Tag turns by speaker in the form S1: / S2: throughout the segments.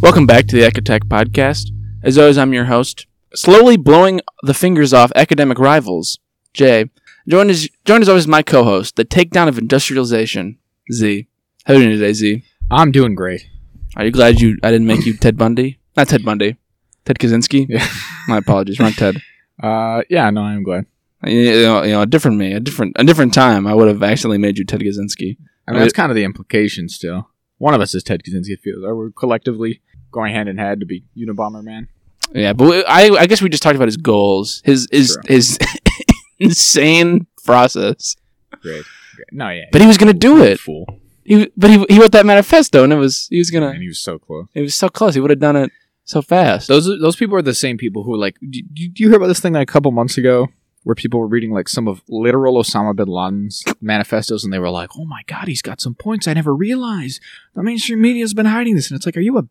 S1: Welcome back to the Ecotech Podcast. As always, I'm your host, slowly blowing the fingers off academic rivals, Jay. Joined as, joined as always my co-host, the takedown of industrialization, Z. How are you doing today, Z?
S2: I'm doing great.
S1: Are you glad you I didn't make you Ted Bundy? Not Ted Bundy, Ted Kaczynski.
S2: Yeah.
S1: My apologies, wrong Ted.
S2: Uh, yeah, no, I'm glad.
S1: You know, you know, a different me, a different, a different time. I would have accidentally made you Ted Kaczynski.
S2: I mean, that's kind of the implication still. One of us is Ted Kaczynski. It feels are we collectively going hand in hand to be Unabomber man?
S1: Yeah, but we- I, I guess we just talked about his goals, his, his,
S2: True.
S1: his insane process.
S2: Great. great. No, yeah.
S1: But he was gonna do it.
S2: Fool.
S1: He, but he, he wrote that manifesto, and it was he was gonna.
S2: And he was so close.
S1: It was so close. He would have done it so fast.
S2: Those those people are the same people who like. Do, do you hear about this thing like a couple months ago where people were reading like some of literal Osama bin Laden's manifestos and they were like, "Oh my God, he's got some points I never realized." The mainstream media's been hiding this, and it's like, are you a?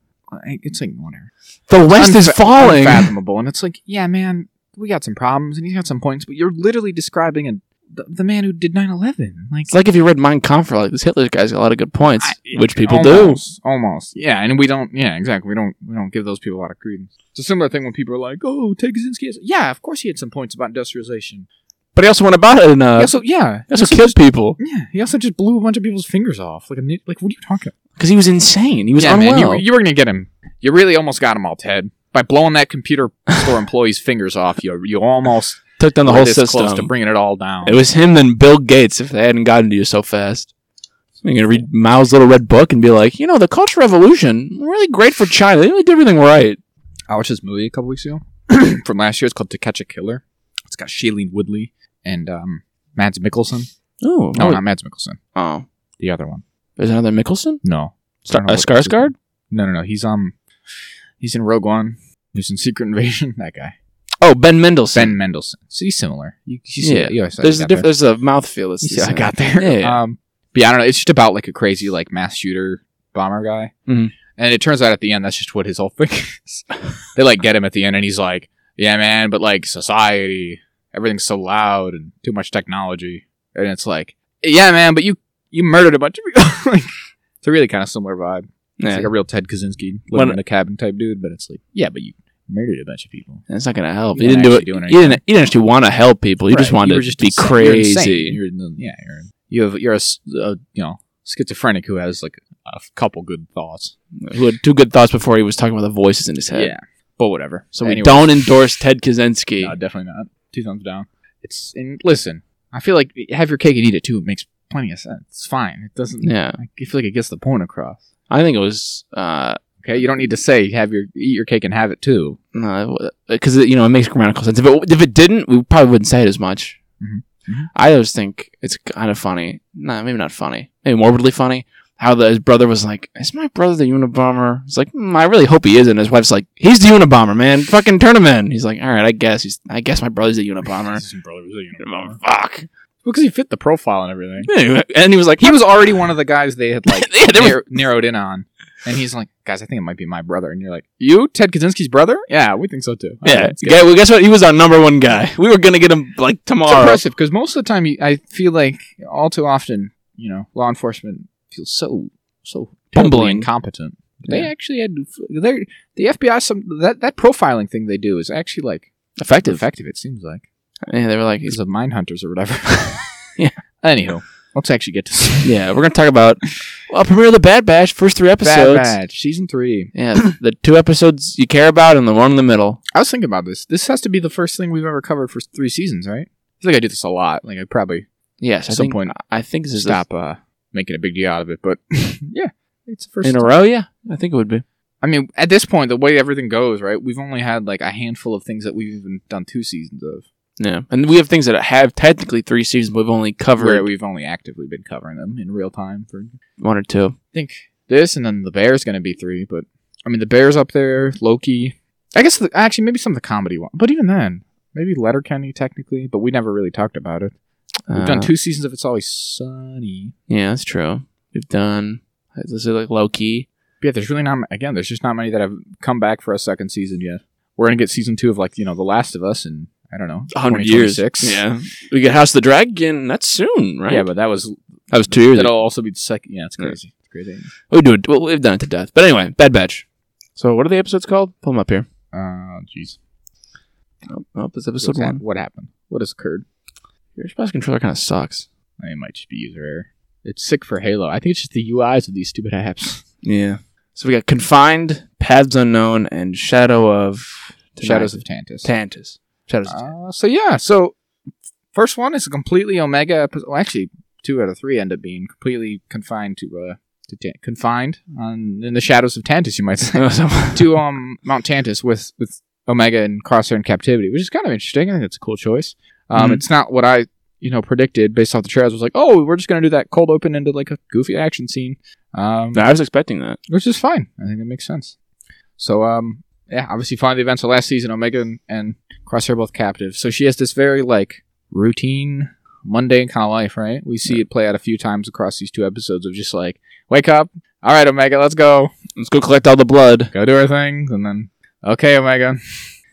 S2: It's like whatever.
S1: The West is
S2: unfa-
S1: falling.
S2: unfathomable. And it's like, yeah, man, we got some problems, and he's got some points, but you're literally describing a, the, the man who did 9-11. Like,
S1: It's like if you read Mein Kampf, you're like this Hitler guy's got a lot of good points,
S2: I-
S1: which people
S2: almost, Almost. Yeah, and we don't, yeah, exactly. We don't we don't give those people a lot of credence. It's a similar thing when people are like, oh, Ted Kaczynski is, yeah, of course he had some points about industrialization.
S1: do. But he also went about it in
S2: he
S1: uh,
S2: also, yeah.
S1: he also killed people
S2: yeah, he also just blew a bunch of people's fingers off. Like, a, ni- like what are you talking about?
S1: because he was insane. He was
S2: yeah,
S1: unwell.
S2: man, you, were- you were going to get him. You really almost got him all, Ted. By blowing that computer store employee's fingers off, you you almost
S1: Took down the
S2: were
S1: whole
S2: this close
S1: system.
S2: to bringing it all down.
S1: it was him and Bill Gates. If they hadn't gotten to you so fast, you're gonna read Mao's Little Red Book and be like, you know, the Cultural Revolution really great for China. They really did everything right.
S2: I watched this movie a couple weeks ago from last year. It's called To Catch a Killer. It's got Shailene Woodley and um, Mads Mikkelsen.
S1: Oh,
S2: No, not Mads Mikkelsen.
S1: oh,
S2: The other one.
S1: there's another Mickelson.
S2: No,
S1: Star-
S2: don't
S1: uh,
S2: know what-
S1: Skarsgård.
S2: no, no, no. He's um, he's in Rogue One. He's in Secret Invasion. That guy,
S1: Oh, Ben Mendelsohn.
S2: Ben Mendelsohn. See, similar. You, you see
S1: Yeah.
S2: that? You always
S1: There's a
S2: got
S1: diff-
S2: that.
S1: there's a mouthfeel. That's the
S2: Yeah, I
S1: same.
S2: got there.
S1: Yeah, yeah.
S2: Um, but yeah, I don't know. It's just about like a crazy like mass shooter bomber guy,
S1: Mhm.
S2: and it turns out at the end that's just what his whole thing is. they like get him at the end, and he's like, "Yeah, man, but like society, everything's so loud and too much technology," and it's like, "Yeah, man, but you you murdered a bunch of people." like, it's a really kind of similar vibe. It's
S1: Yeah.
S2: like a real Ted Kaczynski living
S1: When-
S2: in a cabin type dude, but it's like, yeah, but you murdered a bunch of people.
S1: That's not gonna help.
S2: You
S1: You, didn't
S2: weren't
S1: do
S2: actually
S1: it.
S2: doing
S1: You didn't. You didn't actually want to help people. You just
S2: Right,
S1: wanted
S2: were
S1: to be
S2: insane. You're insane.
S1: crazy.
S2: You're in- yeah, you're, you have you're a, s- a, you know schizophrenic who has like a f- couple good thoughts.
S1: Who had two good thoughts before he was talking about the voices in his head.
S2: but whatever.
S1: So we
S2: Anyway,
S1: don't endorse Ted Kaczynski.
S2: No, definitely not. Two thumbs down. It's and listen. I feel like have your cake and eat it too. It makes plenty of sense. It's fine. It doesn't.
S1: yeah,
S2: I feel like it gets the point across.
S1: I think it was uh,
S2: Okay, you don't need to say have your eat your cake and have it too.
S1: because you know it makes grammatical sense. If it if it didn't, we probably wouldn't say it as much.
S2: Mhm. Mhm.
S1: I always think it's kind of funny. Nah, maybe not funny. Maybe morbidly funny. How the, his brother was like, "Is my brother the Unabomber?" He's like, mm, "I really hope he isn't." His wife's like, "He's the Unabomber, man. Fucking turn him in." He's like, "All right, I guess he's. I guess my brother's the Unabomber." Oh, fuck.
S2: Because he fit the profile and everything.
S1: Anyway, And he was like,
S2: He was already one of the guys they had like
S1: Yeah, there was-
S2: nar- narrowed in on. And he's like, guys, I think it might be my brother. And you're like, you, Ted Kaczynski's brother? Yeah, we think so too. All right,
S1: Yeah,
S2: let's get
S1: yeah well, guess what? He was our number one guy. We were gonna get him like
S2: It's
S1: tomorrow.
S2: impressive because most of the time, you, I feel like all too often, you know, law enforcement feels so so terribly
S1: Bumbling.
S2: incompetent. But They
S1: Yeah.
S2: actually had they the FBI some that that profiling thing they do is actually like
S1: Effective.
S2: effective. It seems like
S1: Yeah, they were like,
S2: because of mine hunters or whatever.
S1: Yeah.
S2: Anywho, let's actually get to
S1: yeah, we're gonna talk about well, premiere of the Bad Batch, first three
S2: Bad
S1: episodes.
S2: Batch season three.
S1: Yeah, the two episodes you care about and the one in the middle.
S2: I was thinking about this. This has to be the first thing we've ever covered for three seasons, right? I feel like I do this a lot. Like I probably
S1: Yes, I
S2: At some
S1: think,
S2: point,
S1: I think this is the-
S2: stop uh, making a big deal out of it, but yeah, it's the first.
S1: in a row. Yeah, I think it would be.
S2: I mean, at this point, the way everything goes, right? We've only had like a handful of things that we've even done two seasons of,
S1: Yeah, and we have things that have technically three seasons, but we've only covered
S2: where we've only actively been covering them in real time for. I
S1: one or two.
S2: think this, and then the bear's going to be three, but I mean, the bear's up there, Loki. I guess the, actually maybe some of the comedy one, but even then, maybe Letterkenny technically, but we never really talked about it. We've done
S1: Uh,
S2: two seasons of It's Always Sunny.
S1: Yeah, that's true. We've done. This is like low key.
S2: But yeah, there's really not again. There's just not many that have come back for a second season yet. We're gonna get season two of like you know The Last of Us in I don't know
S1: 100 years.
S2: 2026.
S1: Yeah. We get House of the Dragon. That's soon, right?
S2: yeah, but that was
S1: that was two years ago.
S2: that'll also be the second. Yeah, it's
S1: Yeah.
S2: crazy. It's crazy.
S1: We do it. Well, we've done it to death. But anyway, Bad Batch. So what are the episodes called? Pull them up here.
S2: Uh, jeez.
S1: Oh, oh this
S2: What's
S1: episode
S2: hap-
S1: one.
S2: What happened? What has occurred?
S1: Your spouse controller kind of sucks.
S2: I mean, it might just be user error. It's sick for Halo. I think it's just the UIs of these stupid apps.
S1: Yeah. So we got confined, paths unknown, and shadow of
S2: Shadows of Tantus.
S1: Tantus. Shadows. of
S2: Uh, so yeah, so first one is completely Omega. epi- Well, actually, two out of three end up being completely confined to uh to ta- confined on in the shadows of Tantus, you might say,
S1: Tantus.
S2: to um Mount Tantus with with Omega and Crosshair in captivity, which is kind of interesting. I think that's a cool choice. Um,
S1: Mhm.
S2: it's not what I you know predicted based off the trailers. It was like, oh, we're just gonna do that cold open into like a goofy action scene. Um,
S1: No, I was expecting that.
S2: which is fine. I think it makes sense. So, um, yeah, obviously, following the events of last season, Omega and, and Crosshair are both captive. So she has this very like routine, mundane kind of life, right? We see it play out a few times across these two episodes of just like wake up, all right, Omega, let's go,
S1: Let's go collect all the blood.
S2: go do our things, and then okay, Omega,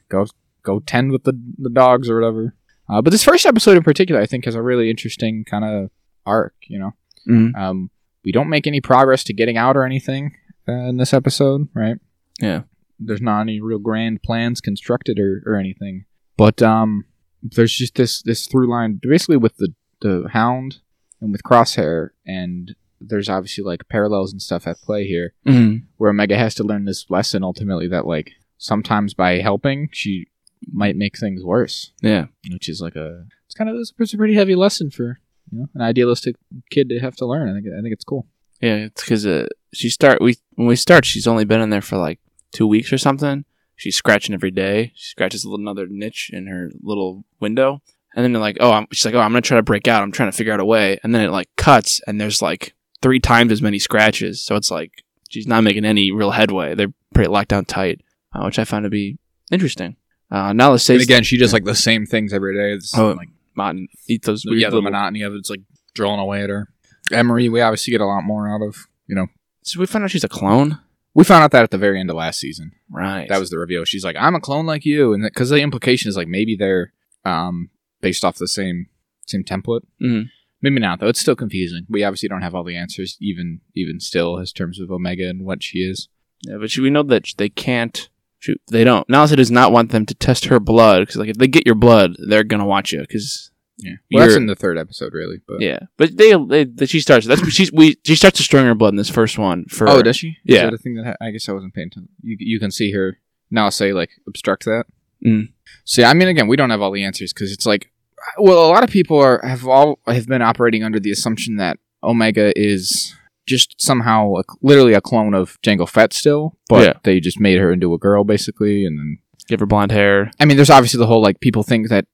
S2: go go tend with the the dogs or whatever. Uh, but this first episode in particular, I think, has a really interesting kind of arc. You know,
S1: Mhm.
S2: um, we don't make any progress to getting out or anything uh, in this episode, right?
S1: Yeah.
S2: There's not any real grand plans constructed or, or anything. But um, there's just this this through line basically with the, the hound and with crosshair and there's obviously like parallels and stuff at play here
S1: Mhm.
S2: where Omega has to learn this lesson ultimately that like sometimes by helping she might make things worse.
S1: Yeah.
S2: Which is like a it's kind of it's a pretty heavy lesson for you know an idealistic kid to have to learn. I think I think it's cool.
S1: Yeah. It's because uh, she start we when we start, she's only been in there for like two weeks or something. She's scratching every day. She scratches a little- another niche in her little window, and then they're like, "Oh, I'm." She's like, "Oh, I'm gonna try to break out. I'm trying to figure out a way." And then it like cuts, and there's like three times as many scratches. So it's like she's not making any real headway. They're pretty locked down tight, uh, which I found to be interesting. Uh, now let's say
S2: And again, she does like the same things every day. It's
S1: Oh,
S2: like
S1: Martin eat those
S2: the,
S1: weird
S2: yeah, the
S1: little-
S2: monotony of it's like drilling away at her. Emery, we obviously get a lot more out of. You know,
S1: So we found out she's a clone,
S2: we found out that at the very end of last season.
S1: right?
S2: That was the reveal. She's like, "I'm a clone like you," and because the implication is like maybe they're um, based off the same same template.
S1: Mhm.
S2: Maybe not though. It's still confusing. We obviously don't have all the answers, even even still, as terms of Omega and what she is.
S1: Yeah, but she, we know that they can't. She, they don't. Nalisa does not want them to test her blood because, like, if they get your blood, they're gonna watch you. Because
S2: Yeah, well, that's
S1: You're-
S2: in the third episode, really. But
S1: yeah, but they, they, that she starts. That's she's we she starts destroying her blood in this first one. For
S2: oh, does she?
S1: Yeah.
S2: is that a thing that ha- I guess I wasn't paying attention. You you can see her now. Say like obstruct that.
S1: Mm.
S2: So yeah, I mean, again, we don't have all the answers because it's like, well, a lot of people are have all have been operating under the assumption that Omega is just somehow a, literally a clone of Jango Fett still, but
S1: Yeah.
S2: they just made her into a girl basically, and then
S1: give her blonde hair?
S2: I mean, there's obviously the whole like people think that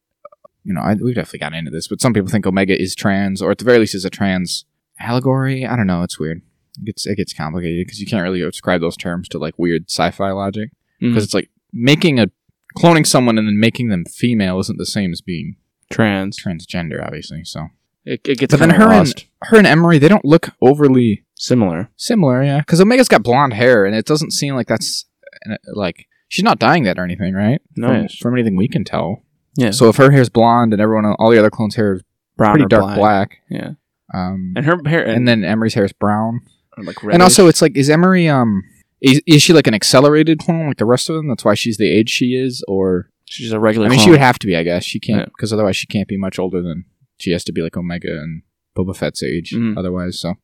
S2: you know I, we've definitely gotten into this, but some people think Omega is trans, or at the very least is a trans allegory. I don't know. It's weird. It gets it gets complicated because you can't really ascribe those terms to like weird sci-fi logic because
S1: Because
S2: it's like making a cloning someone and then making them female isn't the same as being
S1: trans.
S2: transgender, obviously. So
S1: It, it gets
S2: But then
S1: kinda
S2: her and-
S1: lost.
S2: her and Emery they don't look overly
S1: similar.
S2: similar, yeah. Because Omega's got blonde hair, and it doesn't seem like that's uh, like she's not dying that or anything, right?
S1: No,
S2: From, from anything we can tell.
S1: yeah,
S2: So if her hair's blonde and everyone, all the other clones' hair is
S1: brown
S2: pretty
S1: or
S2: dark
S1: black.
S2: black,
S1: Yeah,
S2: um,
S1: and her hair and,
S2: and then Emery's hair is brown.
S1: like
S2: And also, it's like, is Emery um, is, is she like an accelerated clone like the rest of them? That's why she's the age she is, or
S1: she's a regular.
S2: I mean, she would have to be, I guess. She
S1: Yeah.
S2: can't because otherwise she can't be much older than she has to be like Omega and Boba Fett's age.
S1: Mhm.
S2: Otherwise, so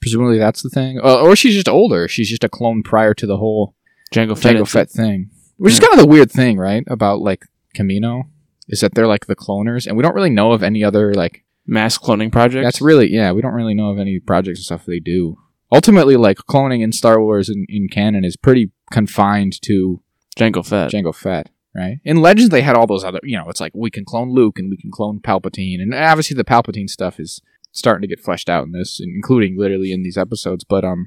S2: presumably that's the thing, uh, or she's just older. She's just a clone prior to the whole
S1: Jango Fett.
S2: Jango Fett thing, which is
S1: Yeah.
S2: kind of the weird thing, right? About like Camino, is that they're like the cloners, and we don't really know of any other like.
S1: mass cloning project.
S2: That's really yeah, we don't really know of any projects and stuff they do. Ultimately, like cloning in Star Wars in, in canon is pretty confined to
S1: Jango Fett.
S2: Jango Fett, right? In Legends, they had all those other, you know, it's like we can clone Luke and we can clone Palpatine, and obviously the Palpatine stuff is starting to get fleshed out in this, including literally in these episodes. But um,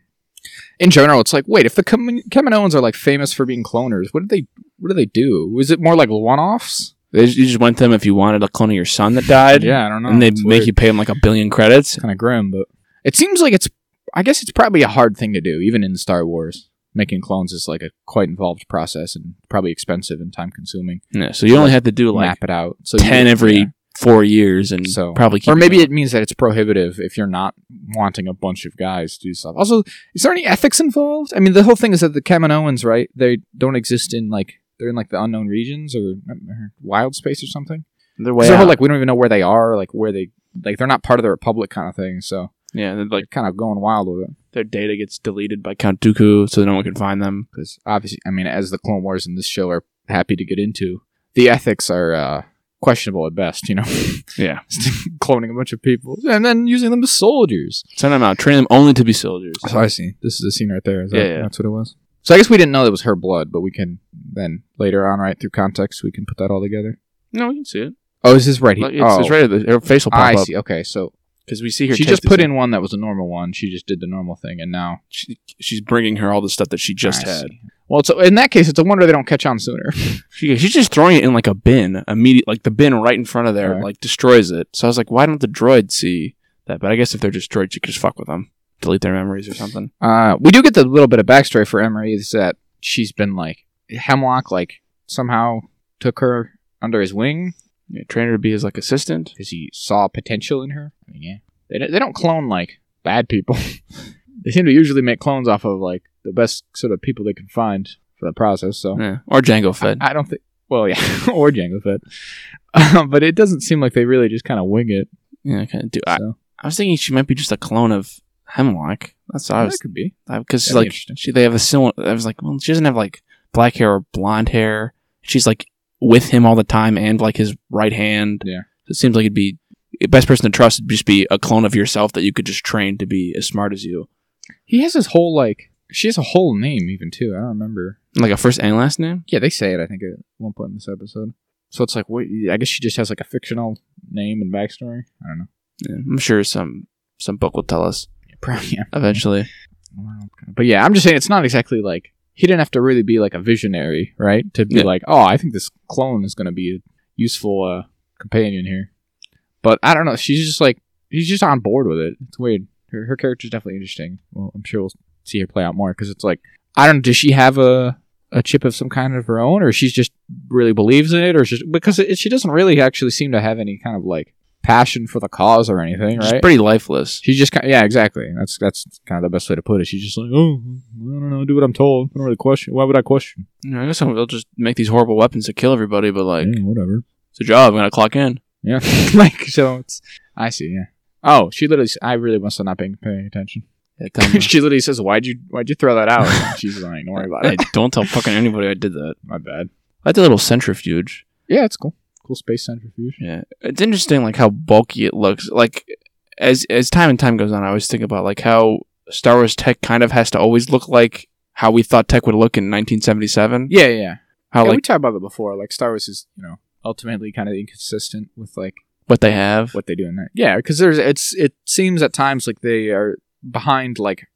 S2: in general, it's like, wait, if the Kam- Kaminoans are like famous for being cloners, what did they, what do they do? Is it more like one-offs?
S1: They ju- you just went to them if you wanted a clone of your son that died.
S2: yeah, I don't know.
S1: and they make you pay them like a billion credits.
S2: kind of grim, but it seems like it's. I guess it's probably a hard thing to do, even in Star Wars. Making clones is like a quite involved process and probably expensive and time consuming.
S1: Yeah, so you only have to do like
S2: Map it out, so you-
S1: ten every
S2: yeah.
S1: four years and
S2: So-
S1: probably keep
S2: or
S1: it
S2: maybe
S1: going.
S2: it means that it's prohibitive if you're not wanting a bunch of guys to do stuff. Also, is there any ethics involved? I mean, the whole thing is that the Kaminoans, right? They don't exist in like they're in like the unknown regions or, or wild space or something.
S1: they're
S2: 'Cause
S1: way
S2: The whole
S1: out.
S2: like we don't even know where they are, like where they like they're not part of the republic kind of thing. So
S1: yeah, they're,
S2: they're
S1: like
S2: kind of going wild with it
S1: their data gets deleted by Count Dooku, so no one can find them.
S2: because obviously, I mean, as the Clone Wars and this show are happy to get into, the ethics are uh, questionable at best. You know,
S1: Yeah,
S2: cloning a bunch of people and then using them as soldiers.
S1: send them out, train them only to be soldiers.
S2: So I see. This is the scene right there. Is that,
S1: Yeah, yeah.
S2: That's what it was. So I guess we didn't know that was her blood, but we can then later on, right through context, we can put that all together.
S1: No, we can see it.
S2: Oh, is this right here?
S1: Like, it's,
S2: oh,
S1: it's right. at The, her face will pop
S2: I
S1: up
S2: see. Okay, so
S1: because we see her.
S2: she
S1: take
S2: just
S1: this
S2: put
S1: in-
S2: in one that was a normal one. She just did the normal thing, and now
S1: She, she's bringing her all the stuff that she just
S2: I
S1: had.
S2: see. Well, so in that case, it's a wonder they don't catch on sooner.
S1: She, she's just throwing it in like a bin, immediate like the bin right in front of there,
S2: Alright.
S1: like destroys it. So I was like, why don't the droids see that? But I guess if they're destroyed, she could just fuck with them, delete their memories or something.
S2: Uh, we do get the little bit of backstory for Emery is that she's been like Hemlock, like somehow took her under his wing
S1: Yeah, train her to be his like assistant.
S2: because he saw potential in her. I mean, yeah, they don't, they don't clone like bad people. they seem to usually make clones off of like the best sort of people they can find for the process. So
S1: Yeah, or Django Mm, Fed.
S2: I, I don't think. Well, yeah, or Jango Fett, um, but it doesn't seem like they really just kind of wing it.
S1: yeah, kind of do. I,
S2: so
S1: I was thinking she might be just a clone of Hemlock. That's what I was
S2: that could be.
S1: because
S2: That'd be
S1: like
S2: interesting.
S1: she, they have a similar. I was like, well, she doesn't have like black hair or blonde hair. She's like with him all the time and like his right hand.
S2: Yeah.
S1: So it seems like it'd be the best person to trust would just be a clone of yourself that you could just train to be as smart as you.
S2: He has his whole like. She has a whole name even too. I don't remember.
S1: Like a first and last name.
S2: Yeah, they say it. I think at one point in this episode. So it's like, wait, I guess she just has like a fictional name and backstory. I don't know.
S1: Yeah, I'm sure some some book will tell us
S2: Probably, yeah.
S1: eventually.
S2: But yeah, I'm just saying it's not exactly like he didn't have to really be like a visionary, right? To be
S1: Yeah.
S2: like, oh, I think this clone is going to be a useful uh, companion here. But I don't know. She's just like he's just on board with it. It's weird. Her, her character's definitely interesting. Well, I'm sure we'll see her play out more because it's like I don't. Does she have a a chip of some kind of her own, or she's just really believes in it, or just because it, she doesn't really actually seem to have any kind of like passion for the cause or anything,
S1: She's
S2: right?
S1: pretty lifeless.
S2: She's just kind yeah, exactly. That's that's kind of the best way to put it. She's just like, oh, I don't know, do what I'm told. I don't really question. Why would I question?
S1: You know, I guess they'll just make these horrible weapons to kill everybody, but like
S2: Yeah, whatever.
S1: it's a job. I'm gonna clock in.
S2: Yeah, like so. It's I see. Yeah. Oh, she literally. s- I really must have not been paying attention.
S1: Yeah, tell 'em, uh,
S2: she literally says, "Why'd you Why'd you throw that out?" And she's like, "Don't worry about
S1: hey,
S2: it.
S1: don't tell fucking anybody I did that.
S2: My bad."
S1: I did a little centrifuge.
S2: Yeah, it's cool. Cool space centrifuge.
S1: Yeah, it's interesting, like how bulky it looks. Like as as time and time goes on, I always think about like how Star Wars tech kind of has to always look like how we thought tech would look in 1977.
S2: Yeah, yeah. yeah.
S1: How
S2: Yeah, we
S1: like
S2: talked about it before. Like Star Wars is, you know, ultimately kind of inconsistent with like
S1: what they have.
S2: what they do in there. Yeah, because there's it's it seems at times like they are behind like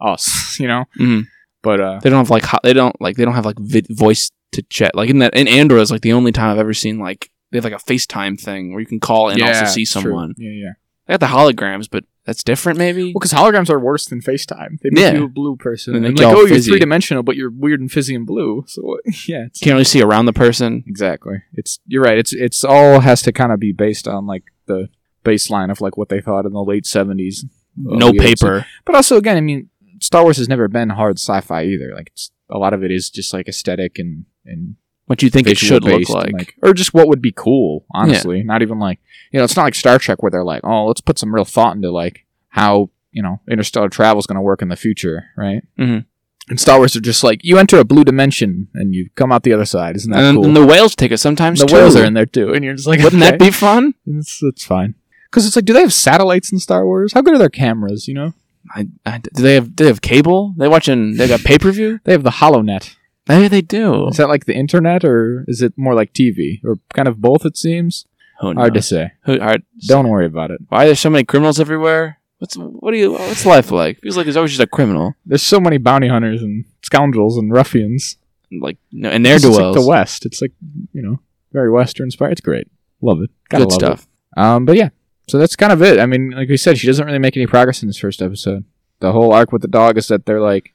S2: us, you know.
S1: Mhm.
S2: But uh,
S1: They don't have like ho- they don't like they don't have like vid- voice to chat. Like in that in Android is like the only time I've ever seen like they have like a FaceTime thing where you can call and also see
S2: it's true.
S1: someone.
S2: Yeah, yeah.
S1: They got the holograms, but that's different maybe.
S2: Well, because holograms are worse than FaceTime. They make
S1: Yeah.
S2: you a blue person.
S1: They
S2: And
S1: make you
S2: like,
S1: all
S2: oh,
S1: fizzy.
S2: you're three dimensional, but you're weird and fizzy and blue. So yeah, it's,
S1: Can't really see around the person.
S2: exactly. It's you're right. It's it's all has to kind of be based on like the baseline of like what they thought in the late seventies.
S1: No paper.
S2: But also, again, I mean, Star Wars has never been hard sci-fi either. Like it's a lot of it is just like aesthetic and and
S1: What you think it should look
S2: visual-based and,
S1: like.
S2: or just what would be cool. Honestly, not even like you know, it's not like Star Trek where they're like, oh, let's put some real thought into like how you know interstellar travel is going to work in the future, right?
S1: Mhm.
S2: And Star Wars are just like you enter a blue dimension and you come out the other side. Isn't that
S1: and,
S2: cool?
S1: and the whales take it sometimes.
S2: the whales
S1: too.
S2: are in there too, and you're just like,
S1: Wouldn't that
S2: okay,
S1: be fun?
S2: It's, it's fine. Because it's like, do they have satellites in Star Wars? How good are their cameras? You know,
S1: I, I, do they have do they have cable? They watching they got pay per view?
S2: they have the HoloNet.
S1: Maybe they do.
S2: Is that like the internet, or is it more like TV, or kind of both? It seems
S1: Who knows?
S2: hard to say.
S1: Who, hard,
S2: Don't worry about it.
S1: why are there so many criminals everywhere? What's what do you what's life like? Feels like there's always just a criminal.
S2: There's so many bounty hunters and scoundrels and ruffians.
S1: Like no, and ne'er
S2: It's
S1: do
S2: like the
S1: wells.
S2: West. It's like you know, very Western inspired. It's great. Love it. Gotta
S1: Good
S2: love
S1: stuff.
S2: it. Um, but yeah, so that's kind of it. I mean, like we said, she doesn't really make any progress in this first episode. The whole arc with the dog is that they're like,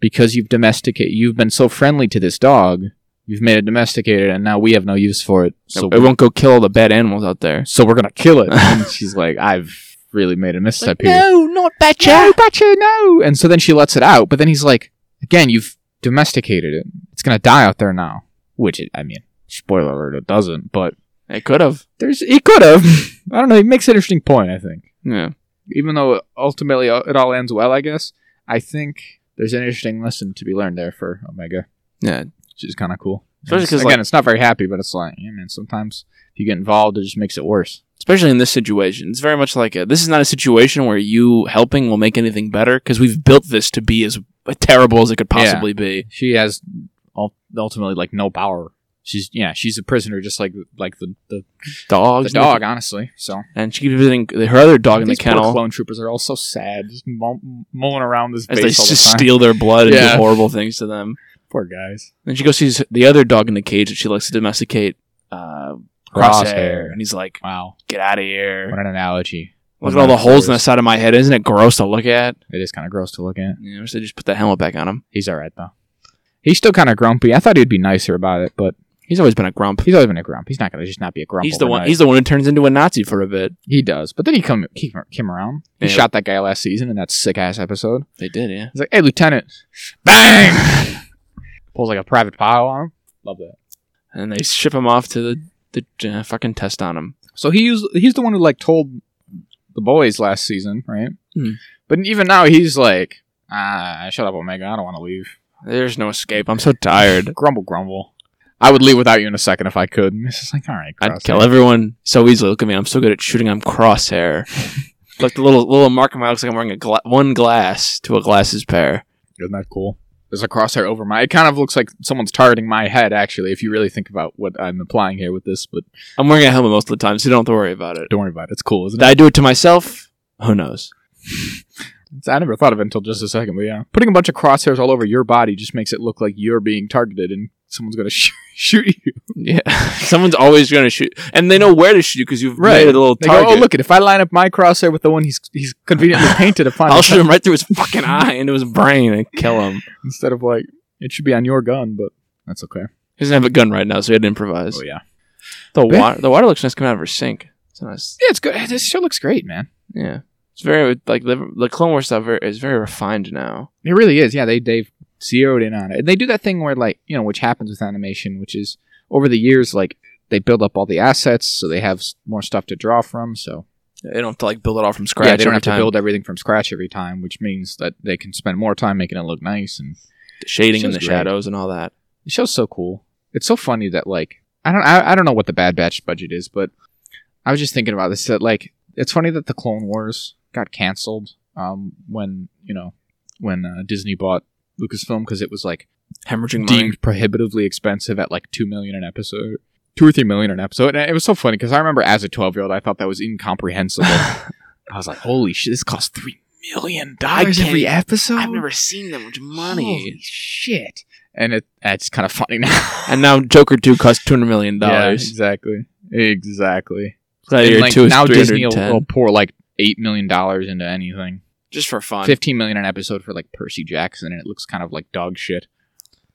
S2: because you've domesticated, you've been so friendly to this dog, You've made it domesticated, and now we have no use for it. So,
S1: it won't go kill all the bad animals out there.
S2: so we're gonna kill it. and she's like, I've really made a misstep here.
S1: not
S2: No, Butcher, no. And so then she lets it out, but then he's like, again, you've domesticated it. It's gonna die out there now. Which it, I mean, spoiler alert, it doesn't. But
S1: It could have.
S2: there's he could have. I don't know. He makes an interesting point. I think,
S1: Yeah.
S2: even though ultimately uh, it all ends well, I guess. I think there's an interesting lesson to be learned there for Omega,
S1: Yeah.
S2: which is kind of cool. And
S1: Especially
S2: it's-
S1: 'cause,
S2: again,
S1: like-
S2: it's not very happy, but it's like, yeah, man. Sometimes if you get involved, it just makes it worse.
S1: Especially in this situation. It's very much like a, this is not a situation where you helping will make anything better because we've built this to be as terrible as it could
S2: Yeah.
S1: possibly be.
S2: she has ul- ultimately like no power. She's yeah, she's a prisoner just like like the the, the
S1: Dogs.
S2: dog, honestly. So
S1: And she keeps visiting her other dog in the
S2: these poor
S1: kennel
S2: clone troopers are all so sad, just mull- mulling around this
S1: as
S2: base
S1: they
S2: all the
S1: just
S2: time.
S1: steal their blood and
S2: Yeah.
S1: do horrible things to them.
S2: Poor guys.
S1: Then she goes sees the other dog in the cage that she likes to domesticate, uh, crosshair, and he's like,
S2: Wow,
S1: "Get out of
S2: what
S1: here!
S2: an analogy.
S1: Look at
S2: What
S1: all the
S2: metaphors.
S1: holes in the side of my head. Isn't it gross to look at?"
S2: It is kind of gross to look at.
S1: You know, so they just put that helmet back on him.
S2: He's all right though. He's still kind of grumpy. I thought he'd be nicer about it, but
S1: He's always been a grump.
S2: he's always been a grump. He's not gonna just not be a grump.
S1: He's the one.
S2: overnight.
S1: He's the one who turns into a Nazi for a bit.
S2: he does. But then he come he came around. He
S1: Yeah.
S2: shot that guy last season in that sick ass episode.
S1: They did, yeah.
S2: He's like, "Hey, Lieutenant!" Bang! Pulls like a private pile on him. Love that.
S1: And they ship him off to the the uh, fucking test on him.
S2: So he's he's the one who like told the boys last season, right?
S1: Hmm.
S2: But even now he's like, "Ah, shut up, Omega! I don't want to leave."
S1: There's no escape. I'm so tired.
S2: Grumble, grumble. I would leave without you in a second if I could. And it's just like, all right,
S1: I'd kill everyone so easily. Look at me. I'm so good at shooting. I'm crosshair. Like the little little mark on my looks like I'm wearing a gla- one glass to a glasses pair.
S2: Isn't that cool? There's a crosshair over my. It kind of looks like someone's targeting my head, actually. If you really think about what I'm implying here with this, but
S1: I'm wearing a helmet most of the time, so you don't have to worry about it.
S2: don't worry about it. It's cool, isn't
S1: Did
S2: it?
S1: I do it to myself? Who knows?
S2: I never thought of it until just a second, but yeah. Putting a bunch of crosshairs all over your body just makes it look like you're being targeted and someone's going to sh- shoot you.
S1: Yeah, someone's always going to shoot, and they know where to shoot you because you've
S2: Right.
S1: made a little
S2: They
S1: target.
S2: go, oh, look, if I line up my crosshair with the one he's he's conveniently painted upon
S1: I'll shoot him right through his fucking eye into his brain and kill him.
S2: instead of like, it should be on your gun, but that's okay.
S1: He doesn't have a gun right now, so he had to improvise.
S2: Oh, yeah.
S1: The
S2: Yeah.
S1: water, the water looks nice coming out of her sink. It's nice.
S2: Yeah, it's good. This show looks great, man.
S1: Yeah, it's very like the, the Clone Wars stuff ver- is very refined now.
S2: It really is. Yeah, they, they've zeroed in on it. They do that thing where, like, you know, which happens with animation, which is over the years, like, they build up all the assets so they have s- more stuff to draw from. So
S1: They don't have to like build it all from scratch.
S2: yeah, they don't
S1: every
S2: have to
S1: time.
S2: build everything from scratch every time, which means that they can spend more time making it look nice. And
S1: the shading and
S2: Show's
S1: the
S2: great.
S1: shadows and all that.
S2: the show's so cool. It's so funny that like I don't I, I don't know what the Bad Batch budget is, but I was just thinking about this that like it's funny that the Clone Wars got canceled um, when you know when uh, Disney bought Lucasfilm because it was like
S1: Hemorrhaging money.
S2: deemed prohibitively expensive at like two million an episode, two or three million an episode. And it was so funny because I remember as a twelve year old, I thought that was incomprehensible. I was like, "Holy shit, this costs three million dollars
S1: can't-
S2: every episode."
S1: I've never seen that much money.
S2: Holy shit! And it it's kind of funny now.
S1: And now Joker two costs two hundred million dollars.
S2: exactly, exactly.
S1: So
S2: And,
S1: year
S2: like,
S1: two is
S2: now Disney will,
S1: 310.
S2: will pour like eight million dollars into anything.
S1: just for fun.
S2: Fifteen million an episode for like Percy Jackson, and it looks kind of like dog shit.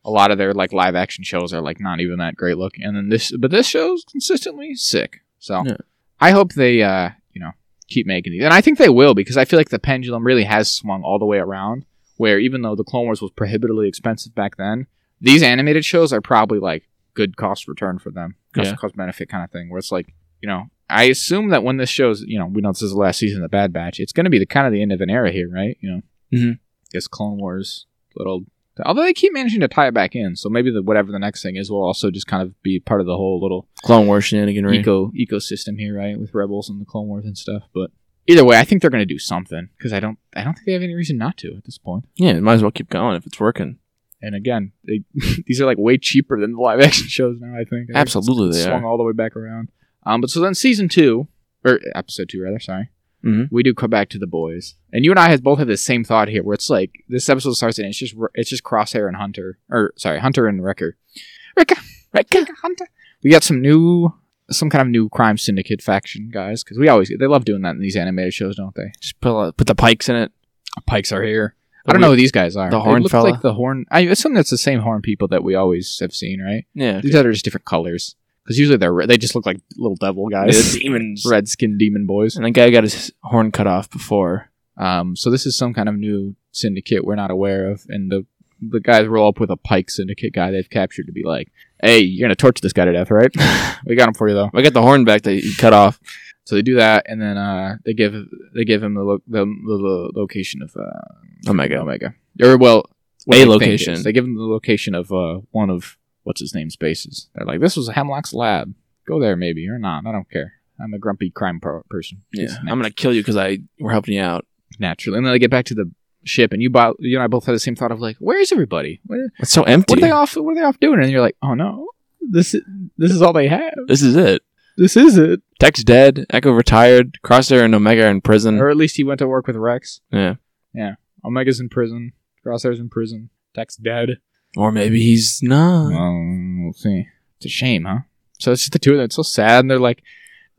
S2: A lot of their like live action shows are like not even that great looking, and then this, but this show's consistently sick. So
S1: Yeah.
S2: I hope they, uh, you know, keep making these, and I think they will because I feel like the pendulum really has swung all the way around. Where even though the Clone Wars was prohibitively expensive back then, these animated shows are probably like good cost return for them, cost,
S1: Yeah.
S2: cost benefit kind of thing. Where it's like, you know, I assume that when this show's, you know, we know this is the last season of the Bad Batch, it's going to be the kind of the end of an era here, right? You know,
S1: Mhm.
S2: guess Clone Wars, little. Although they keep managing to tie it back in, so maybe the whatever the next thing is will also just kind of be part of the whole little
S1: Clone Wars shenaniganry.
S2: eco ecosystem here, right, with Rebels and the Clone Wars and stuff. But either way, I think they're going to do something because I don't, I don't think they have any reason not to at this point.
S1: Yeah, might as well keep going if it's working.
S2: And again, they, these are like way cheaper than the live action shows now. I think I think it's-
S1: Absolutely
S2: it's
S1: they
S2: swung all the way back around. Um, but so then season two or episode two rather, sorry,
S1: Mhm.
S2: we do come back to the boys, and you and I has both had the same thought here, where it's like this episode starts and it's just it's just Crosshair and Hunter, or sorry, Hunter and Wrecker, Wrecker, Wrecker, Hunter. We got some new. Some kind of new crime syndicate faction guys, because we always they love doing that in these animated shows, don't they?
S1: Just put, a- put the pikes in it.
S2: Pikes are here. I don't know who these guys are.
S1: the
S2: They
S1: horn
S2: look
S1: fella?
S2: like the horn. I assume that's the same horn people that we always have seen, right?
S1: Yeah.
S2: These are just different colors because usually they're re- they just look like little devil guys,
S1: demons.
S2: red skinned demon boys.
S1: And the guy got his horn cut off before.
S2: Um, so this is some kind of new syndicate we're not aware of, and the the guys roll up with a Pike syndicate guy they've captured to be like, "Hey, you're gonna torture this guy to death, right? we got him for you though."
S1: I got the horn back that he cut off.
S2: So they do that, and then uh, they give they give him the lo- the, the, lo- location of uh,
S1: Omega.
S2: Omega, or well, what
S1: A
S2: they think
S1: location.
S2: is. They give him the location of uh, one of what's his name's bases. They're like, "This was Hemlock's lab. Go there, maybe or not. I don't care. I'm a grumpy crime pro- person.
S1: Yeah.
S2: It's
S1: I'm gonna kill you because I we're helping you out.
S2: naturally. And then I get back to the ship, and you, bo- you and I both had the same thought of like, where's everybody? What,
S1: It's so empty.
S2: what are they off? What are they off doing? And you're like, oh no, this is, this is all they have.
S1: this is it.
S2: This is it.
S1: Tech's dead. Echo retired. Crosshair and Omega are in prison.
S2: Or at least he went to work with Rex.
S1: Mm. Yeah.
S2: yeah. Omega's in prison. Crosshair's in prison. Tech's dead.
S1: Or maybe he's not.
S2: Um, we'll see. It's a shame, huh? So it's just the two of them. It's so sad, and they're like.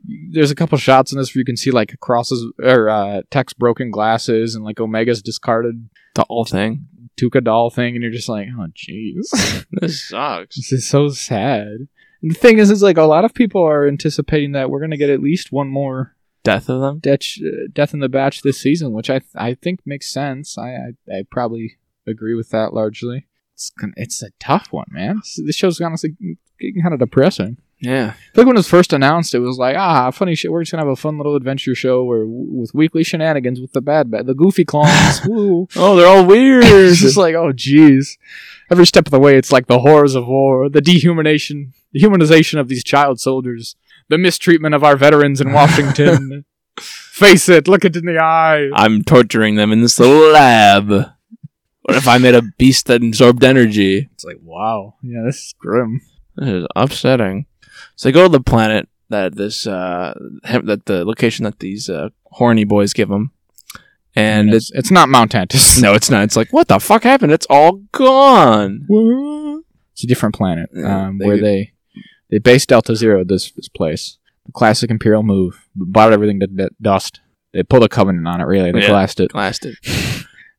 S2: There's a couple shots in this where you can see like crosses or uh, Tech's broken glasses and like Omega's discarded
S1: The whole thing.
S2: Tuca doll thing, and you're just like, oh jeez.
S1: This sucks.
S2: This is so sad. And the thing is, is like a lot of people are anticipating that we're gonna get at least one more
S1: Death of them.
S2: death, uh, death in the batch this season, which I I think makes sense. I I, I probably agree with that largely. It's gon- it's a tough one, man. This- This show's honestly getting kind of depressing.
S1: Yeah.
S2: Like when it was first announced, it was like, ah, funny shit. We're just gonna have a fun little adventure show where with weekly shenanigans with the bad, bad the goofy clones. Woo.
S1: Oh, they're all weird.
S2: It's just like, oh, jeez. Every step of the way, it's like the horrors of war, the dehumanization, the humanization of these child soldiers, the mistreatment of our veterans in Washington. Face it, look it in the eye.
S1: I'm torturing them in this little lab. What if I made a beast that absorbed energy?
S2: It's like, wow, yeah, this is grim.
S1: This is upsetting. So they go to the planet that this uh hem- that the location that these uh, horny boys give them, and it's
S2: it's, it's not Mount Antis.
S1: no, it's not. It's like what the fuck happened? It's all gone.
S2: It's a different planet
S1: Yeah,
S2: um,
S1: they-
S2: where they they base Delta Zero this this place. The classic Imperial move, bought everything to d- dust. They pulled a covenant on it, really. They
S1: Yeah.
S2: glassed it.
S1: Lasted.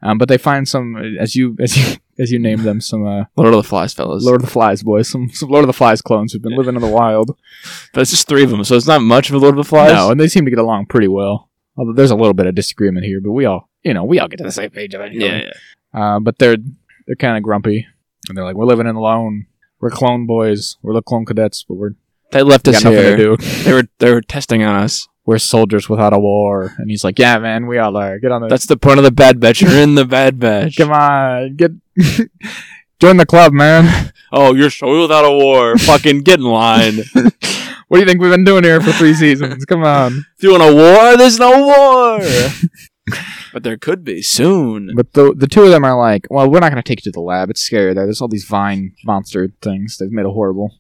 S2: Um, but they find some, as you as you as you name them, some uh,
S1: Lord of the Flies, fellas.
S2: Lord of the Flies boys, some, some Lord of the Flies clones who've been living in the wild.
S1: But it's just three of them, so it's not much of a Lord of the Flies.
S2: No, and they seem to get along pretty well. Although there's a little bit of disagreement here, but we all, you know, we all get to the same page eventually.
S1: Yeah, yeah.
S2: Uh, but they're they're kind of grumpy, and they're like, "We're living in alone. We're clone boys. We're the clone cadets, but we're
S1: They left
S2: we
S1: us
S2: got nothing to
S1: here.
S2: do.
S1: They were they were testing on us.
S2: We're soldiers without a war." And he's like, "Yeah, man, we all are. Get on the,
S1: That's the point of the Bad Batch. You're in the Bad Batch.
S2: come on, get join the club, man.
S1: Oh, you're so without a war. Fucking get in line. If
S2: what do you think we've been doing here for three seasons? Come on."
S1: you want a war, there's no war. but there could be soon.
S2: But the the two of them are like, well, we're not going to take you to the lab. It's scary there. There's all these vine monster things. They've made a horrible,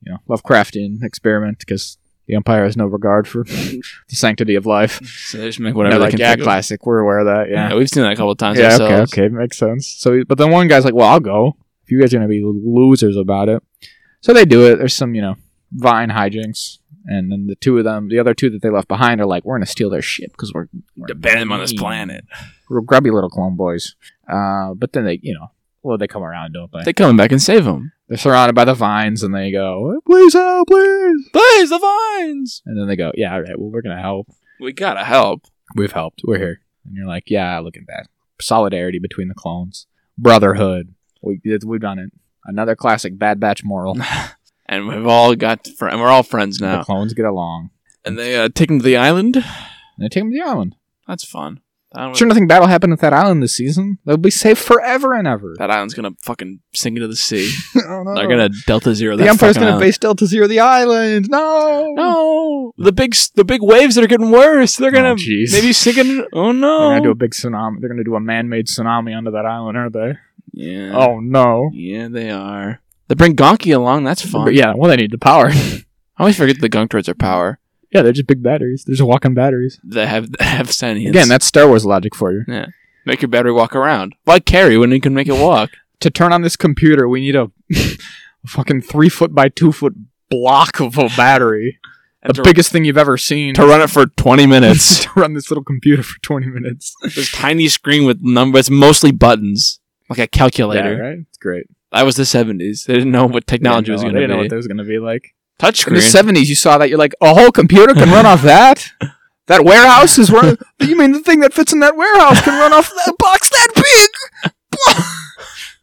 S2: you know, Lovecraftian experiment because the Empire has no regard for the sanctity of life.
S1: So they just make
S2: Whatever.
S1: whatever
S2: They're
S1: they
S2: like,
S1: can.
S2: yeah,
S1: think of.
S2: classic. We're aware of that.
S1: Yeah,
S2: Yeah.
S1: we've seen that a couple times
S2: Yeah. okay.
S1: ourselves.
S2: Okay. Makes sense. So, but then one guy's like, well, I'll go. If you guys are going to be losers about it, so they do it. There's some, you know, vine hijinks. And then the two of them, the other two that they left behind, are like, "We're gonna steal their ship because we're, we're
S1: To ban them on this
S2: mean."
S1: planet.
S2: Real grubby little clone boys. Uh, but then they, you know, well, they come around, don't they?
S1: They're coming back and save them.
S2: They're surrounded by the vines, and they go, "Please help, please!"
S1: Please, the vines.
S2: And then they go, "Yeah, all right. Well, we're gonna help.
S1: We gotta help.
S2: We've helped. We're here." And you're like, "Yeah, look at that solidarity between the clones, brotherhood. We it- we've done it. Another classic Bad Batch moral.
S1: And we've all got, fr- and we're all friends
S2: The
S1: now.
S2: clones get along.
S1: And they uh, take them to the island.
S2: And they take them to the island.
S1: That's fun. That, one-
S2: Sure, nothing bad will happen at that island this season. They'll be safe forever and ever.
S1: that island's gonna fucking sink into the sea.
S2: oh, no.
S1: They're gonna Delta Zero.
S2: the
S1: that
S2: Empire's
S1: fucking
S2: gonna
S1: island.
S2: base Delta Zero the island. No,
S1: No, the big s- the big waves that are getting worse. They're gonna
S2: Oh, jeez.
S1: maybe sink in. Oh
S2: They're gonna do a
S1: no!
S2: big tsunami. They're gonna do a man-made tsunami onto that island, aren't they?
S1: Yeah.
S2: Oh no!
S1: yeah, they are. They bring Gonki along. That's fun.
S2: But yeah, well, they need the power.
S1: I always forget the Gunk droids are power.
S2: yeah, they're just big batteries. They're just walking batteries.
S1: They have they have sentience.
S2: Again, that's Star Wars logic for you.
S1: make your battery walk around. Why carry when you can make it walk?
S2: To turn on this computer, we need a, a fucking three foot by two foot block of a battery. the
S3: and to,
S2: biggest thing you've ever seen
S1: to run it for 20 minutes.
S2: to run this little computer for 20 minutes.
S1: this tiny screen with numbers, mostly buttons, like a calculator.
S2: Yeah, right? It's great.
S1: That was the 70s. They didn't know what technology
S2: They
S1: was
S2: didn't
S1: going
S2: know-
S1: to be.
S2: they didn't know what that was going to be like. In the
S1: Touchscreen.
S2: 70s, you saw that. You're like, a whole computer can run off that? That warehouse is run. you mean the thing that fits in that warehouse can run off that box that big?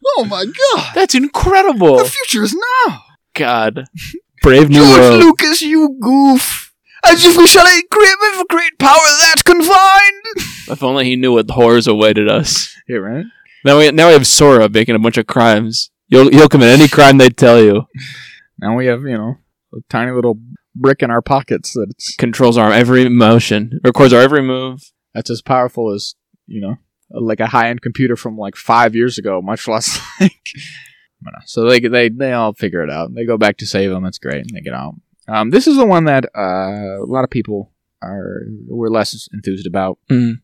S2: oh my god.
S1: That's incredible.
S2: future is now.
S1: God. Brave New World.
S2: Lucas, you goof. As if we shall equipment for great power that confined.
S1: If only he knew what horrors awaited us.
S2: Yeah, right?
S1: Now we now we have Sora making a bunch of crimes. You'll you'll commit any crime they tell you.
S2: Now we have, you know, a tiny little brick in our pockets that's
S1: Controls our every motion, records our every move.
S2: that's as powerful as, you know, like a high end computer from like five years ago, much less like I dunno. so they they they all figure it out. They go back to save them. That's great. And they get out. Um, this is the one that uh, a lot of people are were less enthused about,
S1: Mm.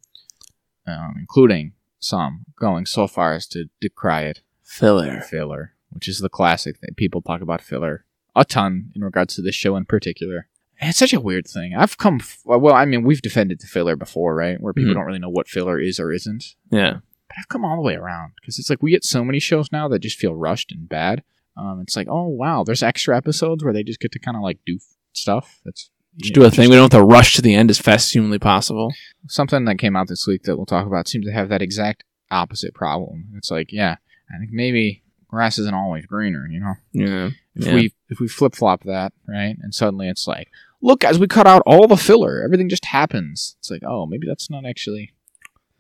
S2: um, including some going so far as to decry it.
S1: Filler.
S2: filler, which is the classic thing. People talk about filler a ton in regards to this show in particular. It's such a weird thing. I've come f- well. I mean, we've defended the filler before, right? Where people
S1: Mhm.
S2: don't really know what filler is or isn't.
S1: Yeah.
S2: But I've come all the way around because it's like we get so many shows now that just feel rushed and bad. Um, it's like, oh wow, there's extra episodes where they just get to kind of like do f- stuff. That's
S1: Just do a thing. We don't have to rush to the end as fast as humanly possible.
S2: something that came out this week that we'll talk about seems to have that exact opposite problem. It's like, yeah, I think maybe grass isn't always greener, you know.
S1: Yeah.
S2: if
S1: Yeah.
S2: we if we flip flop that right, and suddenly it's like, look, guys, we cut out all the filler, everything just happens. It's like, oh, maybe that's not actually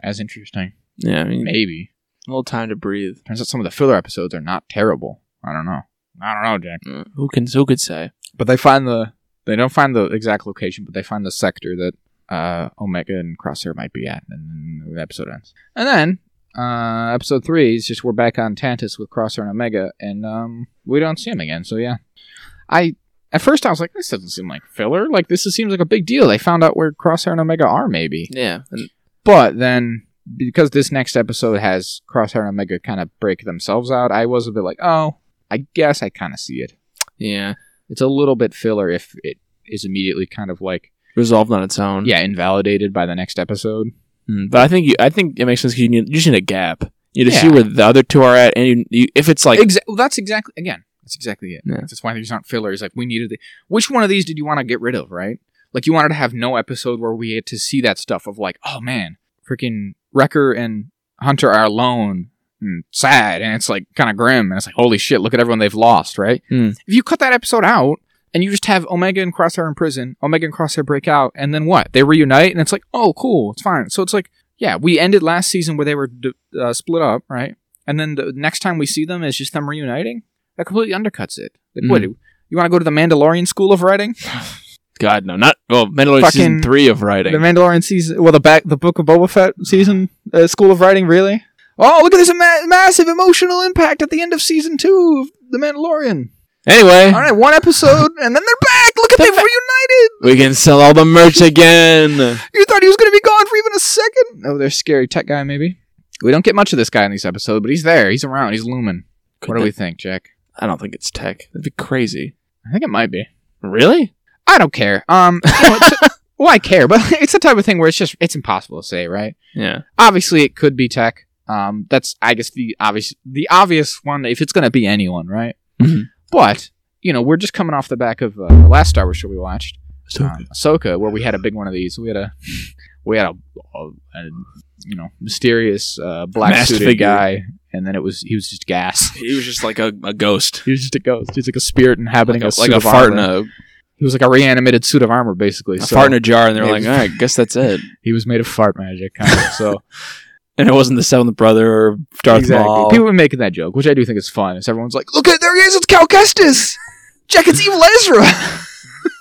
S2: as interesting.
S1: Yeah. I mean,
S2: Maybe
S1: a little time to breathe.
S2: turns out some of the filler episodes are not terrible. I don't know. I don't know, Jack.
S1: Mm. Who can who could say?
S2: But they find the they don't find the exact location, but they find the sector that uh, Omega and Crosshair might be at, and then the episode ends. And then uh, episode three is just we're back on Tantus with Crosshair and Omega, and um, we don't see him again. So yeah, I at first I was like, this doesn't seem like filler. Like this seems like a big deal. They found out where Crosshair and Omega are, maybe.
S1: Yeah. And
S2: But then because this next episode has Crosshair and Omega kind of break themselves out, I was a bit like, oh, I guess I kind of see it
S1: yeah.
S2: it's a little bit filler if it is immediately kind of like
S1: Resolved on its own.
S2: yeah invalidated by the next episode
S1: Mm, but I think you, I think it makes sense because you, need- you just need a gap. You just see
S2: Yeah.
S1: where the other two are at, and you, you, if it's like
S2: Exa- well, that's exactly again that's exactly it
S1: Yeah.
S2: that's why these aren't fillers like we needed the- which one of these did you want to get rid of right like you wanted to have no episode where we had to see that stuff of like oh man freaking wrecker and hunter are alone and sad and it's like kind of grim and it's like holy shit look at everyone they've lost right
S1: Hmm.
S2: if you cut that episode out and you just have omega and crosshair in prison omega and crosshair break out and then what they reunite and it's like oh cool it's fine so it's like yeah we ended last season where they were d- uh, split up right and then the next time we see them is just them reuniting. That completely undercuts it. Like, what? You want to go to the Mandalorian School of Writing?
S1: God no, not well Mandalorian season
S2: Fucking-
S1: three of writing.
S2: The Mandalorian season, well, the back, the Book of Boba Fett season uh, School of Writing, really? Oh, look at this ma- massive emotional impact at the end of season two of The Mandalorian.
S1: anyway,
S2: All right, one episode, and then they're back. Look at
S1: Eh. They're
S2: they've
S1: back.
S2: reunited.
S1: we can sell all the merch again.
S2: You thought he was going to be gone for even a second? Oh, there's scary tech guy, maybe. We don't get much of this guy in this episode, but he's there. He's around. He's looming. what do we think, Jack?
S1: I don't think it's tech. That'd be crazy.
S2: I think it might be.
S1: Really?
S2: I don't care. Um, you know, it's- well, I care, but it's the type of thing where it's just it's impossible to say, right?
S1: Yeah.
S2: Obviously, it could be tech. Um, that's I guess the obvious the obvious one if it's gonna be anyone, right?
S1: Mhm.
S2: But you know, we're just coming off the back of uh, the last Star Wars show we watched, um, Ahsoka, where we had a big one of these. We had a we had a, a, a you know mysterious uh, black
S1: Masked
S2: suited
S1: figure.
S2: guy, and then it was he was just gas.
S1: he was just like a, a ghost,
S2: He was just a ghost. He was like a spirit inhabiting
S1: like a,
S2: a,
S1: like
S2: suit
S1: a
S2: of
S1: fart in
S2: armor.
S1: a,
S2: He was like a reanimated suit of armor, basically.
S1: a
S2: so-
S1: fart in a jar, and they were
S2: It
S1: like,
S2: was-
S1: all right, guess that's it.
S2: He was made of fart magic, kind of. So
S1: And it wasn't the seventh brother or Darth Maul.
S2: people were making that joke, which I do think is fun. Is everyone's like, "Look at there he is! It's Cal Kestis! Jack, it's Evil Ezra!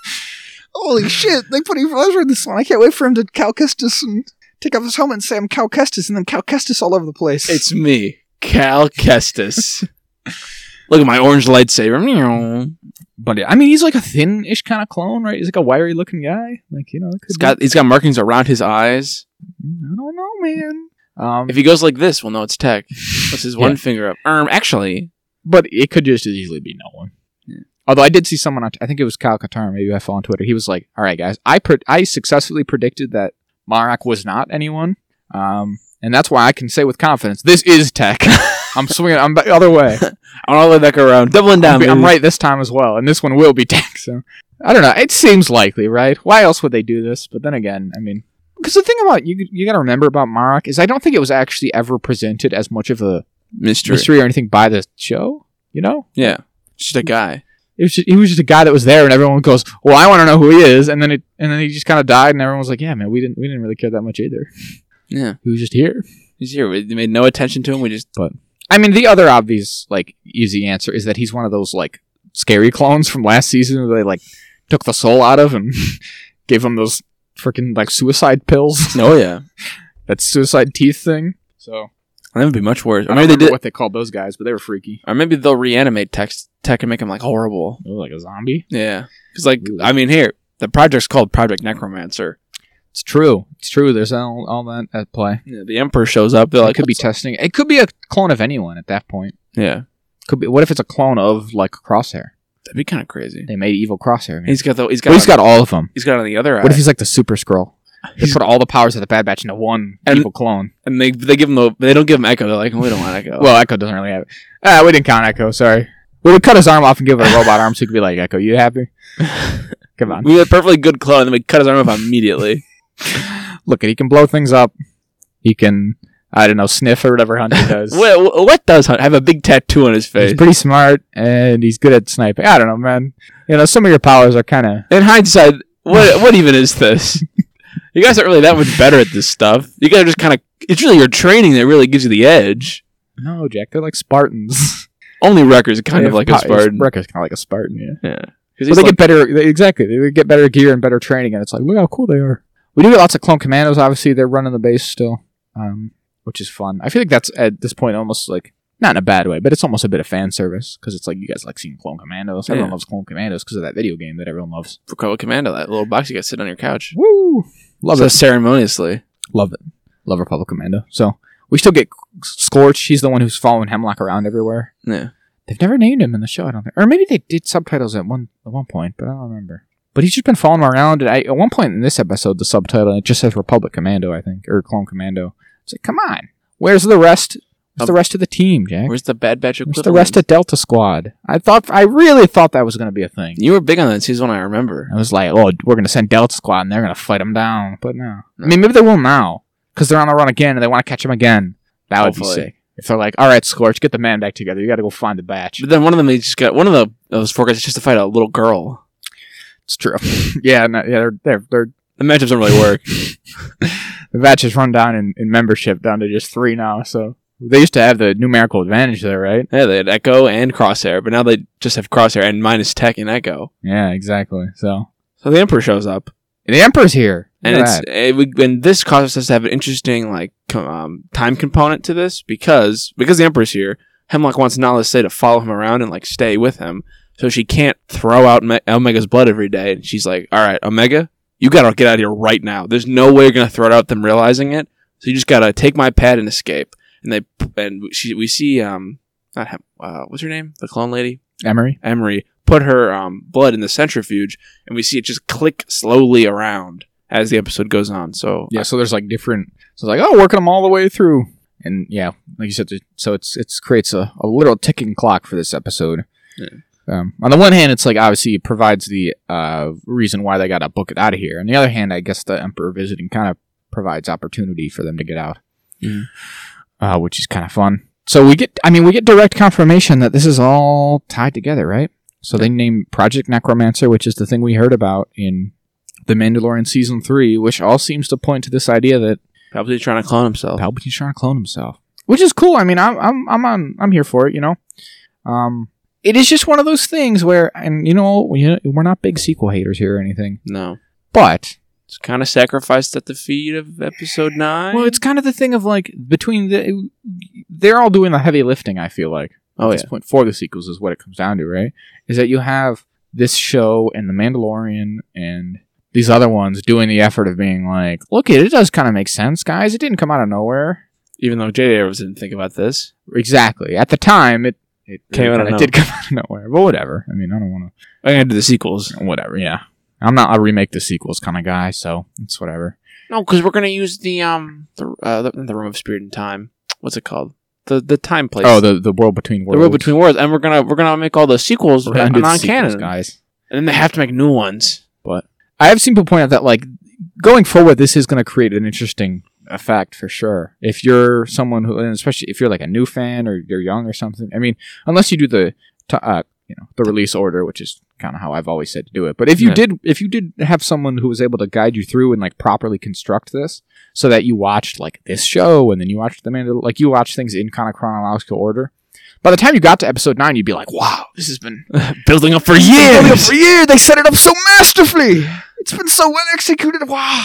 S2: Holy shit! They put Evil Ezra in this one. I can't wait for him to Cal Kestis and take off his helmet and say I'm Cal Kestis, and then Cal Kestis all over the place.
S1: It's me, Cal Kestis. Look at my orange lightsaber.
S2: but I mean, he's like a thin-ish kind of clone, right? He's like a wiry-looking guy, like you know. it could
S1: He's got he's got markings around his eyes.
S2: be- I don't know, man. Um,
S1: If he goes like this, we'll know it's tech. What's his one finger up? Um, actually,
S2: but it could just as easily be no one. Although I did see someone on, I think it was Kyle Katarn, maybe I follow on Twitter. He was like, "All right, guys, I pre- I successfully predicted that Marak was not anyone, um, and that's why I can say with confidence, this is Tech. I'm swinging, I'm the other way.
S1: I'm all the way back around, doubling down.
S2: I'm, I'm
S1: baby.
S2: right this time as well, and this one will be Tech. So I don't know. It seems likely, right? Why else would they do this? But then again, I mean, because the thing about you you got to remember about Marak is I don't think it was actually ever presented as much of a
S1: mystery.
S2: mystery or anything by the show. You know,
S1: Yeah, just a guy.
S2: it was just, he was just a guy that was there, and everyone goes, "Well, I want to know who he is," and then it and then he just kind of died, and everyone was like, "Yeah, man, we didn't we didn't really care that much either.
S1: Yeah,
S2: He was just here."
S1: he's here. We they made no attention to him. We just
S2: I mean, the other obvious like easy answer is that he's one of those like scary clones from last season where they like took the soul out of and gave him those freaking like suicide pills,
S1: no. oh, Yeah,
S2: that suicide teeth thing. So
S1: that would be much worse.
S2: I
S1: Or
S2: don't
S1: maybe they
S2: remember
S1: did.
S2: what they called those guys, but they were freaky.
S1: Or maybe they'll reanimate Tech Tech and make him like horrible.
S2: They were like a zombie.
S1: Yeah, because like
S2: Ooh.
S1: I mean, here the project's called Project Necromancer.
S2: It's true. It's true. There's all, all that at play.
S1: Yeah, the Emperor shows up. They're
S2: It
S1: like,
S2: could be testing. It could be a clone of anyone at that point.
S1: yeah,
S2: Could be. What if it's a clone of like Crosshair?
S1: that'd be kind of crazy.
S2: They made evil Crosshair. Man.
S1: He's got the he's got
S2: well, he's
S1: on-
S2: got all of them.
S1: he's got on the other
S2: What if
S1: eye,
S2: he's like the Super Scroll? He
S1: He's-
S2: put all the powers of the Bad Batch into one
S1: And-
S2: evil clone.
S1: and they they give him the they don't give him Echo. They're like, we don't want Echo.
S2: Well, Echo doesn't really have it. Ah, we didn't count Echo. Sorry. We would cut his arm off and give it a robot arm, so he could be like, "Echo, you happy? Come on,
S1: we had a perfectly good clone, and then we cut his arm off immediately.
S2: look at he can blow things up. He can, I don't know, sniff or whatever Hunter does.
S1: what, what does Hunt have a big tattoo on his face?
S2: He's pretty smart and he's good at sniping. I don't know, man. You know, some of your powers are kind of
S1: In hindsight, what what even is this? You guys aren't really that much better at this stuff. You guys are just kind of. It's really your training that really gives you the edge.
S2: no, Jack. They're like Spartans.
S1: Only Wrecker's kind of like a Spartan.
S2: Wrecker's kind of like a Spartan. Yeah.
S1: yeah. 'Cause
S2: But
S1: he's
S2: they
S1: like-
S2: get better. They, exactly, they get better gear and better training, and it's like, look how cool they are. We do get lots of clone commandos. Obviously, they're running the base still, um, which is fun. I feel like that's at this point almost like not in a bad way, but it's almost a bit of fan service because it's like you guys like seeing clone commandos. Everyone
S1: Yeah.
S2: loves clone commandos because of that video game that everyone loves.
S1: for Cobra Commando, that little box you got sitting on your couch.
S2: Woo! Love
S1: so
S2: it.
S1: ceremoniously.
S2: Love it. Love Republic Commando. So we still get Scorch. He's the one who's following Hemlock around everywhere.
S1: Yeah.
S2: They've never named him in the show, I don't think. Or maybe they did subtitles at one at one point, but I don't remember. But he's just been following him around. And I, at one point in this episode, the subtitle it just says Republic Commando, I think, or Clone Commando. It's like, come on, where's the rest? Where's the rest of the team, Jack? Where's,
S1: Where's the Bad Batch equivalent?
S2: the rest of Delta Squad? I thought, I really thought that was going to be a thing.
S1: You were big on that in season one, I remember.
S2: I was like, oh, we're going to send Delta Squad and they're going to fight him down. But no. I mean, maybe they will now because they're on the run again and they want to catch him again. That would
S1: Hopefully.
S2: be sick. If they're like, all right, Scorch, get the man back together. You got to go find the batch.
S1: But then one of them they just got one of the those four guys is just to fight a little girl.
S2: It's true. yeah, no, yeah, they're, they're, they're,
S1: The matchups don't really work.
S2: the batch has run down in, in membership down to just three now. So they used to have the numerical advantage there, right?
S1: yeah, they had Echo and Crosshair, but now they just have Crosshair and minus Tech and Echo.
S2: Yeah, exactly. So
S1: So the Emperor shows up,
S2: the Emperor's here.
S1: and it's it would, and this causes us to have an interesting like co- um, time component to this because because the Emperor's here, Hemlock wants Nala Say to follow him around and like stay with him, so she can't throw out Me- Omega's blood every day. And she's like, "All right, Omega, you gotta get out of here right now. There's no way you're gonna throw it out them realizing it. So you just gotta take my pad and escape." And they and she we see um not Hem- uh, what's her name the clone lady
S2: Emery.
S1: Emery put her um, blood in the centrifuge, and we see it just click slowly around as the episode goes on. So
S2: Yeah, so there's like different. So it's like, oh, working them all the way through, and yeah, like you said, th- so it's it's creates a, a literal ticking clock for this episode.
S1: Yeah.
S2: Um, on the one hand, it's like obviously it provides the uh, reason why they got to book it out of here. On the other hand, I guess the emperor visiting kind of provides opportunity for them to get out,
S1: Mhm.
S2: uh, which is kind of fun. So we get, I mean, we get direct confirmation that this is all tied together, right? So they name Project Necromancer, which is the thing we heard about in the Mandalorian season three, which all seems to point to this idea that
S1: Palpatine's trying to clone himself.
S2: Palpatine's trying to clone himself, which is cool. I mean, I'm I'm I'm on I'm here for it. You know, um, it is just one of those things where, and you know, we- we're not big sequel haters here or anything,
S1: no,
S2: but
S1: it's kind of sacrificed at the feet of episode nine.
S2: well, it's kind of the thing of like between the they're all doing the heavy lifting. I feel like.
S1: oh
S2: at
S1: yeah,
S2: this point for the sequels is what it comes down to, right? Is that you have this show and The Mandalorian and these other ones doing the effort of being like, look, it, it does kind of make sense, guys. It didn't come out of nowhere.
S1: even though J.J. Abrams didn't think about this.
S2: Exactly. At the time, it It
S1: Came out of
S2: kinda
S1: nowhere.
S2: did come out of nowhere, but whatever. I mean, I don't want
S1: I gotta do the sequels.
S2: to. Whatever. Yeah, I'm not a remake the sequels kind of guy, so it's whatever.
S1: No, because we're gonna use the um the uh the, the room of spirit and time. What's it called? The the time place.
S2: Oh, the the world between
S1: the
S2: worlds.
S1: road between worlds. And we're gonna we're gonna make all the sequels
S2: We're gonna do the
S1: non
S2: sequels,
S1: canon, and
S2: guys.
S1: then they have to make new ones.
S2: I have seen people point out that like going forward, this is going to create an interesting effect for sure. If you're someone who, and especially if you're like a new fan or you're young or something, I mean, unless you do the t- uh, you know the release order, which is kind of how I've always said to do it. But if you
S1: Yeah.
S2: did, if you did have someone who was able to guide you through and like properly construct this, so that you watched like this show and then you watched the Mandal, like you watched things in kind of chronological order. By the time you got to episode nine, you'd be like, "Wow, this has been
S1: Building up for
S2: yeah,
S1: years.
S2: for years. They set it up so masterfully. It's been so well executed. Wow.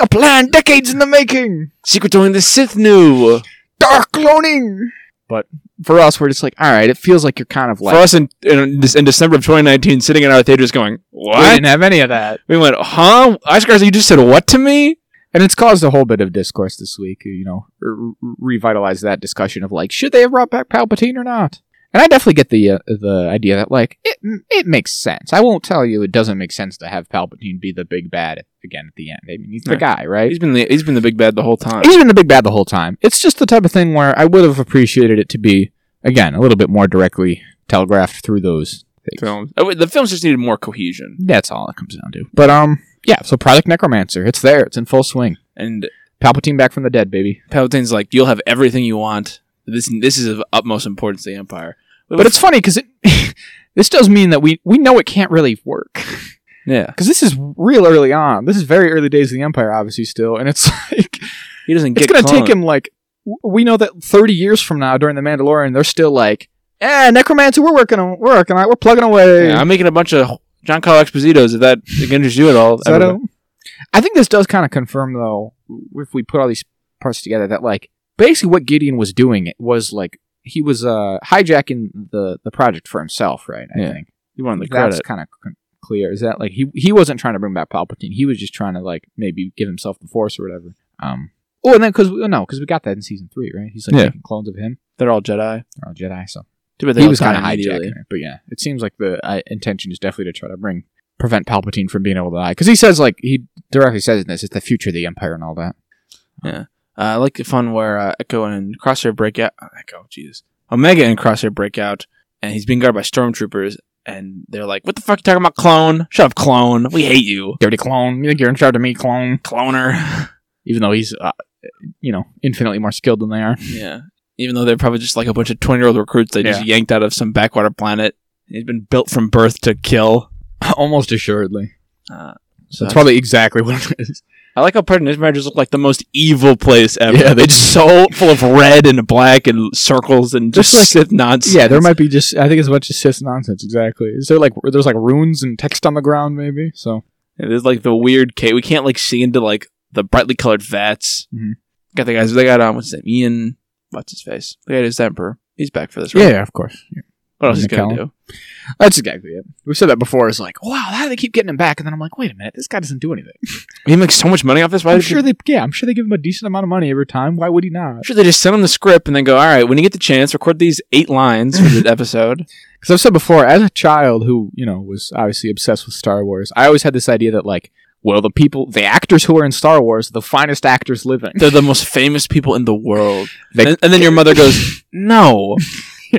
S2: A plan decades in the making.
S1: Secret doing the Sith new.
S2: Dark cloning. But for us, we're just like, all right, it feels like you're kind of like.
S1: for us in in, this- in December of 2019, sitting in our theaters going,
S2: we
S1: "What?"
S2: didn't have any of that.
S1: We went, "Huh, Oscars? You just said what to me?"
S2: And it's caused a whole bit of discourse this week, you know, re- re- revitalized that discussion of like, should they have brought back Palpatine or not? And I definitely get the uh, the idea that like it it makes sense. I won't tell you it doesn't make sense to have Palpatine be the big bad at, again at the end. I mean, he's the
S1: Right.
S2: guy, right?
S1: He's been the, he's been the big bad the whole time.
S2: he's been the big bad the whole time. It's just the type of thing where I would have appreciated it to be again a little bit more directly telegraphed through those things.
S1: Films. Oh, wait, The films just needed more cohesion,
S2: That's all it comes down to. But um, yeah. So Project Necromancer, it's there. It's in full swing.
S1: and
S2: Palpatine back from the dead, baby.
S1: Palpatine's like, "You'll have everything you want. This this is of utmost importance to the Empire."
S2: But it's funny because it this does mean that we we know it can't really work
S1: yeah,
S2: because this is real early on. This is very early days of the Empire, obviously still, and it's like
S1: he doesn't
S2: it's
S1: get.
S2: gonna
S1: cloned.
S2: take him like w- we know that 30 years from now during the mandalorian they're still like eh necromancer we're working on we're working on it we're plugging away
S1: Yeah, I'm making a bunch of John Carlo Expositos. If that interests you at all,
S2: Is that a- I think this does kind of confirm, though, if we put all these parts together, that like basically what Gideon was doing was like he was uh, hijacking the the project for himself, right? I
S1: Yeah.
S2: think
S1: you want the
S2: that's
S1: credit?
S2: kind of clear. Is that like he he wasn't trying to bring back Palpatine? He was just trying to like maybe give himself the Force or whatever. Um. Oh, and then because no, because we got that in season three, right? He's like
S1: Yeah.
S2: making clones of him
S1: They're all Jedi.
S2: or Jedi. So
S1: Too bad they
S2: he
S1: all
S2: was
S1: die
S2: kind of hijacking
S1: immediately.
S2: it. But yeah, it seems like the uh, intention is definitely to try to bring prevent Palpatine from being able to die because he says like he directly says in this it's the future of the Empire and all that.
S1: Uh, I like the fun where uh, Echo and Crosshair break out. uh, Echo, Jesus. Omega and Crosshair break out, and he's being guarded by stormtroopers, and they're like, What the fuck you talking about, clone? Shut up, clone. We hate you.
S2: Dirty clone, you think you're in charge of me, clone?
S1: Cloner.
S2: Even though he's uh, you know infinitely more skilled than they are.
S1: yeah. Even though they're probably just like a bunch of 20 year old recruits they just yanked out of some backwater planet. He's been built from birth to kill.
S2: Almost assuredly,
S1: Uh,
S2: so
S1: so
S2: that's probably exactly what it is.
S1: I like how Predator Nightmare just look like the most evil place ever.
S2: Yeah, they
S1: just so full of red and black and circles and
S2: Just
S1: just
S2: like-
S1: Sith nonsense.
S2: Yeah, there might be just I think it's a bunch of cis nonsense. Exactly. Is there like there's like runes and text on the ground maybe? So
S1: Yeah, there's like the weird cave. We can't like see into like the brightly colored vats.
S2: Mhm.
S1: Got the guys. They got um, what's his name? Ian. What's his face? The guy who's emperor. He's back for this. Right?
S2: yeah, of course.
S1: What else is he gonna
S2: McCallum.
S1: do?
S2: That's exactly it. We've said that before. It's like, wow, how do they keep getting him back? And then I'm like, wait a minute, this guy doesn't do anything.
S1: He makes so much money off this. Why
S2: I'm
S1: did
S2: sure
S1: you-
S2: they yeah, I'm sure they give him a decent amount of money every time. Why would he not?
S1: I'm sure they just send him the script and then go, all right, when you get the chance, record these eight lines for the episode.
S2: Because I've said before, as a child who you know was obviously obsessed with Star Wars, I always had this idea that like, well, the people, the actors who are in Star Wars, are the finest actors living.
S1: They're the most famous people in the world.
S2: They-
S1: and, and then your mother goes, no.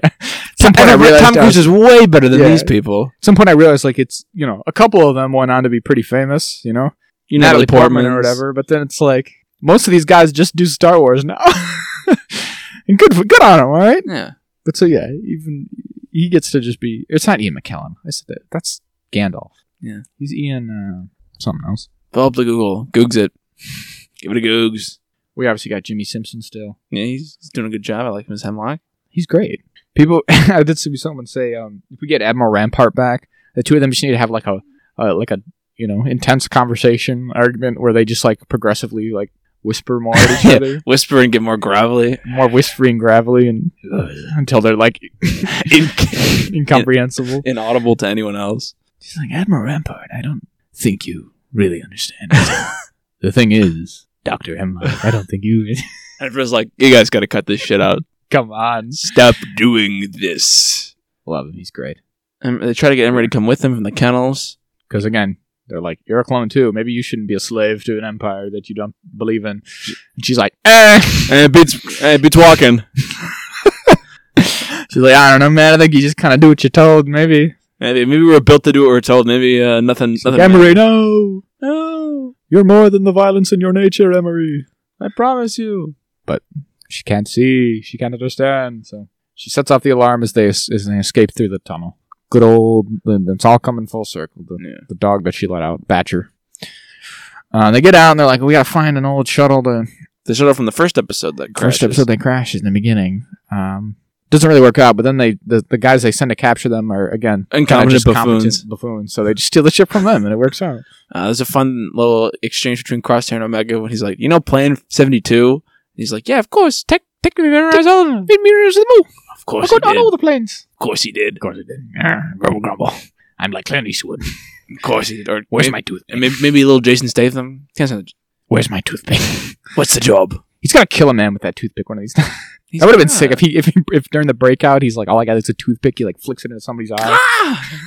S2: At some point, I
S1: And
S2: realized,
S1: Tom
S2: I was-
S1: Cruise is way better than
S2: Yeah.
S1: these people.
S2: at some point I realized like it's you know a couple of them went on to be pretty famous, you know,
S1: You
S2: Natalie Portman or whatever. But then it's like most of these guys just do Star Wars now, and good for, good on them, all right.
S1: Yeah.
S2: But so yeah, even he gets to just be. It's not Ian McKellen. I said that. That's Gandalf.
S1: Yeah.
S2: he's Ian uh, something else.
S1: Fill up the Google. Googs it. Give it a googs.
S2: We obviously got Jimmy Simpson still.
S1: Yeah, he's he's doing a good job. I like him as Hemlock.
S2: He's great. People, I did see someone say um, if we get Admiral Rampart back, the two of them just need to have like a uh, like a you know intense conversation argument where they just like progressively like whisper more at each
S1: Yeah.
S2: other,
S1: Whisper and get more gravelly.
S2: more whispering gravelly, and uh, until they're like
S1: In-
S2: incomprehensible.
S1: Inaudible to anyone else.
S2: She's like, Admiral Rampart, I don't think you really understand. the thing is, Dr. Hemlock, I don't think you.
S1: And Fred's like, you guys got to cut this shit out.
S2: Come on.
S1: Stop doing this.
S2: Love him. He's great.
S1: And they try to get Emery to come with them from the kennels.
S2: Because again, they're like, you're a clone too. Maybe you shouldn't be a slave to an empire that you don't believe in. And she's like, eh.
S1: And it beats, and it beats walking.
S2: She's like, I don't know, man. I think you just kind of do what you're told, maybe.
S1: Maybe, maybe we were built to do what we are told. She's Like, Emery- Maybe uh, nothing. nothing
S2: Emery, no. No. You're more than the violence in your nature, Emery.
S1: I promise you.
S2: She can't see. She can't understand. So she sets off the alarm as they, as they escape through the tunnel. Good old. It's all coming full circle. The,
S1: Yeah.
S2: the dog that she let out, Batcher. Uh, they get out and they're like, we got to find an old shuttle to
S1: They showed off from the first episode that crashes.
S2: First episode they crash is in the beginning. Um, doesn't really work out, but then they the, the guys they send to capture them are again kinda
S1: Incompetent
S2: just competent
S1: buffoons.
S2: buffoons, so they just steal the ship from them and it works out.
S1: Uh, there's a fun little exchange between Crosshair and Omega when he's like, you know, Plan 72? He's like, yeah, of course. Tech, tech, of
S2: all the mirrors of the moon.
S1: course he did. Of
S2: the planes.
S1: course he did.
S2: Of course it did. Arr, Grumble grumble. I'm like Clint Eastwood.
S1: Of course he did. Or
S2: Where's
S1: maybe,
S2: my toothpick?
S1: maybe, maybe little Jason Statham. Can't say the-
S2: Where's my toothpick?
S1: What's the job?
S2: He's gonna kill a man with that toothpick one of these times.
S1: He's
S2: that would have been
S1: like,
S2: sick if he if, he, if during the breakout he's like all I got is a toothpick. He like flicks it into somebody's eye.
S1: Ah!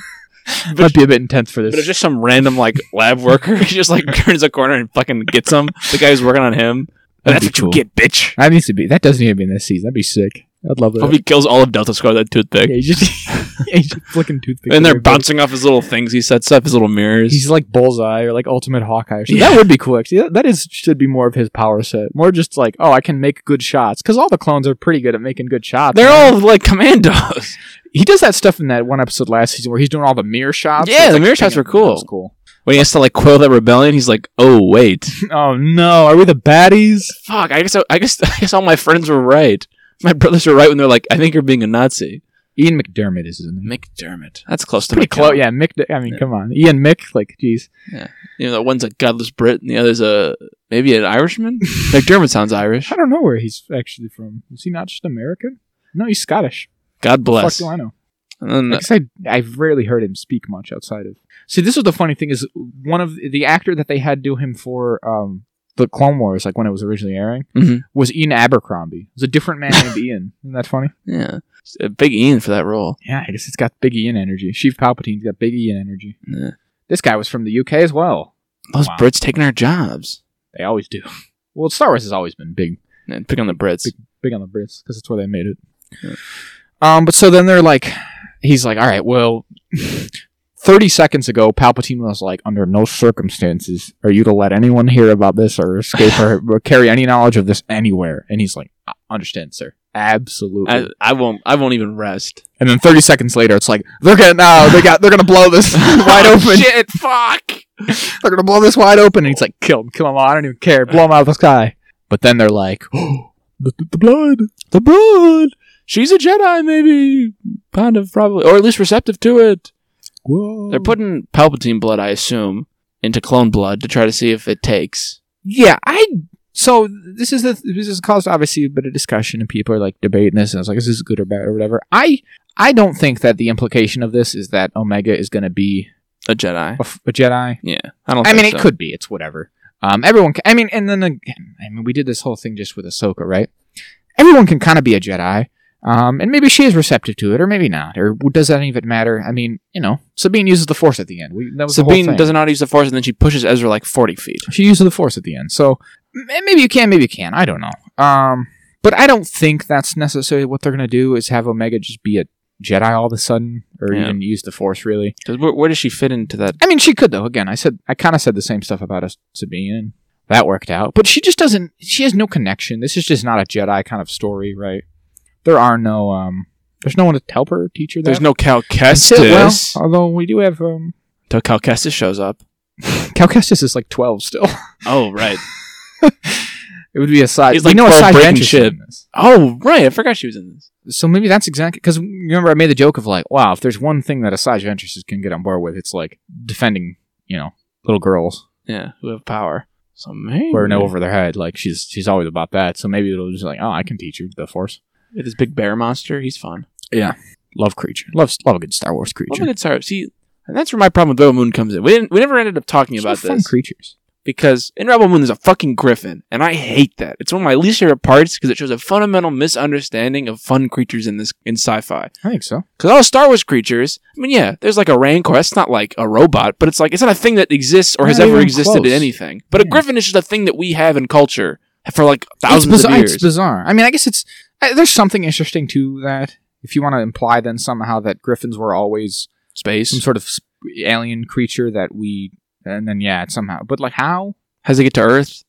S2: Might be a bit intense for
S1: But it's
S2: this.
S1: just some random like lab worker. He just like turns a corner and fucking gets him. The guy who's working on him.
S2: That'd
S1: That's
S2: be
S1: what
S2: cool.
S1: you get, bitch.
S2: That needs to be. That doesn't even be in this season. That'd be sick. I'd love that.
S1: Hope he kills all of Delta Squad with that toothpick.
S2: Yeah, he's just, yeah, he's just flicking toothpicks.
S1: and
S2: at
S1: they're
S2: everybody.
S1: bouncing off his little things he sets up, his little mirrors.
S2: He's like Bullseye or like Ultimate Hawkeye. Or something.
S1: Yeah.
S2: That would be cool. Actually, that, that is should be more of his power set. More just like, oh, I can make good shots because all the clones are pretty good at making good shots.
S1: they're all like commandos.
S2: he does that stuff in that one episode last season where he's doing all the mirror shots.
S1: Yeah,
S2: It's
S1: the
S2: like,
S1: mirror shots
S2: damn,
S1: were cool.
S2: that was cool.
S1: When he has to like quell that rebellion, he's like, "Oh wait,
S2: Oh no, are we the baddies?
S1: fuck! I guess I, I guess I guess all my friends were right. My brothers were right when they're like, I think you're being a Nazi."
S2: Ian McDermott is his name.
S1: McDermott. That's close to
S2: Pretty
S1: McDermott.
S2: close. Yeah, Mick. I mean,
S1: Yeah.
S2: come on, Ian Mick. Like, jeez.
S1: You know, one's a godless Brit, and the other's a maybe an Irishman. McDermott sounds Irish.
S2: I don't know where he's actually from. Is he not just American? No, he's Scottish.
S1: God
S2: Fuck
S1: bless.
S2: do I know?
S1: And
S2: I
S1: then
S2: guess I I've rarely heard him speak much outside of. See, this was the funny thing is one of the actor that they had do him for um the Clone Wars, like when it was originally airing,
S1: Mhm.
S2: was Ian Abercrombie. It was a different man named Ian. Isn't that funny?
S1: Yeah. It's a Big Ian for that role.
S2: Yeah, I guess it's got Big Ian energy. Chief Palpatine's got Big Ian energy.
S1: Yeah.
S2: This guy was from the UK as well.
S1: Those
S2: Wow.
S1: Brits taking our jobs.
S2: They always do. Well, Star Wars has always been big
S1: And pick on the Brits.
S2: big on the Brits because that's where they made it.
S1: Yeah.
S2: Um, but so then they're like, he's like, all right, well, thirty seconds ago, Palpatine was like, under no circumstances are you to let anyone hear about this or escape or, or carry any knowledge of this anywhere. And he's like, I understand, sir, absolutely.
S1: I, I won't I won't even rest.
S2: and then thirty seconds later, it's like they're gonna now they got they're gonna blow this wide
S1: Oh,
S2: open.
S1: Shit, fuck.
S2: They're gonna blow this wide open. And he's like, kill him, kill him. I don't even care. Blow him out of the sky. But then they're like, oh, the, the- the blood.
S1: The blood. She's a Jedi, maybe. Kind of probably. Or at least receptive to it.
S2: Whoa.
S1: They're putting Palpatine blood, I assume, into clone blood to try to see if it takes.
S2: Yeah, I. So this is the this has caused obviously a bit of discussion, and people are like debating this, and it's like, is this good or bad or whatever. I I don't think that the implication of this is that Omega is going to be
S1: A Jedi.
S2: a, f- a Jedi.
S1: I don't
S2: I mean,
S1: think
S2: it
S1: so.
S2: could be. It's whatever. Um, everyone. Can, I mean, and then again, I mean, we did this whole thing just with Ahsoka, right? Everyone can kind of be a Jedi. Um, and maybe she is receptive to it, or maybe not, or does that even matter? I mean, you know, Sabine uses the Force at the end. We, that was the whole
S1: Sabine
S2: thing.
S1: does not use the force and then she pushes Ezra like forty feet.
S2: She uses the force at the end. So m- maybe you can, maybe you can. I don't know. Um, but I don't think that's necessarily what they're gonna do. Is have Omega just be a Jedi all of a sudden, or
S1: Yeah.
S2: even use the force really?
S1: 'Cause Where, where does she fit into that?
S2: I mean, she could though. Again, I said I kind of said the same stuff about us Sabine, and that worked out. But she just doesn't. She has no connection. This is just not a Jedi kind of story, right? There are no. Um, there's no one to help her, teach her. That.
S1: There's no Cal
S2: That's it. Well,
S1: Kestis.
S2: although we do have um,
S1: Until Cal Kestis shows up.
S2: Cal Kestis is like twelve still.
S1: Oh right.
S2: it would be a side.
S1: He's
S2: we
S1: like
S2: know a
S1: 12
S2: side
S1: breaking
S2: adventure
S1: ship.
S2: in this.
S1: Oh right, I forgot she was in this.
S2: So maybe that's exactly because remember I made the joke of like, wow, if there's one thing that a Asajj Ventress can get on board with, it's like defending, you know, little girls
S1: Yeah, who have power. So maybe
S2: who are no over their head. Like she's she's always about that. So maybe it'll just like, oh, I can teach you the Force.
S1: with this big bear monster, he's fun.
S2: Love creature. Love love a good Star Wars creature.
S1: Love a good startup. See, and that's where my problem with Rebel Moon comes in. We didn't, we never ended up talking
S2: Those are
S1: about
S2: fun
S1: this.
S2: creatures.
S1: because in Rebel Moon there's a fucking griffin, and I hate that. It's one of my least favorite parts because it shows a fundamental misunderstanding of fun creatures in this in sci-fi.
S2: I think so.
S1: Because all Star Wars creatures, I mean, yeah, there's like a rancor. That's not like a robot, but it's like it's not a thing that exists or has
S2: Not
S1: ever
S2: even
S1: existed
S2: close.
S1: in anything. But a
S2: Yeah.
S1: griffin is just a thing that we have in culture for like thousands
S2: it's bizarre.
S1: of years.
S2: It's bizarre. I mean, I guess it's I, there's something interesting to that. If you want to imply then somehow that griffins were always some
S1: Space
S2: sort of sp- alien creature that we, and then yeah, it's somehow. But like how?
S1: has it get to Earth?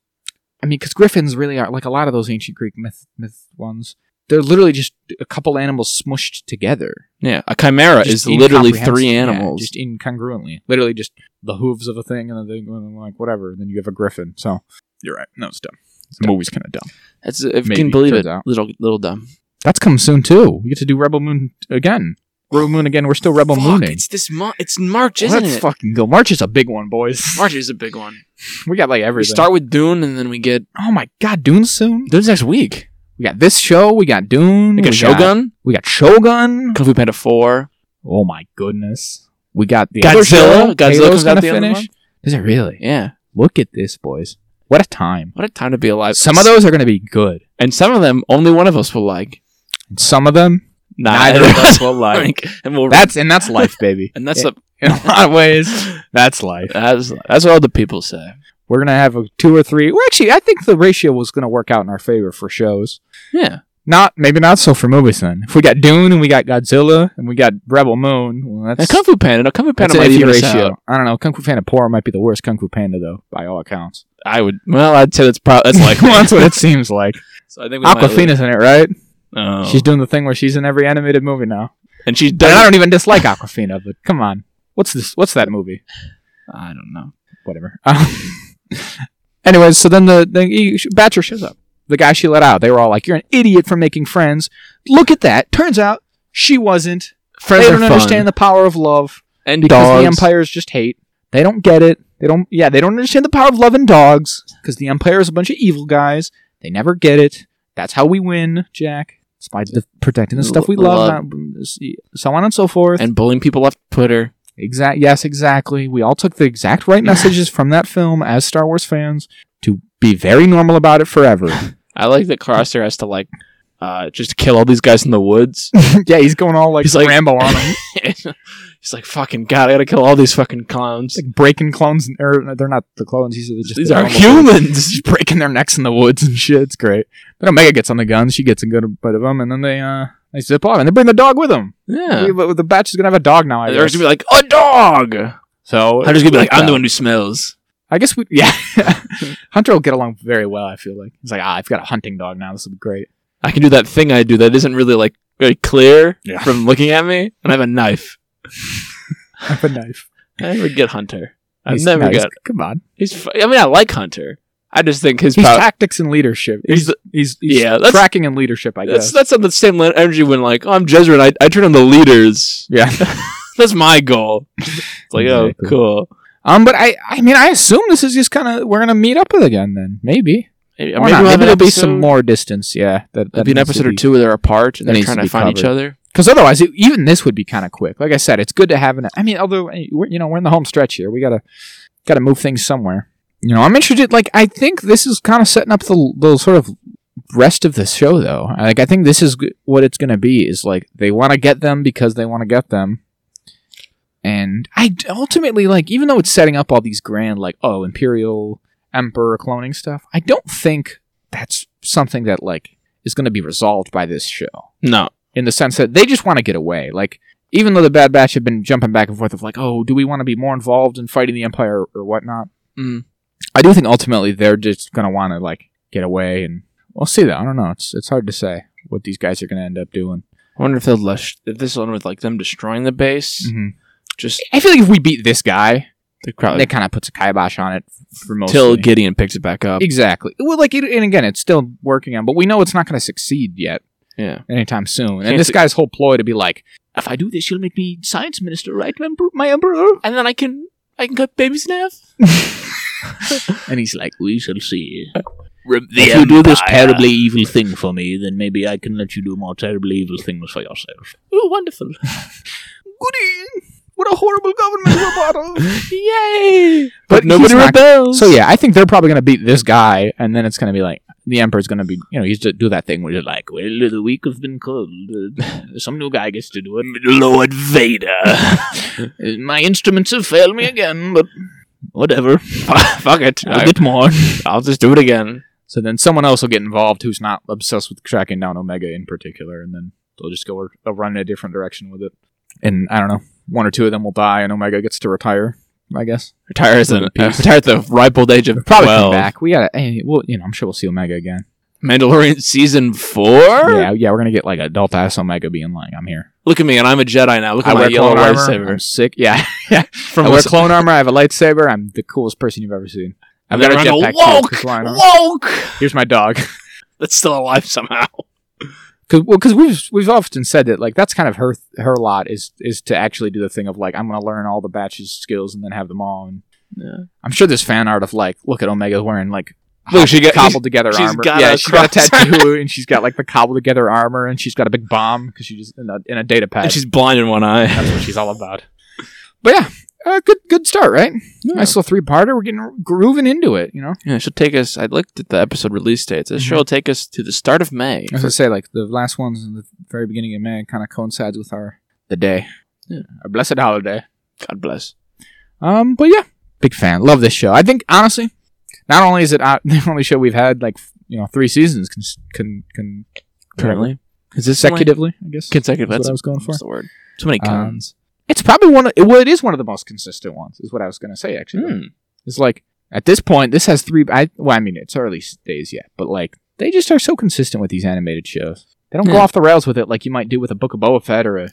S2: I mean, because griffins really are like a lot of those ancient Greek myth myth ones. They're literally just a couple animals smushed together.
S1: Yeah, a chimera
S2: Just
S1: is literally
S2: incomprehensible-
S1: three
S2: yeah,
S1: animals.
S2: just incongruently. Literally, just the hooves of a thing, and then they, and like whatever. And then you have a griffin. So you're right. No, it's dumb. The movie's kind of dumb.
S1: That's if you
S2: Maybe,
S1: can believe
S2: turns
S1: it.
S2: out.
S1: Little little dumb.
S2: That's coming soon too. We get to do Rebel Moon again. Rebel Moon again. We're still Rebel
S1: Fuck,
S2: Mooning.
S1: it's this month. It's March, isn't
S2: Let's
S1: it?
S2: fucking go. March is a big one, boys.
S1: March is a big one.
S2: We got like
S1: We
S2: everything.
S1: start with Dune, and then we get
S2: oh my god, Dune soon.
S1: Dune's next week.
S2: We got this show. We got Dune.
S1: We got Shogun,
S2: we got Shogun.
S1: Kung Fu Panda Four,
S2: Oh my goodness. We got the other show.
S1: Godzilla. Godzilla
S2: Halo's
S1: comes out
S2: gonna
S1: the end of the
S2: finish.
S1: month.
S2: Is it really?
S1: Yeah,
S2: Look at this, boys. What a time.
S1: what a time to be alive.
S2: Some of those are going to be good,
S1: and some of them, only one of us will like.
S2: and some of them
S1: Neither,
S2: neither of
S1: of us
S2: us will like.
S1: like, and we'll
S2: That's and that's life, baby.
S1: and that's
S2: in a lot of ways, that's life.
S1: the that's that's what all the people say.
S2: we're gonna have a two or three. Well, actually, I think the ratio was gonna work out in our favor for shows.
S1: Yeah,
S2: Not maybe not so for movies then. If we got Dune and we got Godzilla and we got Rebel Moon, well,
S1: and
S2: that's
S1: Kung Fu Panda, no, Kung Fu
S2: that's
S1: Panda might
S2: an iffy
S1: even
S2: ratio.
S1: ratio.
S2: I don't know. Kung Fu Panda Poor might be the worst Kung Fu Panda though, by all accounts.
S1: I would. Well, I'd say that's probably that's like
S2: that's what it seems like.
S1: So I think we might
S2: Aquafina's in it, right?
S1: lose. Oh.
S2: She's doing the thing where she's in every animated movie now.
S1: and she's
S2: And I
S1: done.
S2: don't even dislike Aquafina, but come on, what's this? What's that movie?
S1: I don't know.
S2: whatever. Um, anyways, so then the, the he- Batcher shows up. The guy she let out. They were all like, "You're an idiot for making friends." Look at that. Turns out she wasn't.
S1: Friends
S2: they don't
S1: are fun.
S2: understand the power of love
S1: and
S2: because
S1: dogs.
S2: the empires just hate. They don't get it. They don't. Yeah, they don't understand the power of love and dogs because the empire is a bunch of evil guys. They never get it. That's how we win, Jack. It's by the, protecting the stuff we love,
S1: Love.
S2: not- so on and so forth.
S1: and bullying people off Twitter.
S2: Exact. Yes, exactly. We all took the exact right messages from that film as Star Wars fans to be very normal about it forever.
S1: I like that Crosshair has to like uh, just kill all these guys in the woods.
S2: yeah, he's going all like,
S1: He's like-
S2: Rambo on him,
S1: He's like, fucking god, I gotta kill all these fucking clowns.
S2: like breaking clones. Or they're not the clones. These are just
S1: these
S2: the
S1: are
S2: normal
S1: humans.
S2: Just breaking their necks in the woods and shit. It's great. Then Omega gets on the gun. She gets a good bit of them, and then they uh they zip off and they bring the dog with them.
S1: Yeah.
S2: We- but the batch is gonna have a dog now. I
S1: They're
S2: guess.
S1: just gonna be like, a dog!
S2: so
S1: Hunter's gonna be like, I'm the
S2: doing.
S1: one who smells.
S2: I guess we yeah. Hunter will get along very well. I feel like he's like ah, I've got a hunting dog now. This will be great.
S1: I can do that thing I do that isn't really like very clear
S2: Yeah.
S1: from looking at me, and I have a knife.
S2: I have a knife.
S1: I never get Hunter. I've
S2: He's
S1: never
S2: nice.
S1: got.
S2: Come on.
S1: He's. fu- I mean, I like Hunter. I just think his
S2: He's
S1: power.
S2: tactics and leadership.
S1: he's,
S2: He's, he's
S1: Yeah, that's-
S2: tracking and leadership. I
S1: that's
S2: guess.
S1: that's on the same le- energy when like, oh, I'm Jezreel. I, I turn on the leaders.
S2: Yeah.
S1: That's my goal. It's like, oh,
S2: Exactly.
S1: cool.
S2: um. But I. I mean, I assume this is just kind of we're gonna meet up with again then. Maybe.
S1: Maybe,
S2: Why not?
S1: we'll have
S2: maybe
S1: an
S2: there'll be
S1: episode-
S2: some more distance. Yeah. That
S1: It'll be an episode or two where they're apart and
S2: that
S1: they're
S2: needs
S1: trying
S2: to
S1: to
S2: be
S1: find each
S2: covered.
S1: other.
S2: Because otherwise, it, even this would be kind of quick. Like I said, it's good to have an. I mean, although eh, we're, you know we're in the home stretch here, we gotta gotta move things somewhere. You know, I'm interested. Like I think this is kind of setting up the the sort of rest of the show, though. Like I think this is g- what it's gonna be. Is like they want to get them because they want to get them. And I d- ultimately like, even though it's setting up all these grand like oh imperial emperor cloning stuff, I don't think that's something that like is gonna be resolved by this show
S1: No,
S2: in the sense that they just want to get away. Like, even though the Bad Batch have been jumping back and forth of like, oh, do we want to be more involved in fighting the Empire or whatnot?
S1: Mm.
S2: I do think ultimately they're just gonna want to like get away, and we'll see. Though I don't know, it's it's hard to say what these guys are gonna end up doing.
S1: I wonder if they'll less, if this one with like them destroying the base. Just
S2: I feel like if we beat this guy,
S1: the crowd
S2: that kind of puts a kibosh on it for most.
S1: till Gideon picks it back up.
S2: exactly. Well, like, it, and again, it's still working on, but we know it's not gonna succeed yet.
S1: Yeah.
S2: anytime soon.
S1: Can't
S2: And this
S1: su-
S2: guy's whole ploy to be like, if I do this, you'll make me science minister, right, my emperor? My emperor?
S1: And then I can I can cut babies in half.
S2: And he's like, we shall see.
S3: if you do this terribly evil thing for me, then maybe I can let you do more terribly evil things for yourself.
S1: Ooh, wonderful.
S2: Goody. What a horrible government we're part of.
S1: Yay!
S2: But
S1: But, nobody
S2: he's not-
S1: rebels.
S2: So yeah, I think they're probably gonna beat this guy, and then it's gonna be like the emperor's gonna be, you know, he's to do that thing where you're like,
S3: Like, well, the week has been cold. Uh, some new guy gets to do it. Lord Vader. Uh, My instruments have failed me again, but whatever.
S1: fuck it.
S3: I'll
S1: I,
S3: get more.
S1: I'll just do it again.
S2: so then someone else will get involved who's not obsessed with tracking down Omega in particular, and then they'll just go they'll run in a different direction with it, and I don't know, one or two of them will die, and Omega gets to retire, I guess.
S1: Retire as an, uh, retire at the ripe old age of
S2: Probably come
S1: twelve.
S2: back. We gotta, eh, well, you know, I'm sure we'll see Omega again.
S1: Mandalorian season four.
S2: Yeah, yeah, we're gonna get like adult ass Omega being like, I'm here.
S1: Look at me, and I'm a Jedi now. Look at
S2: I
S1: my
S2: wear
S1: yellow
S2: clone armor. I'm
S1: lightsaber.
S2: sick. Yeah, yeah.
S1: From
S2: I wear
S1: us-
S2: clone armor. I have a lightsaber. I'm the coolest person you've ever seen. I've
S1: Then
S2: got a
S1: I go,
S2: jetpack. too,
S1: woke,
S2: 'cause why not?
S1: woke.
S2: Here's my dog.
S1: That's still alive somehow.
S2: Because we've we've often said that like that's kind of her her lot is is to actually do the thing of like I'm gonna learn all the batches skills and then have them all. And
S1: Yeah.
S2: I'm sure there's fan art of like look at Omega wearing like
S1: Look, she got
S2: cobbled together
S1: she's
S2: armor.
S1: got
S2: yeah,
S1: a
S2: she's got a
S1: cross-
S2: tattoo and she's got like the cobbled together armor and she's got a big bomb because she just in a, in a data pad.
S1: and she's blind in one eye.
S2: That's what she's all about. But yeah, uh, good good start, right? Nice little three parter. We're getting grooving into it, you know.
S1: Yeah, she'll take us. I looked at the episode release dates.
S2: Mm-hmm.
S1: This show will take us to the start of May.
S2: I was gonna say like the last one's in the very beginning of May kind of coincides with our the day,
S1: Yeah.
S2: our blessed holiday.
S1: God bless.
S2: Um, but yeah, big fan. Love this show. I think honestly, not only is it uh, the only show we've had like f- you know three seasons con, con, con
S1: Currently, is this
S2: consecutively, I guess.
S1: consecutive?
S2: That's what
S1: That's,
S2: I was going
S1: what's the word. So many
S2: Um,
S1: cons.
S2: It's probably one. Of, it- well, it is one of the most consistent ones. Is what I was gonna say actually.
S1: Hmm.
S2: It's like at this point, this has three. I well, I mean, it's early s- days yet, but like they just are so consistent with these animated shows. They don't go
S1: Yeah.
S2: off the rails with it like you might do with a Book of Boba Fett or a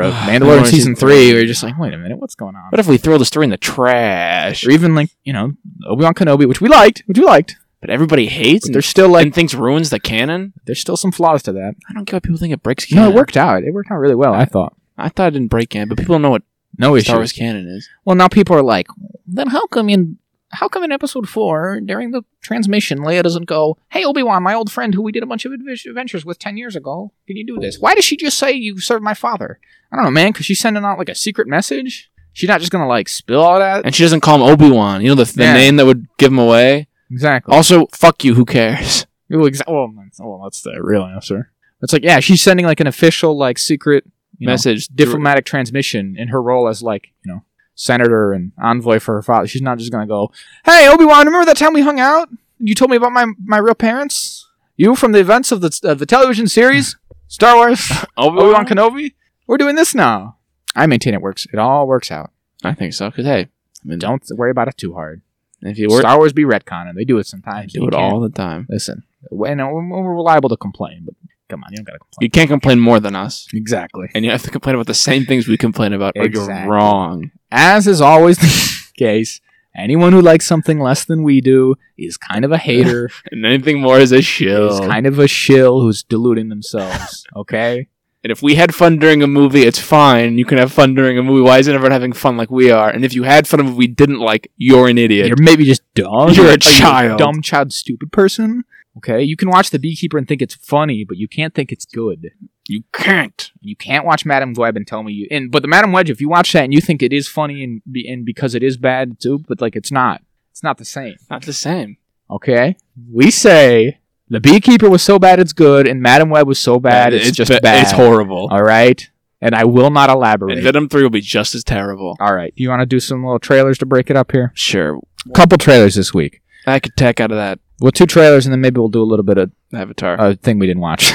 S2: a
S1: Mandalorian
S2: Mandalorian
S1: season
S2: season three, where you're just like, wait a minute, what's going on?
S1: What if we throw the story in the trash?
S2: Or even like you know Obi Wan Kenobi, which we liked, which we liked.
S1: But everybody hates.
S2: But
S1: And,
S2: there's still like
S1: and thinks ruins the canon.
S2: there's still some flaws to that.
S1: I don't get why people think it breaks
S2: No,
S1: canon.
S2: it worked out. It worked out really well. I thought
S1: I thought it didn't break canon, but people know what
S2: no
S1: Star
S2: issues.
S1: Wars canon is.
S2: Well, now people are like, then how come in how come in episode four during the transmission Leia doesn't go, "Hey Obi Wan, my old friend who we did a bunch of adve- adventures with ten years ago, can you do this?" Why does she just say you served my father? I don't know, man. Because she's sending out like a secret message. She's not just gonna like spill all that.
S1: And she doesn't call him Obi Wan. You know the, the
S2: Yeah.
S1: name that would give him away.
S2: Exactly.
S1: Also, fuck you. Who cares?
S2: Oh, Well, exa- well, that's, well, that's the real answer. It's like, yeah, she's sending like an official, like secret you know,
S1: Message
S2: diplomatic transmission in her role as like you know senator and envoy for her father. She's not just gonna go, "Hey Obi Wan, remember that time we hung out? You told me about my my real parents. You from the events of the of the television series Star Wars
S1: Obi
S2: Obi Wan Kenobi. We're doing this now. I maintain it works. It all works out.
S1: I think so. Because hey, I mean,
S2: Don't worry about it too hard.
S1: if you work,
S2: Star Wars be retconning. They do it sometimes.
S1: do
S2: You
S1: it
S2: can't-
S1: all the time.
S2: Listen, and we're liable to complain, but come on, you don't gotta complain.
S1: You can't complain more than us.
S2: Exactly.
S1: and you have to complain about the same things we complain about, or you're
S2: Exactly.
S1: wrong.
S2: as is always the case, anyone who likes something less than we do is kind of a hater,
S1: And anything more is a
S2: is
S1: shill.
S2: kind of a shill who's deluding themselves. Okay?
S1: and if we had fun during a movie, it's fine. You can have fun during a movie. Why isn't everyone having fun like we are? And if you had fun of a movie we didn't like, you're an idiot.
S2: You're maybe just dumb.
S1: You're a
S2: Are you
S1: child.
S2: dumb child, stupid person. Okay? You can watch The Beekeeper and think it's funny, but you can't think it's good.
S1: you can't.
S2: You can't watch Madam Web and tell me you. And but the Madam Wedge, if you watch that and you think it is funny and be, and because it is bad too, but like it's not. It's not the same.
S1: Not the same.
S2: Okay, we say the beekeeper was so bad it's good, and Madam Web was so bad
S1: Uh,
S2: it's, just
S1: ba-
S2: bad.
S1: It's horrible.
S2: All right, and I will not
S1: and
S2: elaborate.
S1: Venom Three will be just as terrible.
S2: All right, do you want to do some little trailers to break it up here?
S1: Sure,
S2: Couple trailers this week.
S1: I could tack out of that
S2: Well, two trailers, and then maybe we'll do a little bit of
S1: Avatar.
S2: a thing we didn't watch.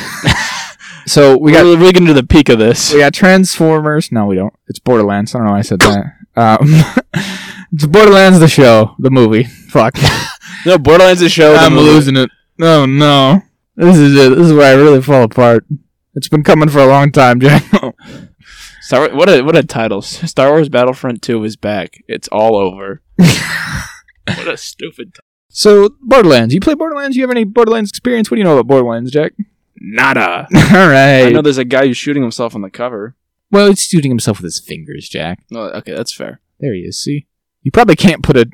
S2: so
S1: we
S2: we
S1: got
S2: got
S1: really getting to the peak of this.
S2: we got Transformers. No, we don't. It's Borderlands. I don't know why I said that. Um, it's Borderlands, the show, the movie. Fuck.
S1: No, Borderlands is a show.
S2: I'm
S1: the movie.
S2: losing it. Oh no. This is it. This is where I really fall apart. It's been coming for a long time, Jack.
S1: Star Wars, what a what a title! Star Wars Battlefront Two is back. It's all over. what a stupid. T-
S2: so, Borderlands. You play Borderlands? You have any Borderlands experience? What do you know about Borderlands, Jack?
S1: Nada.
S2: All
S1: I
S2: right.
S1: know there's a guy who's shooting himself on the cover.
S2: well, he's shooting himself with his fingers, Jack.
S1: No, okay, that's fair.
S2: There he is. See, you probably can't put a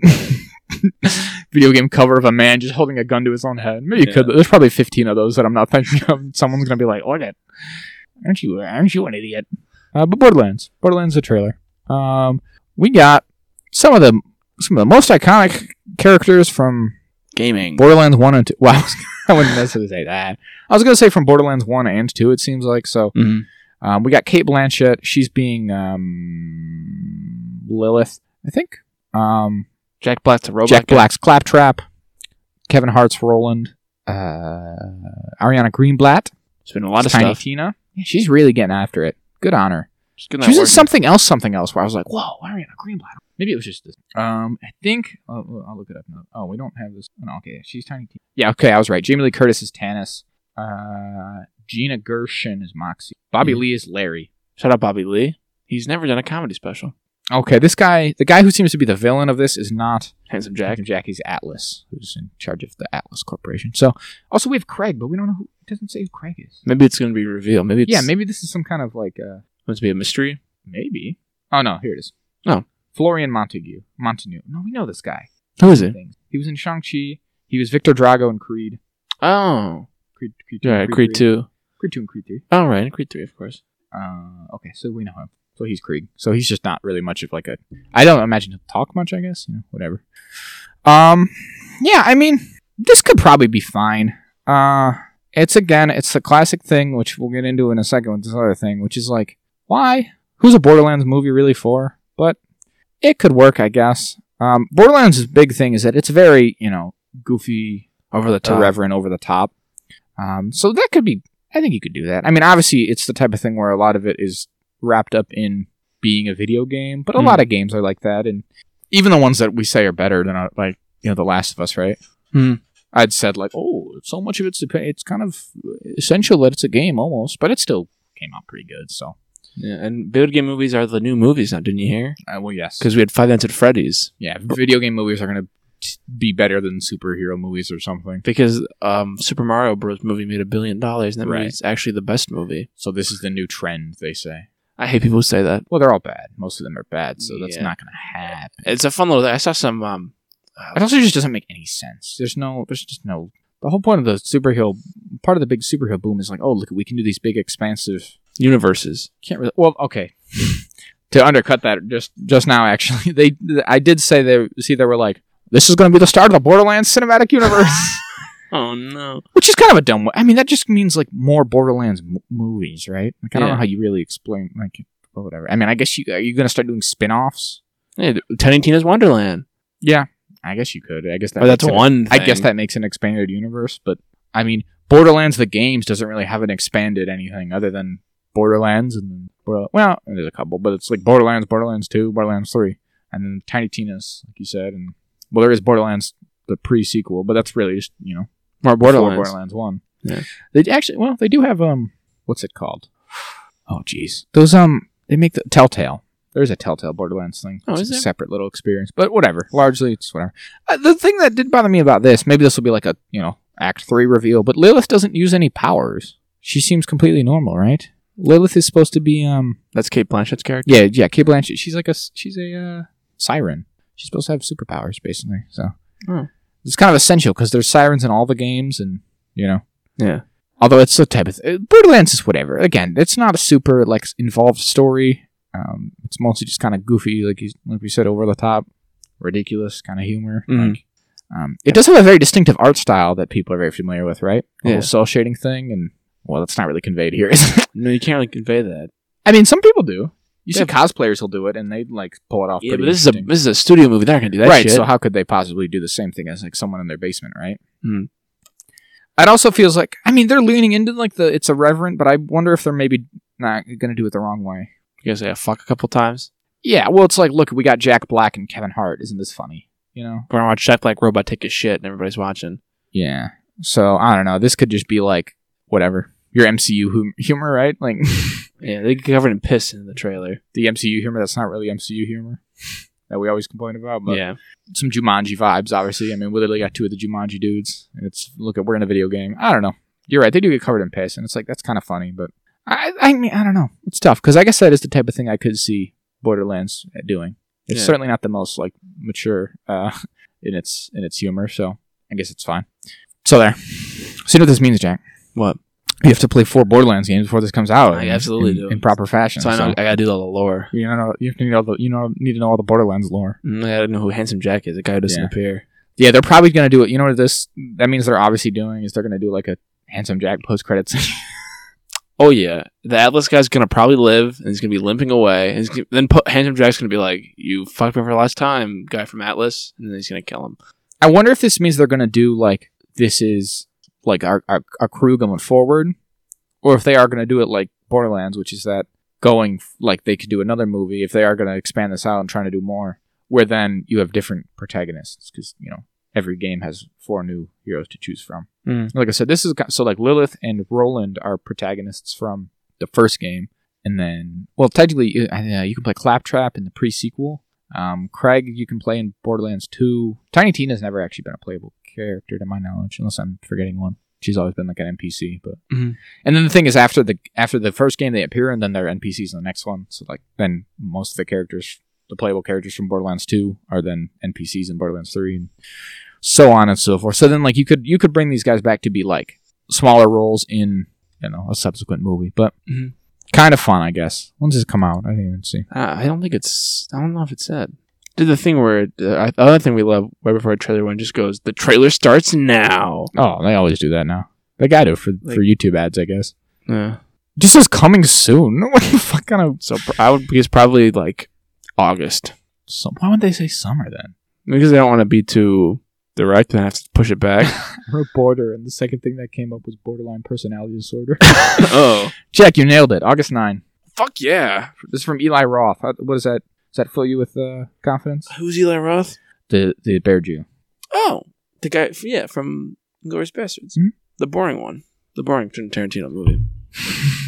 S2: video game cover of a man just holding a gun to his own head. Maybe you could.
S1: Yeah.
S2: but There's probably 15 of those that I'm not thinking of. Someone's gonna be like, "Oh, that aren't you? Aren't you an idiot?" Uh, but Borderlands. Borderlands, the trailer. Um, we got some of the some of the most iconic characters from
S1: Gaming.
S2: Borderlands one and two. Wow, I wouldn't necessarily say that. I was gonna say from Borderlands one and two. It seems like so.
S1: hmm
S2: Um, we got Kate Blanchett. She's being um, Lilith, I think. Um,
S1: Jack Black's a robot.
S2: Jack
S1: guy.
S2: Black's Claptrap. Kevin Hart's Roland. Uh, Ariana Greenblatt.
S1: There's been a lot of
S2: Tiny
S1: stuff.
S2: Tina. Yeah, she's really getting after it. Good on her.
S1: Just getting
S2: She was
S1: that
S2: in
S1: work.
S2: something else, something else, where I was like, whoa, Ariana Greenblatt. Maybe it was just this. Um, I think. Oh, I'll look it up now. Oh, we don't have this. No, okay, she's Tiny Tina. Yeah, okay, I was right. Jamie Lee Curtis is Tannis. Uh, Gina Gershon is Moxie. Bobby
S1: Mhm.
S2: Lee is Larry.
S1: Shout out Bobby Lee. He's never done a comedy special.
S2: Okay, this guy, the guy who seems to be the villain of this is not
S1: Handsome
S2: Jack.
S1: Jack.
S2: Jackie's Atlas, who's in charge of the Atlas Corporation. So, also we have Craig, but we don't know who. It doesn't say who Craig is.
S1: Maybe it's going to be revealed. Maybe it's
S2: yeah, maybe this is some kind of like uh
S1: going to be a mystery.
S2: maybe. Oh no, here it is.
S1: Oh.
S2: Florian Montague, Montague. No, we know this guy.
S1: Who is it?
S2: Things. He was in Shang Chi. He was Victor Drago in Creed.
S1: Oh,
S2: Creed, Creed,
S1: all right. Creed two.
S2: Creed two and Creed three.
S1: All right, Creed three, of course.
S2: Uh, okay, so we know him. So he's Krieg. So he's just not really much of like a. I don't imagine he'll talk much. I guess you know whatever. Um, yeah. I mean, this could probably be fine. Uh, it's again, it's the classic thing which we'll get into in a second with this other thing, which is like, why? Who's a Borderlands movie really for? But it could work, I guess. Um, Borderlands' big thing is that it's very you know goofy,
S1: Over the top.
S2: irreverent, over the top. Um, so that could be. I think you could do that. I mean, obviously, it's the type of thing where a lot of it is wrapped up in being a video game, but a
S1: Mm.
S2: lot of games are like that, and even the ones that we say are better than uh, like you know, The Last of Us, right?
S1: Mm.
S2: I'd said like, oh, so much of it's dep- it's kind of essential that it's a game almost, but it still came out pretty good. So,
S1: Yeah, and video game movies are the new movies now. Didn't you hear?
S2: uh, well, yes,
S1: Because we had Five Nights at Freddy's.
S2: yeah, video game movies are gonna t- be better than superhero movies or something.
S1: Because um, Super Mario Bros. movie made a billion dollars, and that
S2: Right.
S1: movie's actually the best movie.
S2: So this is the new trend, they say.
S1: I hate people who say that.
S2: Well, they're all bad. Most of them are bad, so that's
S1: Yeah.
S2: not gonna happen.
S1: It's a fun little. thing. I saw some. Um,
S2: It also just doesn't make any sense. There's no, there's just no. The whole point of the superhero, part of the big superhero boom is like, oh look, we can do these big expansive.
S1: universes.
S2: Can't really. Well, okay. to undercut that, just just now actually, they, I did say they see they were like, this is going to be the start of the Borderlands cinematic universe,
S1: Oh no!
S2: which is kind of a dumb. way. I mean, that just means like more Borderlands m- movies, right? Like I don't
S1: Yeah.
S2: know how you really explain like well, whatever. I mean, I guess you are you going to start doing spin-offs?
S1: Hey, Tiny Tina's Wonderland.
S2: Yeah, I guess you could. I guess that
S1: oh, that's
S2: makes it-
S1: one.
S2: I guess
S1: thing.
S2: that makes an expanded universe, but I mean, Borderlands the games doesn't really have an expanded anything other than Borderlands and then Border- well, there's a couple, but it's like Borderlands, Borderlands Two, Borderlands Three, and then Tiny Tina's, like you said, and well, there is Borderlands the pre sequel, but that's really just you know
S1: more
S2: before
S1: Borderlands.
S2: Borderlands One.
S1: Yeah.
S2: They actually well, they do have um, what's it called? Oh, jeez, those um, they make the Telltale. There's a Telltale Borderlands thing.
S1: Oh,
S2: it's
S1: is
S2: a
S1: there?
S2: separate little experience, but whatever. Largely, it's whatever. Uh, the thing that did bother me about this, maybe this will be like a you know Act Three reveal, but Lilith doesn't use any powers. She seems completely normal, right? Lilith is supposed to be um,
S1: That's Kate Blanchett's character.
S2: yeah, yeah. Kate Blanchett, she's like a s- she's a uh, siren. She's supposed to have superpowers, basically. So
S1: Hmm.
S2: it's kind of essential because there's sirens in all the games, and you know,
S1: Yeah.
S2: Although it's the type of uh, Borderlands is whatever. Again, it's not a super like involved story. Um, it's mostly just kind of goofy, like you, like we said, over the top, ridiculous kind of humor.
S1: Mhm.
S2: Like, um, it does have a very distinctive art style that people are very familiar with, right? The
S1: Yeah.
S2: whole cell shading thing, and well, that's not really conveyed here, is it?
S1: No, you can't really convey that.
S2: I mean, some people do. You
S1: Yeah.
S2: see cosplayers will do it, and they like pull it off.
S1: Yeah,
S2: pretty
S1: but this is a
S2: interesting.
S1: this is a studio movie. They're not gonna do that
S2: right.
S1: shit.
S2: So how could they possibly do the same thing as like someone in their basement, right?
S1: Hmm.
S2: It also feels like I mean they're leaning into like the it's irreverent, but I wonder if they're maybe not going to do it the wrong way.
S1: you guys say I fuck a couple times.
S2: Yeah, well, it's like look, we got Jack Black and Kevin Hart. Isn't this funny? You know.
S1: We're gonna watch Jack Black robot take a shit, and everybody's watching.
S2: Yeah. So I don't know. This could just be like whatever your MCU hum- humor, right? Like
S1: Yeah, they get covered in piss in the trailer.
S2: the MCU humor that's not really MCU humor that we always complain about. But
S1: yeah,
S2: some Jumanji vibes, obviously. I mean, we literally got two of the Jumanji dudes. And it's look at we're in a video game. I don't know. You're right. They do get covered in piss, and it's like that's kind of funny. But I, I mean, I don't know. It's tough because I guess that is the type of thing I could see Borderlands doing. It's
S1: Yeah.
S2: certainly not the most like mature uh, in its in its humor, so I guess it's fine. So there. So you know what this means, Jack?
S1: what?
S2: You have to play four Borderlands games before this comes out.
S1: I
S2: in-
S1: absolutely
S2: in,
S1: do.
S2: in proper fashion.
S1: So I, know,
S2: so-
S1: I gotta do all the lore.
S2: you know, you have to need all the you know need to know all the Borderlands lore.
S1: Mm, I gotta know who Handsome Jack is. The guy who doesn't
S2: Yeah.
S1: appear.
S2: Yeah, they're probably gonna do it. You know what this that means? They're obviously doing is they're gonna do like a handsome Jack post credits.
S1: Oh yeah, the Atlas guy's gonna probably live, and he's gonna be limping away. And he's gonna, then po- Handsome Jack's gonna be like, "You fucked me for the last time, guy from Atlas," and then he's gonna kill him.
S2: I wonder if this means they're gonna do like this is like our our, our crew going forward, or if they are gonna do it like Borderlands, which is that going like they could do another movie if they are gonna expand this out and trying to do more, where then you have different protagonists because you know every game has four new heroes to choose from.
S1: Mm.
S2: Like I said, this is ki- so like Lilith and Roland are protagonists from the first game, and then well technically uh, uh, you can play Claptrap in the pre sequel. Um, Craig, you can play in Borderlands 2. Tiny Tina's never actually been a playable character to my knowledge, unless I'm forgetting one. She's always been like an NPC, but
S1: Mhm.
S2: and then the thing is after the after the first game they appear and then they're NPCs in the next one. So like then most of the characters, the playable characters from Borderlands 2 are then NPCs in Borderlands 3 and so on and so forth. So then like you could you could bring these guys back to be like smaller roles in you know a subsequent movie, but
S1: Mhm.
S2: kind of fun I guess. When does it come out? I didn't even see.
S1: Ah, I don't think it's. I don't know if it's said. Did the thing where uh, the other thing we love right before a trailer one just goes, "The trailer starts now."
S2: Oh, they always do that now. They got to for
S1: Like-
S2: for YouTube ads, I guess.
S1: Yeah.
S2: This is coming soon. What the fuck kind of
S1: So pr- I would because probably like August
S2: so, why would they say summer then?
S1: because they don't want to be too direct and have to push it back.
S2: I wrote border, and the second thing that came up was borderline personality disorder.
S1: oh,
S2: Jack, you nailed it. August 9.
S1: fuck yeah!
S2: This is from Eli Roth. How- What is that? Does that fill you with uh, confidence?
S1: Who's Eli Roth?
S2: The the bear Jew.
S1: Oh, the guy, yeah, from Glorious Bastards,
S2: Mhm.
S1: the boring one, the boring Tarantino movie.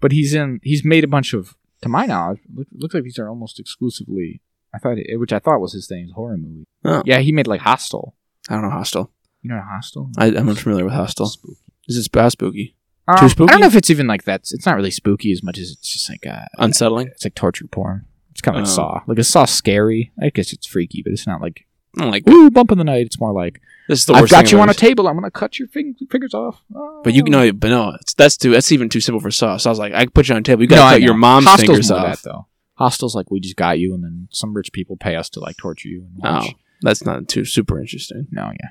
S2: but he's in. He's made a bunch of, to my knowledge, look, looks like these are almost exclusively. I thought, it, which I thought was his thing, horror movie.
S1: Oh,
S2: Yeah, he made like Hostel.
S1: I don't know Hostel.
S2: You know Hostel?
S1: I, I'm unfamiliar with Hostel.
S2: Spooky.
S1: Is it sp- uh, spooky,
S2: Um,
S1: Too spooky?
S2: I don't know if it's even like that. It's not really spooky as much as it's just like uh,
S1: unsettling?
S2: it's like torture porn. It's kind of like
S1: Oh.
S2: Saw. Like a Saw scary. I guess it's freaky, but it's not like
S1: I'm like
S2: ooh bump in the night. It's more like
S1: this is the
S2: I've
S1: worst.
S2: got
S1: thing
S2: you
S1: I've
S2: on a
S1: ever seen.
S2: table. I'm gonna cut your fing- fingers off.
S1: But you know, but no, it's, that's too. That's even too simple for Saw. So I was like, I can put you on a table. You
S2: No,
S1: gotta
S2: I
S1: cut
S2: know.
S1: your mom's
S2: Hostel's
S1: fingers
S2: more
S1: off.
S2: That, though. Hostels like we just got you, and then some rich people pay us to like torture you. And watch.
S1: Oh, that's not too super interesting.
S2: no, yeah.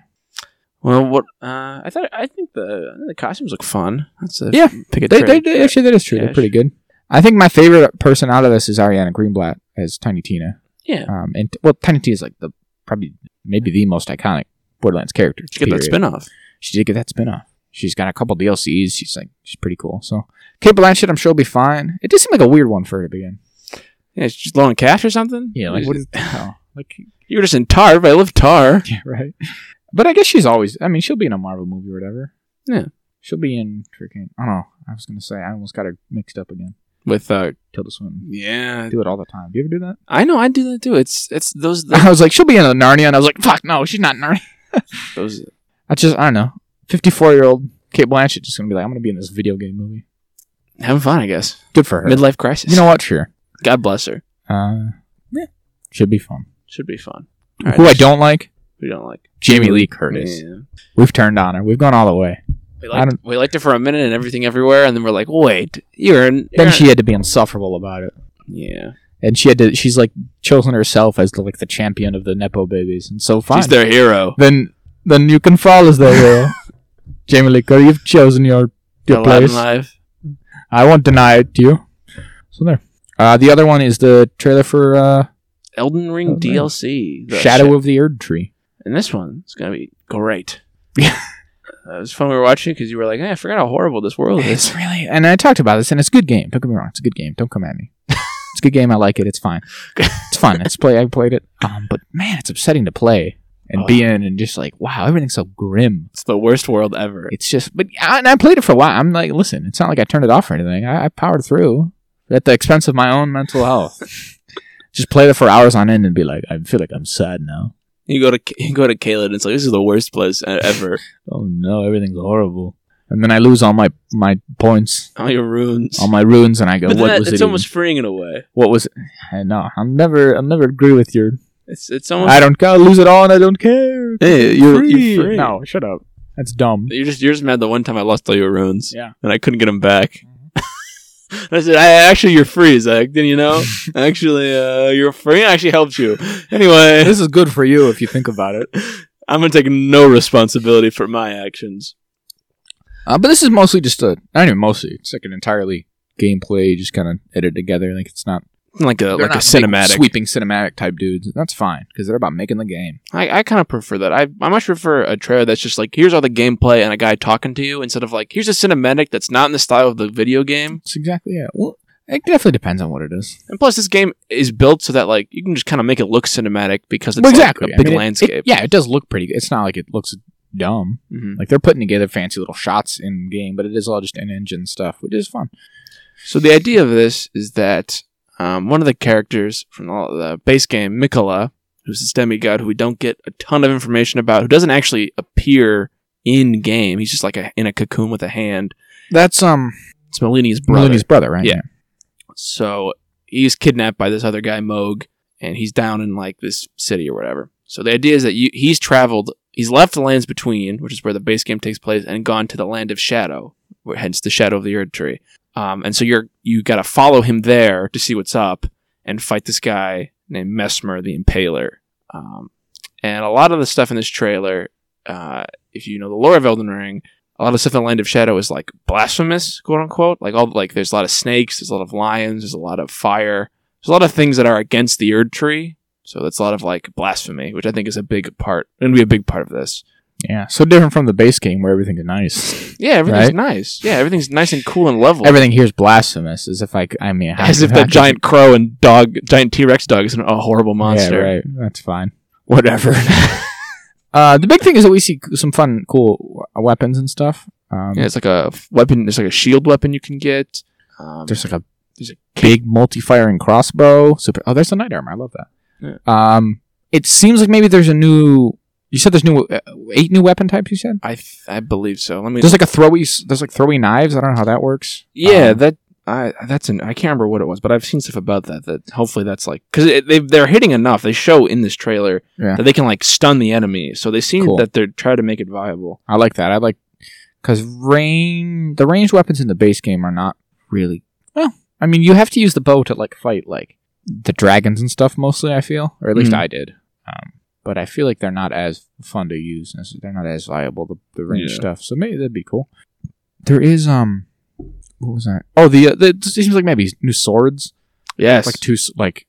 S1: Well, what uh, I thought, I think the I think the costumes look fun. That's a
S2: Yeah,
S1: pick a
S2: They,
S1: trade.
S2: they, they actually that is true. They're
S1: Yeah,
S2: pretty good. I think my favorite person out of this is Ariana Greenblatt as Tiny Tina.
S1: Yeah.
S2: Um, and well, Tiny Tina is like the probably maybe the most iconic Borderlands character.
S1: Did you get that
S2: period.
S1: spin off.
S2: She did get that spin off. She's got a couple DLCs. She's like she's pretty cool. So Kate Blanchett, I'm sure will be fine. It did seem like a weird one for her to begin.
S1: Yeah, it's just low on cash or something.
S2: what
S1: What
S2: is oh, like
S1: You were just in Tar, but I love Tar.
S2: yeah, right. But I guess she's always. I mean, she'll be in a Marvel movie or whatever.
S1: Yeah.
S2: she'll be in freaking. I don't know. I was gonna say I almost got her mixed up again.
S1: With uh,
S2: Tilda Swinton.
S1: yeah,
S2: Do it all the time. Do you ever do that?
S1: I know I do that too. It's it's those
S2: I was like, she'll be in a Narnia, and I was like, fuck no, she's not in Narnia.
S1: those.
S2: I just, I don't know. Fifty-four year old Kate Blanchett just gonna be like, I'm gonna be in this video game movie.
S1: Having fun, I guess.
S2: Good for her.
S1: Midlife crisis.
S2: You know what? Sure.
S1: God bless her.
S2: Uh, yeah, should be fun.
S1: Should be fun.
S2: Who I don't like,
S1: We don't like.
S2: Jamie Lee Curtis.
S1: Yeah.
S2: We've turned on her. We've gone all the way.
S1: We
S2: I
S1: liked, we liked her for a minute and everything everywhere, and then we're like, wait, you're an. You're
S2: Then
S1: an-
S2: she had to be insufferable about it,
S1: yeah.
S2: and she had to. She's like chosen herself as the, like the champion of the nepo babies, and so fine.
S1: She's their hero.
S2: Then, then you can fall as their hero. Jamie Lee Curtis, you've chosen your your
S1: Alive and
S2: place.
S1: live.
S2: I won't deny it to you. So there. Uh, the other one is the trailer for uh,
S1: Elden Ring
S2: Elden Ring.
S1: DLC. The
S2: Oh, Shadow
S1: shit.
S2: of the Erd Tree.
S1: And this one is gonna be great.
S2: Yeah.
S1: Uh, it was fun we were watching because you were like, hey, I forgot how horrible this world is.
S2: It's really, and I talked about this, and it's a good game. Don't get me wrong, it's a good game. Don't come at me. it's a good game. I like it. It's fine. It's fun. It's play. I played it. Um, but man, it's upsetting to play and
S1: Oh.
S2: be in, and just like wow, everything's so grim.
S1: It's the worst world ever.
S2: It's just, but I, and I played it for a while. I'm like, listen, it's not like I turned it off or anything. I, I powered through at the expense of my own mental health. just played it for hours on end and be like, I feel like I'm sad now.
S1: You go to you go to Caleb and it's like this is the worst place e- ever.
S2: Oh no, everything's horrible. And then I lose all my my points,
S1: All your runes.
S2: all Oh my runes, and I go,
S1: but then
S2: what
S1: that-
S2: was it?
S1: it's
S2: even?
S1: almost freeing in a way.
S2: what was? I know. I'll never. I'll never agree with your.
S1: It's it's almost
S2: I don't care. Lose it all, and I don't care.
S1: Hey, you're- you're free.
S2: No, shut up. That's dumb.
S1: You're just you're just mad the one time I lost all your runes.
S2: Yeah. Mm-hmm.
S1: And I couldn't get them back. And I said, I, actually, you're free, Zach. Didn't you know? actually, uh, you're free. I actually helped you. Anyway,
S2: This is good for you if you think about it.
S1: I'm going to take no responsibility for my actions.
S2: Uh, but this is mostly just a not even mostly. It's like an entirely gameplay, just kind of edited together. Like it's not
S1: Like a
S2: they're
S1: like a
S2: not big,
S1: cinematic.
S2: sweeping cinematic type dudes. That's fine because they're about making the game.
S1: I, I kind of prefer that. I I much prefer a trailer that's just like here's all the gameplay and a guy talking to you instead of like here's a cinematic that's not in the style of the video game.
S2: That's exactly it. Well, it definitely depends on what it is.
S1: And plus, this game is built so that like you can just kind of make it look cinematic because it's
S2: Well,
S1: like,
S2: exactly
S1: a big
S2: I mean, it- it-
S1: landscape.
S2: yeah, it does look pretty. good. It's not like it looks dumb.
S1: Mhm.
S2: Like they're putting together fancy little shots in game, but it is all just in engine stuff, which is fun.
S1: So the idea of this is that um, one of the characters from the, the base game, Mikola, who's this demigod who we don't get a ton of information about, who doesn't actually appear in game. He's just like a, in a cocoon with a hand.
S2: That's um
S1: It's Melini's brother.
S2: Melani's brother, right?
S1: Yeah. So he's kidnapped by this other guy, Moog, and he's down in like this city or whatever. So the idea is that you, he's traveled, he's left the lands between, which is where the base game takes place, and gone to the land of shadow, where, hence the shadow of the Erd Tree. Um, and so you're you got to follow him there to see what's up and fight this guy named Mesmer the Impaler. Um, and a lot of the stuff in this trailer, uh, if you know the lore of Elden Ring, a lot of stuff in Land of Shadow is like blasphemous, quote unquote. Like all like there's a lot of snakes, there's a lot of lions, there's a lot of fire, there's a lot of things that are against the Erd Tree. So that's a lot of like blasphemy, which I think is a big part, going to be a big part of this.
S2: Yeah. So different from the base game where everything's nice.
S1: Yeah, everything's
S2: Right?
S1: nice. Yeah, everything's nice and cool and level.
S2: Everything here's blasphemous, as if I, c- I mean, how-
S1: as if
S2: how
S1: that
S2: could-
S1: giant crow and dog, giant T Rex dog, is an, a horrible monster.
S2: Yeah, right. That's fine.
S1: Whatever.
S2: Uh, the big thing is that we see c- some fun, cool w- weapons and stuff. Um,
S1: yeah, it's like a f- weapon. There's like a shield weapon you can get. Um,
S2: There's like a
S1: There's
S2: big multi-firing crossbow. Super. Oh, there's a night armor. I love that.
S1: Yeah.
S2: Um, it seems like maybe there's a new. You said there's new uh, eight new weapon types. You said
S1: I th- I believe so. Let me.
S2: there's like a throwy. s- There's like throwy knives. I don't know how that works.
S1: Yeah,
S2: Um,
S1: that I that's an I can't remember what it was, but I've seen stuff about that. That hopefully that's like because they they're hitting enough. They show in this trailer
S2: Yeah.
S1: that they can like stun the enemy, so they seem
S2: Cool.
S1: that they're trying to make it viable.
S2: I like that. I like because range the ranged weapons in the base game are not really well. I mean, you have to use the bow to like fight like the dragons and stuff mostly. I feel, or at least
S1: Mhm.
S2: I did. Um, but I feel like they're not as fun to use. necess- They're not as viable the the range
S1: Yeah.
S2: stuff. So maybe that'd be cool. There is um, what was that? Oh, the, uh, the it seems like maybe new swords.
S1: Yes,
S2: Like two s- like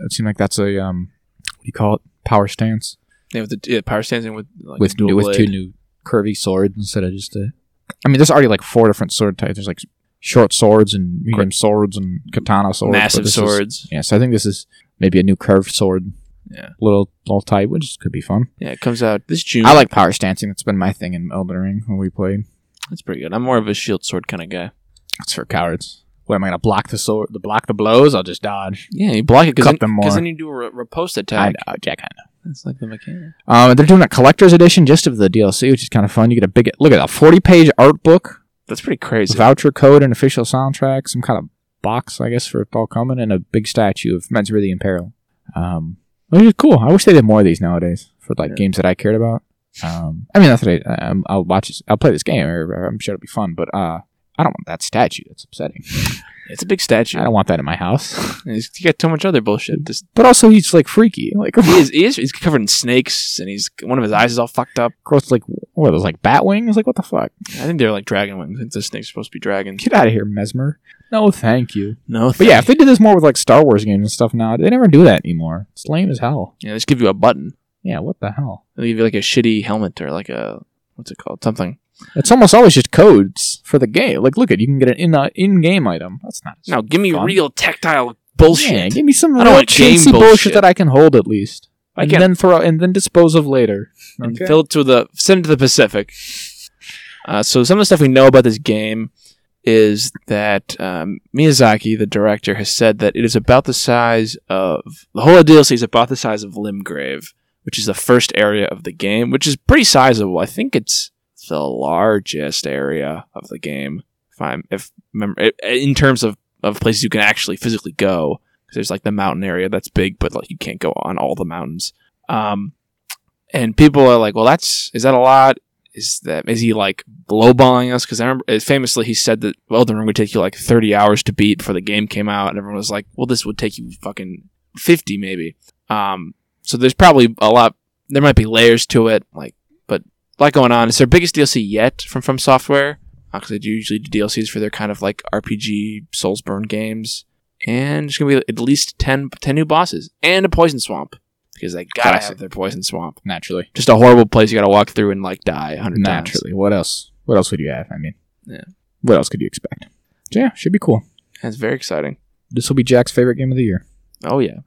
S2: it seemed like that's a um, what do you call it? Power stance
S1: yeah, with the yeah, power stance and with like
S2: with
S1: dual
S2: with two
S1: blade.
S2: new curvy swords instead of just a. I mean, there's already like four different sword types. There's like short swords and medium swords and katana swords. but
S1: massive
S2: this is-
S1: swords.
S2: yeah, so I think this is maybe a new curved sword.
S1: Yeah.
S2: little little type, which could be fun.
S1: yeah, it comes out this June.
S2: I like power stancing. That's been my thing in Elden Ring when we played.
S1: that's pretty good. I'm more of a shield sword kind of guy.
S2: It's for cowards. What am I gonna block the sword? The block the blows? I'll just dodge.
S1: Yeah, you block it
S2: Cut
S1: because
S2: them
S1: then, 'cause
S2: more.
S1: then you do a re- repost
S2: I
S1: attack.
S2: know, Jack. I know.
S1: That's like the mechanic.
S2: Um, they're doing a collector's edition just of the DLC, which is kind of fun. You get a big look at a forty page art book
S1: That's pretty crazy.
S2: voucher code and official soundtrack, some kind of box, I guess, for it all coming, and a big statue of Men's Really in Peril. Um, which is cool. I wish they did more of these nowadays for like
S1: Yeah.
S2: games that I cared about. Um, I mean, that's what I, I'm, I'll watch. This, I'll play this game. Or I'm sure it'll be fun, but uh, I don't want that statue. That's upsetting.
S1: It's a big statue.
S2: I don't want that in my house.
S1: He's, he got too much other bullshit. Just,
S2: but also, he's like freaky. Like,
S1: he is, he is he's covered in snakes, and he's one of his eyes is all fucked up.
S2: gross. Like, what are those? Like bat wings? Like, what the fuck?
S1: I think they're like dragon wings. I think the snake's supposed to be dragons.
S2: Get out of here, mesmer. No, thank you.
S1: No,
S2: But yeah, if they did this more with like Star Wars games and stuff now, they never do that anymore. It's lame as hell.
S1: yeah, they just give you a button.
S2: Yeah, what the hell?
S1: They give you like a shitty helmet or like a what's it called? Something.
S2: It's almost always just codes for the game. Like, look at you can get an in uh, in-game item. That's not
S1: No, give me
S2: fun.
S1: real tactile
S2: Yeah,
S1: bullshit.
S2: give me some
S1: I don't
S2: real
S1: want game
S2: chintzy bullshit.
S1: bullshit.
S2: that I can hold at least,
S1: I
S2: and
S1: can't-
S2: then throw and then dispose of later.
S1: and fill it to the send it to the Pacific. Uh, so some of the stuff we know about this game is that um, Miyazaki, the director, has said that it is about the size of the whole DLC is about the size of Limgrave, which is the first area of the game, which is pretty sizable. I think it's the largest area of the game, if I'm if mem- in terms of of places you can actually physically go. 'Cause There's like the mountain area that's big, but like you can't go on all the mountains. Um, and people are like, "Well, that's is that a lot?" is that is he like blowballing us? Because I remember famously he said that Elden Ring would take you like 30 hours to beat before the game came out, and everyone was like, "Well, this would take you fucking 50 maybe." Um, so there's probably a lot. There might be layers to it, like but a lot going on. It's their biggest DLC yet from From Software because they do usually do DLCs for their kind of like RPG Soulsborne games, and there's gonna be at least 10, 10 new bosses and a poison swamp because they gotta
S2: Classic.
S1: have their poison swamp
S2: Naturally.
S1: just a horrible place you got to walk through and like die a hundred times.
S2: Naturally. What else? What else would you have? I mean,
S1: Yeah.
S2: What else could you expect? So yeah, should be cool.
S1: That's very exciting.
S2: This will be Jack's favorite game of the year.
S1: Oh yeah,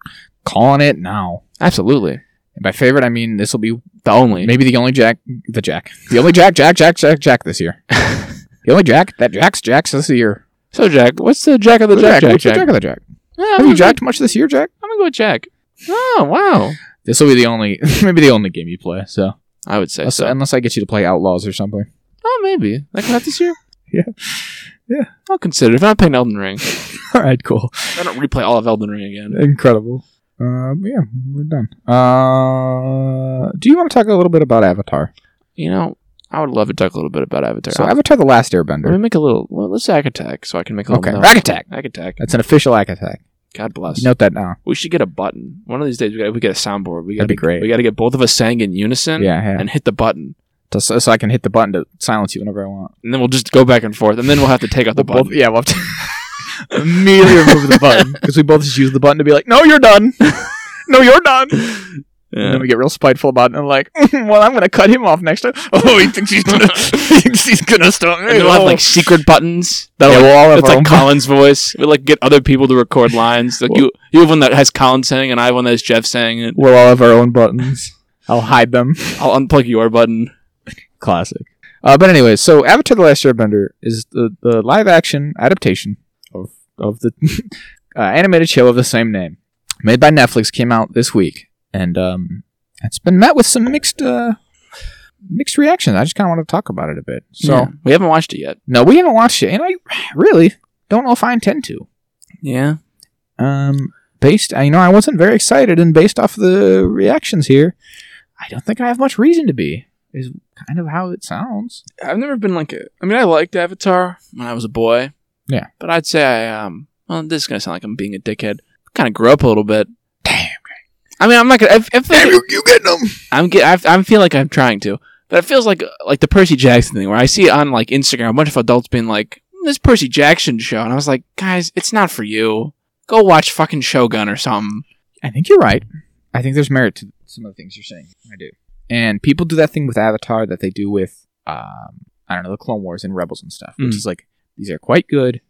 S2: Calling it now.
S1: absolutely.
S2: And by favorite, I mean this will be
S1: The only
S2: maybe the only Jack, the Jack, the only Jack, Jack, Jack, Jack, Jack this year. the only Jack that Jack's Jack's this year.
S1: so Jack. What's the Jack of the Jack? Jack,
S2: what's the
S1: Jack.
S2: Jack of the Jack.
S1: Yeah,
S2: Have
S1: I'm
S2: you
S1: gonna
S2: jacked much this year, Jack?
S1: go- I'm gonna go with Jack. Oh wow.
S2: This will be the only, maybe the only game you play. So
S1: I would say
S2: unless,
S1: so.
S2: unless I get you to play Outlaws or something.
S1: Oh maybe that come out this year.
S2: Yeah. Yeah.
S1: I'll consider it. if I'm playing Elden Ring.
S2: All right, cool,
S1: I don't replay all of Elden Ring again.
S2: incredible. Um, yeah, we're done. Uh, do you want to talk a little bit about Avatar?
S1: You know, I would love to talk a little bit about Avatar.
S2: So
S1: I'll-
S2: Avatar: The Last
S1: let me
S2: Airbender.
S1: make a little. well, Let's Ack Attack so I can make a little.
S2: Okay, Uh,
S1: note.
S2: Rack Attack.
S1: Ack Attack.
S2: That's an official Rack Attack.
S1: God bless.
S2: Note that down.
S1: We should get a button. One of these days we got we get a soundboard. We got
S2: That'd be great.
S1: We got to get both of us saying in unison.
S2: Yeah, yeah.
S1: and hit the button.
S2: To- so, so I can hit the button to silence you whenever I want.
S1: And then we'll just go back and forth, and then we'll have to take out the
S2: We'll
S1: button.
S2: both- yeah, we'll have to immediately remove the button because we both just use the button to be like, "No, you're done. no, you're done." And
S1: Yeah.
S2: then we get real spiteful about it and like, "Well, I'm gonna cut him off next time." Oh, he thinks he's gonna, he thinks he's gonna stop.
S1: And we'll have like secret buttons. That
S2: oh. yeah,
S1: like,
S2: we'll all have
S1: it's
S2: our
S1: like
S2: own
S1: Colin's voice. We like get other people to record lines. Like you, you have one that has Colin saying, and I have one that has Jeff saying it.
S2: bu- we'll all have our own buttons. I'll hide them.
S1: I'll unplug your button.
S2: Classic. Uh, but anyway, so Avatar: The Last Airbender is the, the live action adaptation of of the uh, animated show of the same name, made by Netflix, came out this week, and um, it's been met with some mixed uh, mixed reactions. I just kind of want to talk about it a bit. So
S1: Yeah. we haven't watched it yet.
S2: no, we haven't watched it, and I really don't know if I intend to.
S1: Yeah,
S2: Um, based, I- you know, I wasn't very excited, and based off the reactions here, I don't think I have much reason to be. Is kind of how it sounds.
S1: I've never been like a. I mean, I liked Avatar when I was a boy.
S2: Yeah.
S1: but I'd say I um. Well, this is gonna sound like I'm being a dickhead. Kind of grew up a little bit.
S2: Damn.
S1: I mean, I'm not gonna. I, I feel like-
S2: you getting them?
S1: I'm get I, I feel like I'm trying to, but it feels like like the Percy Jackson thing where I see on like Instagram a bunch of adults being like "Hmm, this Percy Jackson show, and I was like, guys, it's not for you. Go watch fucking Shogun or something.
S2: I think you're right. I think there's merit to some of the things you're saying. I do. And people do that thing with Avatar that they do with, um, I don't know, the Clone Wars and Rebels and stuff, which
S1: Mm.
S2: is like these are quite good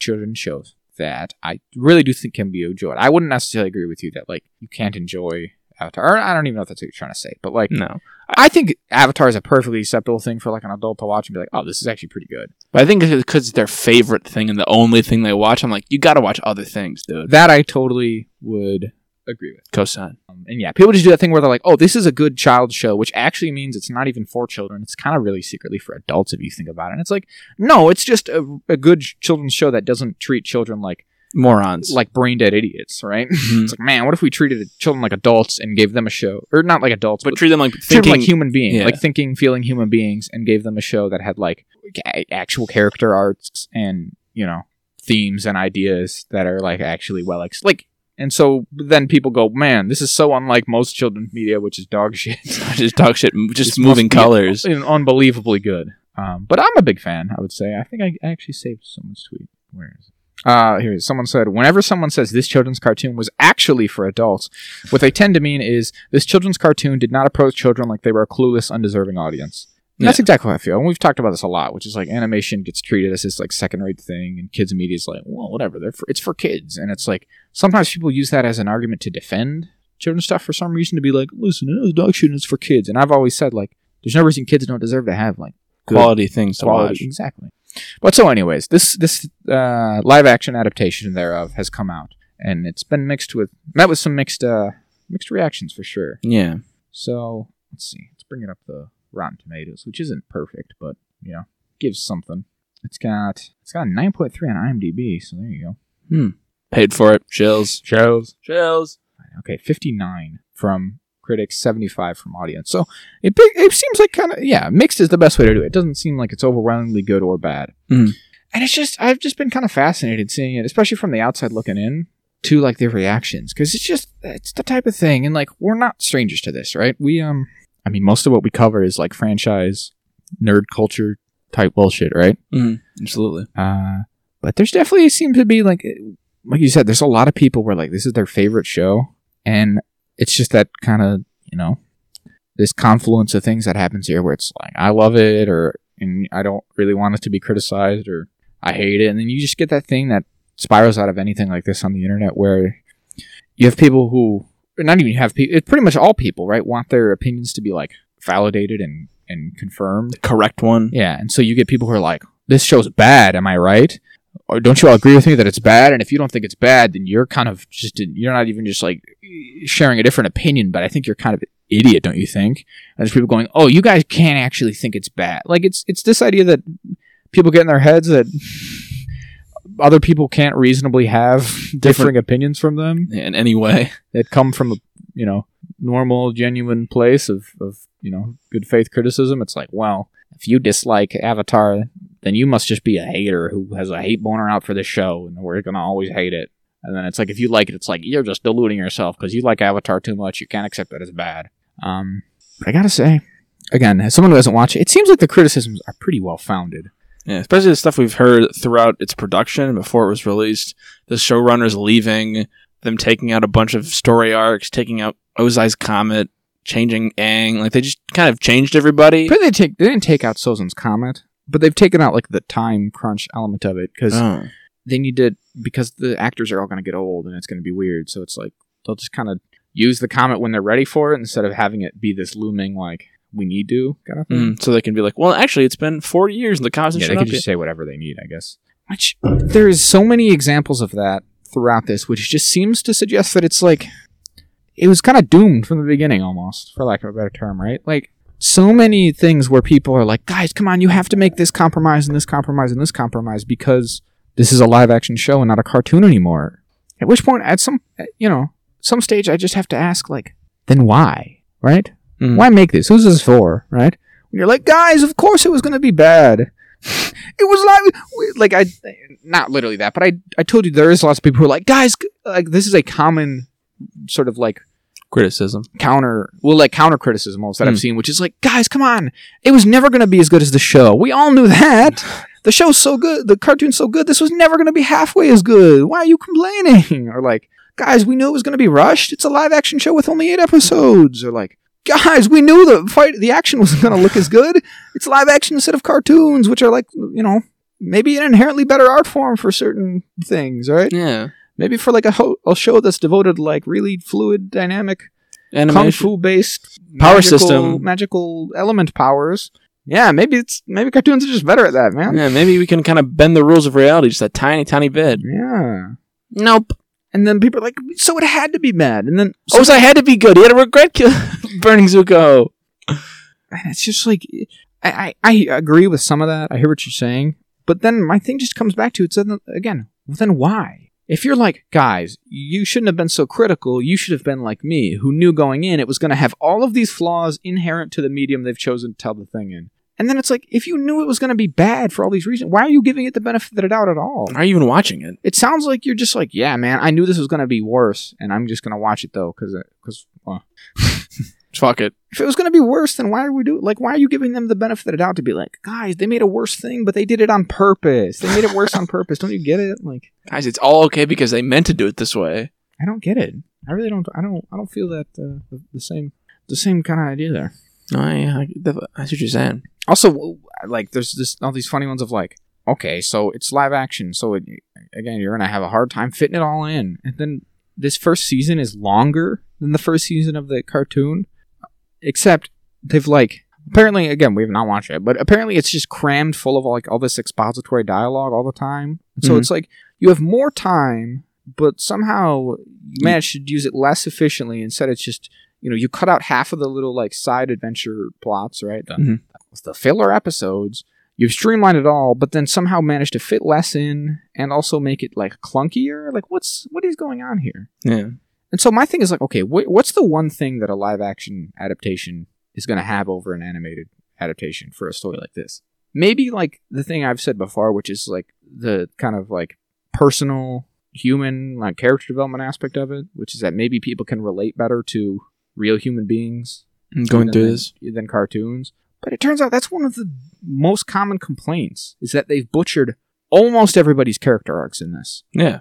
S2: children's shows that I really do think can be enjoyed. I wouldn't necessarily agree with you that like you can't enjoy Avatar. Or I don't even know if that's what you're trying to say, but like
S1: No,
S2: I think Avatar is a perfectly acceptable thing for like an adult to watch and be like, oh, this is actually pretty good.
S1: but I think it's because it's their favorite thing and the only thing they watch. I'm like, you gotta watch other things, dude.
S2: That I totally would agree with.
S1: Cosign.
S2: Um, and yeah, people just do that thing where they're like, "Oh, this is a good child show," which actually means it's not even for children. It's kind of really secretly for adults if you think about it. And it's like, no, it's just a, a good ch- children's show that doesn't treat children like
S1: Morons.
S2: like brain dead idiots, right?
S1: Mhm.
S2: it's like, man, what if we treated the children like adults and gave them a show, or not like adults, but,
S1: but treat them like
S2: treat them
S1: thinking.
S2: like human beings,
S1: yeah.
S2: like thinking, feeling human beings, and gave them a show that had like a- actual character arcs and you know themes and ideas that are like actually well ex- like. And so then people go, man, this is so unlike most children's media, which is dog shit.
S1: just dog shit. m- Just
S2: This
S1: moving
S2: must be
S1: colors.
S2: un- unbelievably good. Um, but I'm a big fan. I would say. I think I, I actually saved someone's tweet. Where is it? Uh, here it is. someone said, whenever someone says this children's cartoon was actually for adults, what they tend to mean is this children's cartoon did not approach children like they were a clueless, undeserving audience. And That's exactly how I feel. And we've talked about this a lot, which is like animation gets treated as this like second rate thing, and kids' media is like, well, whatever. They're for, it's for kids, and it's like sometimes people use that as an argument to defend children's stuff for some reason to be like, listen, uh, dog shooting is for kids. And I've always said like, there's no reason kids don't deserve to have like good
S1: Quality things to watch.
S2: Exactly. But so, anyways, this this uh, live action adaptation thereof has come out, and it's been mixed with met with some mixed uh, mixed reactions for sure.
S1: Yeah.
S2: So let's see. Let's bring it up the Rotten Tomatoes, which isn't perfect, but you know, gives something. It's got it's got a nine point three on IMDb. So there you go.
S1: Paid for it. Chills.
S2: Shows
S1: Chills.
S2: okay fifty nine from critics, 75 from audience. So it big- it seems like kind of yeah, mixed is the best way to do it. It doesn't seem like it's overwhelmingly good or bad.
S1: Mhm.
S2: And it's just I've just been kind of fascinated seeing it, especially from the outside looking in to like their reactions because it's just it's the type of thing and like we're not strangers to this, right? We um I mean most of what we cover is like franchise nerd culture type bullshit, right?
S1: Absolutely.
S2: Uh, but there's definitely seems to be like like you said, there's a lot of people where like this is their favorite show, and it's just that kind of you know this confluence of things that happens here where it's like I love it or and I don't really want it to be criticized or I hate it, and then you just get that thing that spirals out of anything like this on the internet where you have people who or not even you have people it's pretty much all people right want their opinions to be like validated and and confirmed
S1: Correct one.
S2: yeah, and so you get people who are like, "This show's bad." Am I right? Or don't you all agree with me that it's bad? And if you don't think it's bad, then you're kind of just you're not even just like sharing a different opinion. But I think you're kind of an idiot, don't you think? And there's people going, "Oh, you guys can't actually think it's bad." Like it's it's this idea that people get in their heads that other people can't reasonably have differing opinions from them
S1: In any way.
S2: that come from a you know normal genuine place of, of you know good faith criticism it's like well if you dislike avatar then you must just be a hater who has a hate boner out for this show and we're gonna always hate it and then it's like if you like it it's like you're just deluding yourself because you like avatar too much you can't accept that it's bad um but i gotta say again as someone who doesn't watch it it seems like the criticisms are pretty well founded
S1: Yeah, especially the stuff we've heard throughout its production before it was released. The showrunners leaving, them taking out a bunch of story arcs, taking out Ozai's Comet, changing Aang. Like, they just kind of changed everybody.
S2: but they take they didn't take out Sozin's comment but they've taken out like the time crunch element of it because
S1: Oh.
S2: they need to because the actors are all going to get old and it's going to be weird. So it's like they'll just kind of use the comment when they're ready for it instead of having it be this looming like we need to kind of thing.
S1: Mm, so they can be like, well, actually, it's been four years and the cops haven't
S2: Yeah, they
S1: shown
S2: can
S1: up
S2: just say whatever they need, I guess. Which there is so many examples of that throughout this, which just seems to suggest that it's like it was kind of doomed from the beginning, almost for lack of a better term, right? Like so many things where people are like, "Guys, come on, you have to make this compromise and this compromise and this compromise because this is a live-action show and not a cartoon anymore." At which point, at some you know some stage, I just have to ask, like, then why, right?
S1: Mm.
S2: Why make this? Who's this for, right? When you're like, guys, of course it was gonna be bad it was live. Like I, not literally that, but I, I told you there is lots of people who are like, guys, c- like this is a common sort of like
S1: yet. Criticism.
S2: counter, well, like counter criticism almost that
S1: Hmm.
S2: I've seen, which is like, guys, come on, it was never going to be as good as the show. We all knew that. The show's so good, the cartoon's so good. This was never going to be halfway as good. Why are you complaining? Or like, guys, we knew it was going to be rushed. It's a live action show with only eight episodes. Or like. Guys, we knew the fight, the action wasn't going to look as good. It's live action instead of cartoons, which are like, you know, maybe an inherently better art form for certain things, right?
S1: Yeah.
S2: Maybe for like a, ho- a show that's devoted to like really fluid, dynamic kung
S1: Animation.
S2: fu based
S1: Power system.
S2: magical element powers. Yeah, maybe it's maybe cartoons are just better at that, man.
S1: Yeah, maybe we can kind of bend the rules of reality just a tiny, tiny bit.
S2: Yeah.
S1: Nope.
S2: And then people are like, so it had to be mad. And then so,
S1: Ozai had to be good. He had to regret kill- burning Zuko.
S2: and it's just like I, I I agree with some of that. I hear what you're saying, but then my thing just comes back to it's then- again. Then why? If you're like, guys, you shouldn't have been so critical. You should have been like me, who knew going in it was going to have all of these flaws inherent to the medium they've chosen to tell the thing in. And then it's like, if you knew it was going to be bad for all these reasons, why are you giving it the benefit of the doubt at all?
S1: Are you even watching it?
S2: it sounds like you're just like, yeah, man, I knew this was gonna be worse, and I'm just gonna watch it though, uh, because because
S1: Fuck it.
S2: if it was gonna be worse, then why are we do like why are you giving them the benefit of the doubt to be like, guys, they made a worse thing, but they did it on purpose. They made it worse on purpose. Don't you get it? Like,
S1: Guys, it's all okay because they meant to do it this way.
S2: I don't get it. I really don't. I don't. I don't feel that uh, the, the same the same kind of idea there.
S1: I, that's what you're saying.
S2: Also, w- like, there's this all these funny ones of like, okay, so it's live action, so it, again, you're gonna have a hard time fitting it all in, and then this first season is longer than the first season of the cartoon, except they've like apparently again we have not watched it, but apparently it's just crammed full of like all this expository dialogue all the time, so
S1: Mhm.
S2: it's like you have more time, but somehow you manage to use it less efficiently. Instead, it's just you know you cut out half of the little like side adventure plots, right? The,
S1: Mhm.
S2: the filler episodes. You've streamlined it all, but then somehow managed to fit less in and also make it like clunkier. Like, what's what is going on here?
S1: Yeah.
S2: And so my thing is like, okay, wh- what's the one thing that a live action adaptation is going to have over an animated adaptation for a story like this? Maybe like the thing I've said before, which is like the kind of like personal, human, like character development aspect of it, which is that maybe people can relate better to real human beings
S1: I'm going
S2: than-
S1: through this.
S2: than cartoons. But it turns out that's one of the most common complaints is that they've butchered almost everybody's character arcs in this.
S1: Yeah.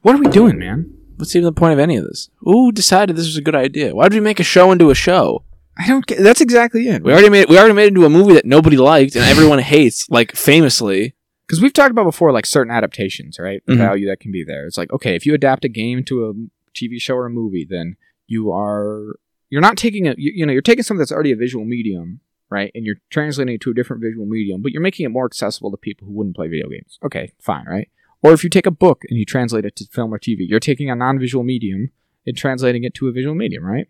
S2: What are we doing, man?
S1: What's even the point of any of this? Who decided this was a good idea? Why did we make a show into a show?
S2: I don't. Get, that's exactly it.
S1: We already made we already made it into a movie that nobody liked and everyone hates, like famously.
S2: because we've talked about before like certain adaptations right the
S1: Mhm.
S2: value that can be there it's like okay if you adapt a game to a tv show or a movie then you are you're not taking a you, you know you're taking something that's already a visual medium right and you're translating it to a different visual medium but you're making it more accessible to people who wouldn't play video games okay fine right or if you take a book and you translate it to film or tv you're taking a non-visual medium and translating it to a visual medium right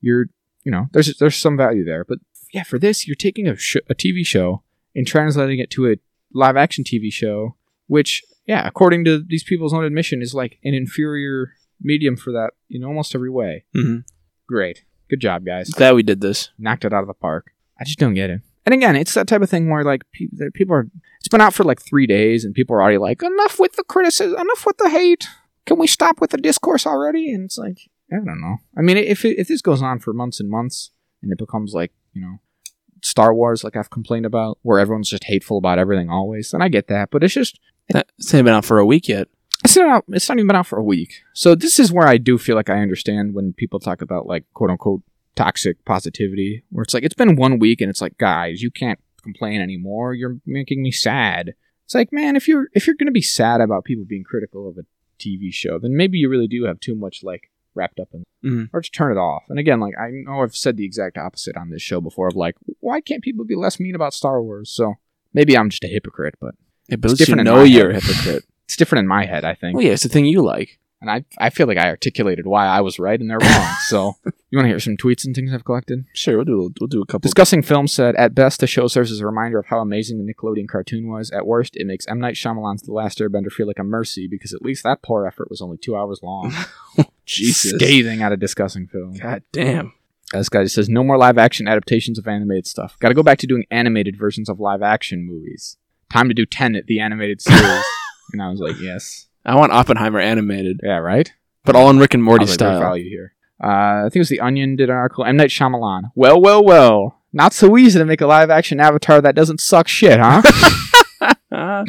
S2: you're you know there's there's some value there but yeah for this you're taking a, sh- a tv show and translating it to a live action TV show, which, yeah, according to these people's own admission, is like an inferior medium for that in almost every way.
S1: Mm-hmm.
S2: Great. Good job, guys.
S1: Glad we did this.
S2: Knocked it out of the park. I just don't get it. And again, it's that type of thing where like pe- that people are. It's been out for like three days, and people are already like, enough with the criticism, enough with the hate. Can we stop with the discourse already? And it's like, I don't know. I mean, if it, if this goes on for months and months, and it becomes like you know, Star Wars, like I've complained about, where everyone's just hateful about everything always, then I get that. But it's just
S1: That, it's not been out for a week yet.
S2: it's not out, it's not even been out for a week. So this is where I do feel like I understand when people talk about like quote unquote toxic positivity, where it's like it's been one week and it's like guys, you can't complain anymore. You're making me sad. It's like man, if you're if you're gonna be sad about people being critical of a TV show, then maybe you really do have too much like wrapped up in
S1: Mhm.
S2: or just turn it off. And again, like I know I've said the exact opposite on this show before of like why can't people be less mean about Star Wars? So maybe I'm just a hypocrite, but
S1: Yeah, but at least
S2: It's
S1: you
S2: different in
S1: know
S2: my
S1: you're a
S2: head.
S1: hypocrite.
S2: it's different in my head, I think.
S1: well, Oh, yeah, it's the thing you like.
S2: and I, I feel like I articulated why I was right and they're wrong. so you want to hear some tweets and things I've collected?
S1: Sure, we'll do we'll do a couple.
S2: Discussing film said, at best, the show serves as a reminder of how amazing the Nickelodeon cartoon was. At worst, it makes M. Night Shyamalan's The Last Airbender feel like a mercy because at least that poor effort was only two hours long. Scathing out of discussing film.
S1: God damn.
S2: This guy just says, no more live action adaptations of animated stuff. Gotta go back to doing animated versions of live action movies. Time to do Tenet, the animated series. and I was like, yes.
S1: I want Oppenheimer animated,
S2: Yeah, right?
S1: but all in Rick and Morty
S2: I'll leave
S1: style.
S2: their value here. Uh, I think it was the Onion did an article. M Night Shyamalan. Well, well, well. Not so easy to make a live action Avatar that doesn't suck shit, huh?
S1: Ah,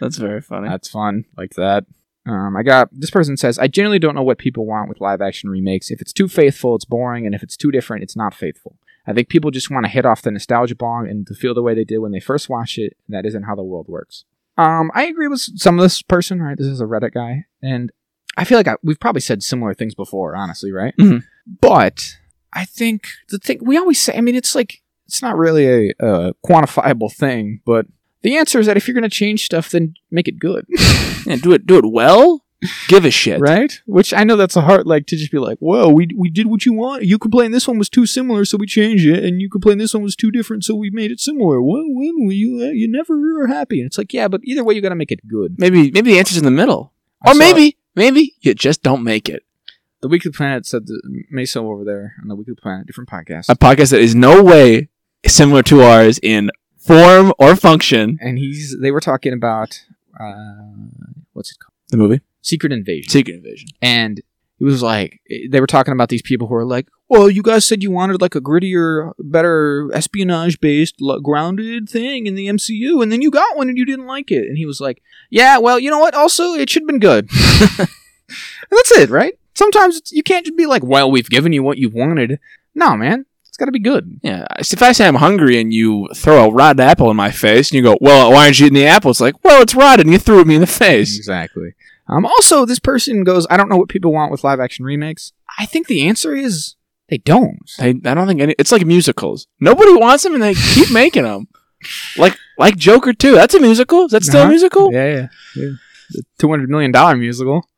S1: that's very funny.
S2: That's fun. Like that. Um, I got this person says I generally don't know what people want with live action remakes. If it's too faithful, it's boring, and if it's too different, it's not faithful. I think people just want to hit off the nostalgia bomb and to feel the way they did when they first watched it. And that isn't how the world works. Um, I agree with some of this person. Right, this is a Reddit guy, and I feel like I, we've probably said similar things before, honestly, right?
S1: Mhm.
S2: But I think the thing we always say. I mean, it's like it's not really a, a quantifiable thing, but the answer is that if you're going to change stuff, then make it good,
S1: yeah, do it do it well. Give a shit.
S2: right? Which I know that's a hard like to just be like, "Whoa, we we did what you want. You complained this one was too similar, so we changed it, and you complained this one was too different, so we made it similar." When when were you uh, you never are happy? And it's like, yeah, but either way, you got to make it good.
S1: Maybe maybe the answer's in the middle,
S2: I
S1: or
S2: saw-
S1: maybe maybe you just don't make it.
S2: the Weekly Planet said that Meso over there on the Weekly Planet, different podcast,
S1: A podcast that is no way similar to ours in form or function.
S2: and he's they were talking about uh, what's it called,
S1: The movie
S2: Secret Invasion.
S1: Secret Invasion.
S2: and it was like they were talking about these people who are like well you guys said you wanted like a grittier better espionage based grounded thing in the mcu and then you got one and you didn't like it and he was like yeah well you know what also it should have been good And that's it right sometimes it's, you can't just be like well we've given you what you've wanted no man it's got to be good
S1: Yeah, if I say I'm hungry and you throw a rotten apple in my face and you go, "Well, why aren't you eating the apple?" It's like, "Well, it's rotten. You threw it me in the face."
S2: exactly um, also this person goes i don't know what people want with live action remakes i think the answer is they don't
S1: I, I don't think any. It's like musicals. Nobody wants them, and they keep making them. Like like Joker too. That's a musical. Is that still
S2: Uh-huh.
S1: a musical?
S2: Yeah, yeah. The two hundred million dollar musical.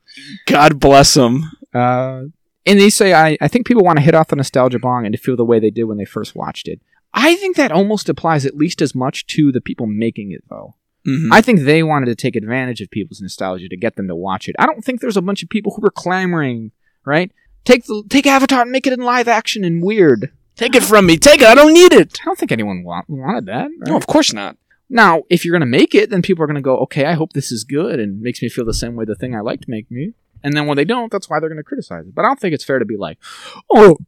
S1: God bless them.
S2: Uh, and they say I, I think people want to hit off the nostalgia bong and to feel the way they did when they first watched it. I think that almost applies at least as much to the people making it though.
S1: Mm-hmm.
S2: I think they wanted to take advantage of people's nostalgia to get them to watch it. I don't think there's a bunch of people who were clamoring right? Take the take Avatar and make it in live action and weird.
S1: Take it from me. Take it. I don't need it.
S2: I don't think anyone wa- wanted that.
S1: No,
S2: right?
S1: of course not.
S2: Now, if you're gonna make it, then people are gonna go, okay, I hope this is good and makes me feel the same way the thing I liked make me. And then when they don't, that's why they're gonna criticize it. But I don't think it's fair to be like, oh,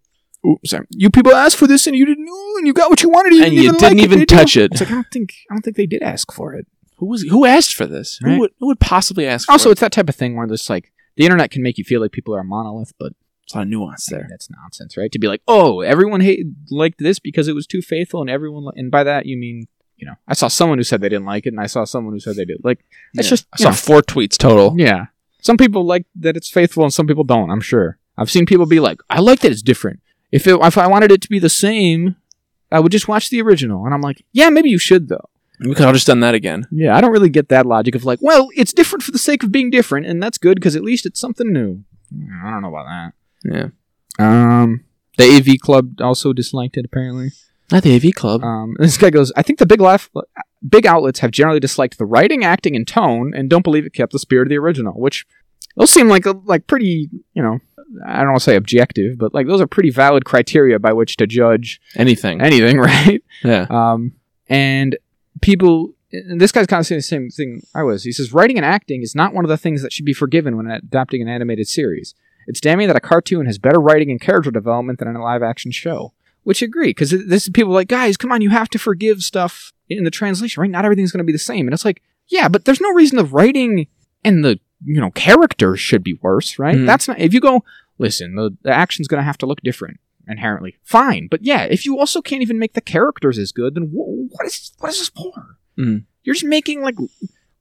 S2: oops, sorry, you people asked for this and you didn't, ooh, and you got what you wanted,
S1: And you didn't
S2: like it,
S1: even
S2: did you?"
S1: touch it.
S2: It's like I don't think I don't think they did ask for it.
S1: Who was who asked for this?
S2: Right.
S1: Who, would, who would possibly ask? for
S2: Also,
S1: it?
S2: it's that type of thing where there's like the internet can make you feel like people are a monolith, but
S1: There's a lot of nuance
S2: there.
S1: there.
S2: That's nonsense, right? To be like, oh, everyone hate, liked this because it was too faithful, and everyone, li-. and by that you mean, you know, I saw someone who said they didn't like it, and I saw someone who said they did. Like, that's
S1: Yeah.
S2: just
S1: I saw four tweets total.
S2: yeah. Some people like that it's faithful, and some people don't. I'm sure. I've seen people be like, I like that it's different. If it, if I wanted it to be the same, I would just watch the original. And I'm like, yeah, maybe you should though.
S1: We could have just done that again.
S2: Yeah, I don't really get that logic of like, well, it's different for the sake of being different, and that's good because at least it's something new. Mm, I don't know about that.
S1: Yeah.
S2: Um, the AV Club also disliked it apparently.
S1: Not the AV Club.
S2: Um, this guy goes, I think the big laugh, big outlets have generally disliked the writing, acting, and tone, and don't believe it kept the spirit of the original. Which those seem like like pretty, you know, I don't want to say objective, but like those are pretty valid criteria by which to judge
S1: Anything.
S2: anything, right?
S1: yeah.
S2: Um, and people, and this guy's kind of saying the same thing I was. He says, writing and acting is not one of the things that should be forgiven when adapting an animated series. It's damning that a cartoon has better writing and character development than a live action show. Which I agree, because this is people like, guys, come on, you have to forgive stuff in the translation, right? Not everything's going to be the same. And it's like, yeah, but there's no reason the writing and the, you know, character should be worse, right?
S1: Mhm.
S2: That's not, if you go, listen, the, the action's going to have to look different inherently fine but yeah if you also can't even make the characters as good then wh- what is what is this for
S1: Mm.
S2: you're just making like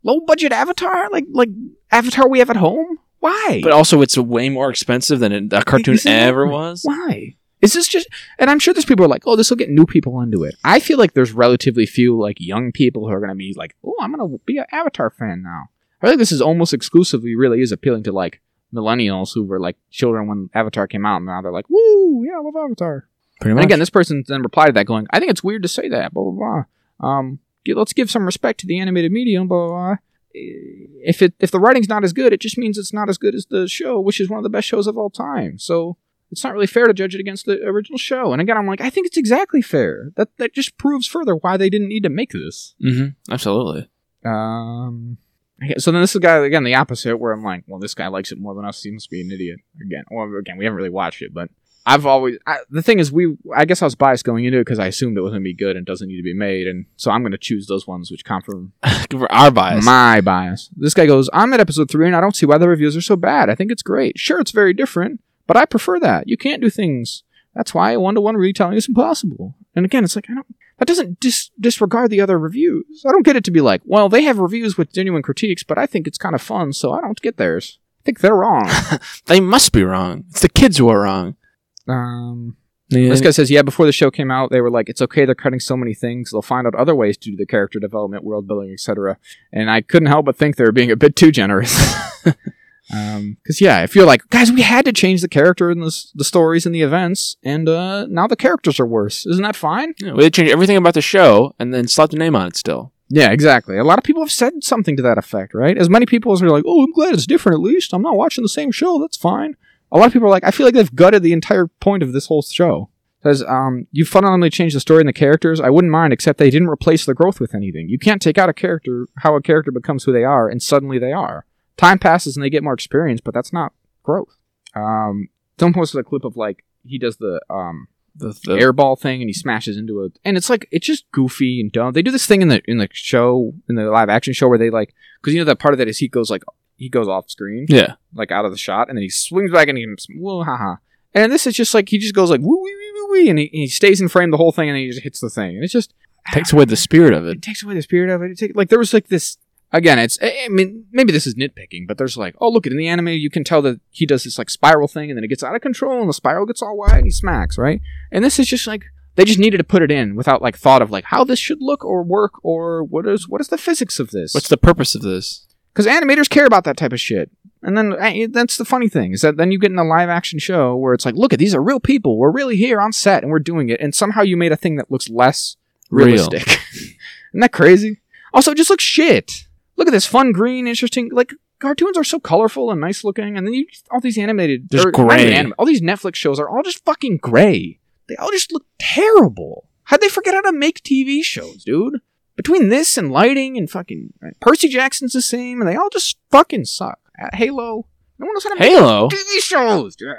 S2: low budget avatar like like avatar we have at home why
S1: But also, it's way more expensive than a cartoon
S2: Exactly.
S1: ever was.
S2: why is this just and i'm sure there's people who are like oh this will get new people into it i feel like there's relatively few like young people who are going to be like oh i'm going to be an avatar fan now i feel like this is almost exclusively really is appealing to like millennials who were like children when avatar came out and now they're like woo yeah i love avatar
S1: Pretty
S2: And again, this person then replied to that, going, "I think it's weird to say that." Blah blah blah. Um, g- let's give some respect to the animated medium. Blah blah. blah. If it if the writing's not as good, it just means it's not as good as the show, which is one of the best shows of all time. So it's not really fair to judge it against the original show. And again, I'm like, I think it's exactly fair. That that just proves further why they didn't need to make this.
S1: Mm-hmm. Absolutely.
S2: Um. okay, So then this is guy again the opposite where I'm like, well, this guy likes it more than us. He must be an idiot again. Well, again, we haven't really watched it, but I've always I, the thing is we I guess I was biased going into it because I assumed it was going to be good and doesn't need to be made, and so I'm going to choose those ones which confirm
S1: For Our bias.
S2: my bias. This guy goes, I'm at episode three and I don't see why the reviews are so bad. I think it's great. Sure, it's very different, but I prefer that. You can't do things. That's why one to one retelling is impossible. And again, it's like, I don't, that doesn't dis- disregard the other reviews. I don't get it to be like, well, they have reviews with genuine critiques, but I think it's kind of fun, so I don't get theirs. I think they're wrong.
S1: they must be wrong. It's the kids who are wrong.
S2: um,
S1: Yeah.
S2: This guy says, yeah, before the show came out, they were like, it's okay, they're cutting so many things. They'll find out other ways to do the character development, world building, etc. And I couldn't help but think they were being a bit too generous. Because, yeah, if you're like, guys, we had to change the character and the, s- the stories and the events, and uh, now the characters are worse. Isn't that fine?
S1: Yeah, we changed everything about the show and then slapped a name on it still.
S2: Yeah, exactly. A lot of people have said something to that effect, right? As many people as are like, oh, I'm glad it's different at least. I'm not watching the same show. That's fine. A lot of people are like, I feel like they've gutted the entire point of this whole show. Says, um, you fundamentally changed the story and the characters. I wouldn't mind, except they didn't replace the growth with anything. You can't take out a character, how a character becomes who they are, and suddenly they are. Time passes and they get more experience, but that's not growth. Um, Tom posted a clip of like, he does the, um,
S1: The,
S2: the
S1: the,
S2: airball thing and he smashes into a and it's like it's just goofy and dumb. They do this thing in the in the show in the live action show where they like because you know that part of that is he goes like he goes off screen
S1: yeah.
S2: like out of the shot and then he swings back and he whoa haha and this is just like he just goes like woo woo woo woo woo and he, he stays in frame the whole thing and he just hits the thing and it's just
S1: Takes away the spirit of
S2: it
S1: it.
S2: takes away the spirit of it. it take, like there was like this again. It's I I mean maybe this is nitpicking, but there's like oh look in the anime you can tell that he does this like spiral thing and then it gets out of control and the spiral gets all wide and he smacks right. And this is just like they just needed to put it in without like thought of like how this should look or work or what is what is the physics of this
S1: What's the purpose of this?
S2: because animators care about that type of shit. And then I, that's the funny thing is that then you get in a live action show where it's like, look at these are real people. We're really here on set and we're doing it. And somehow you made a thing that looks less
S1: Real.
S2: realistic. Isn't that crazy? Also, it just looks shit. Look at this fun green, interesting. Like cartoons are so colorful and nice looking, and then you all these animated,
S1: Just
S2: or not even
S1: gray.
S2: anime- all these Netflix shows are all just fucking gray. They all just look terrible. How'd they forget how to make TV shows, dude? Between this and lighting and fucking Percy Jackson's the same, and they all just fucking suck. At Halo, no one knows how to make
S1: Halo.
S2: TV shows. dude.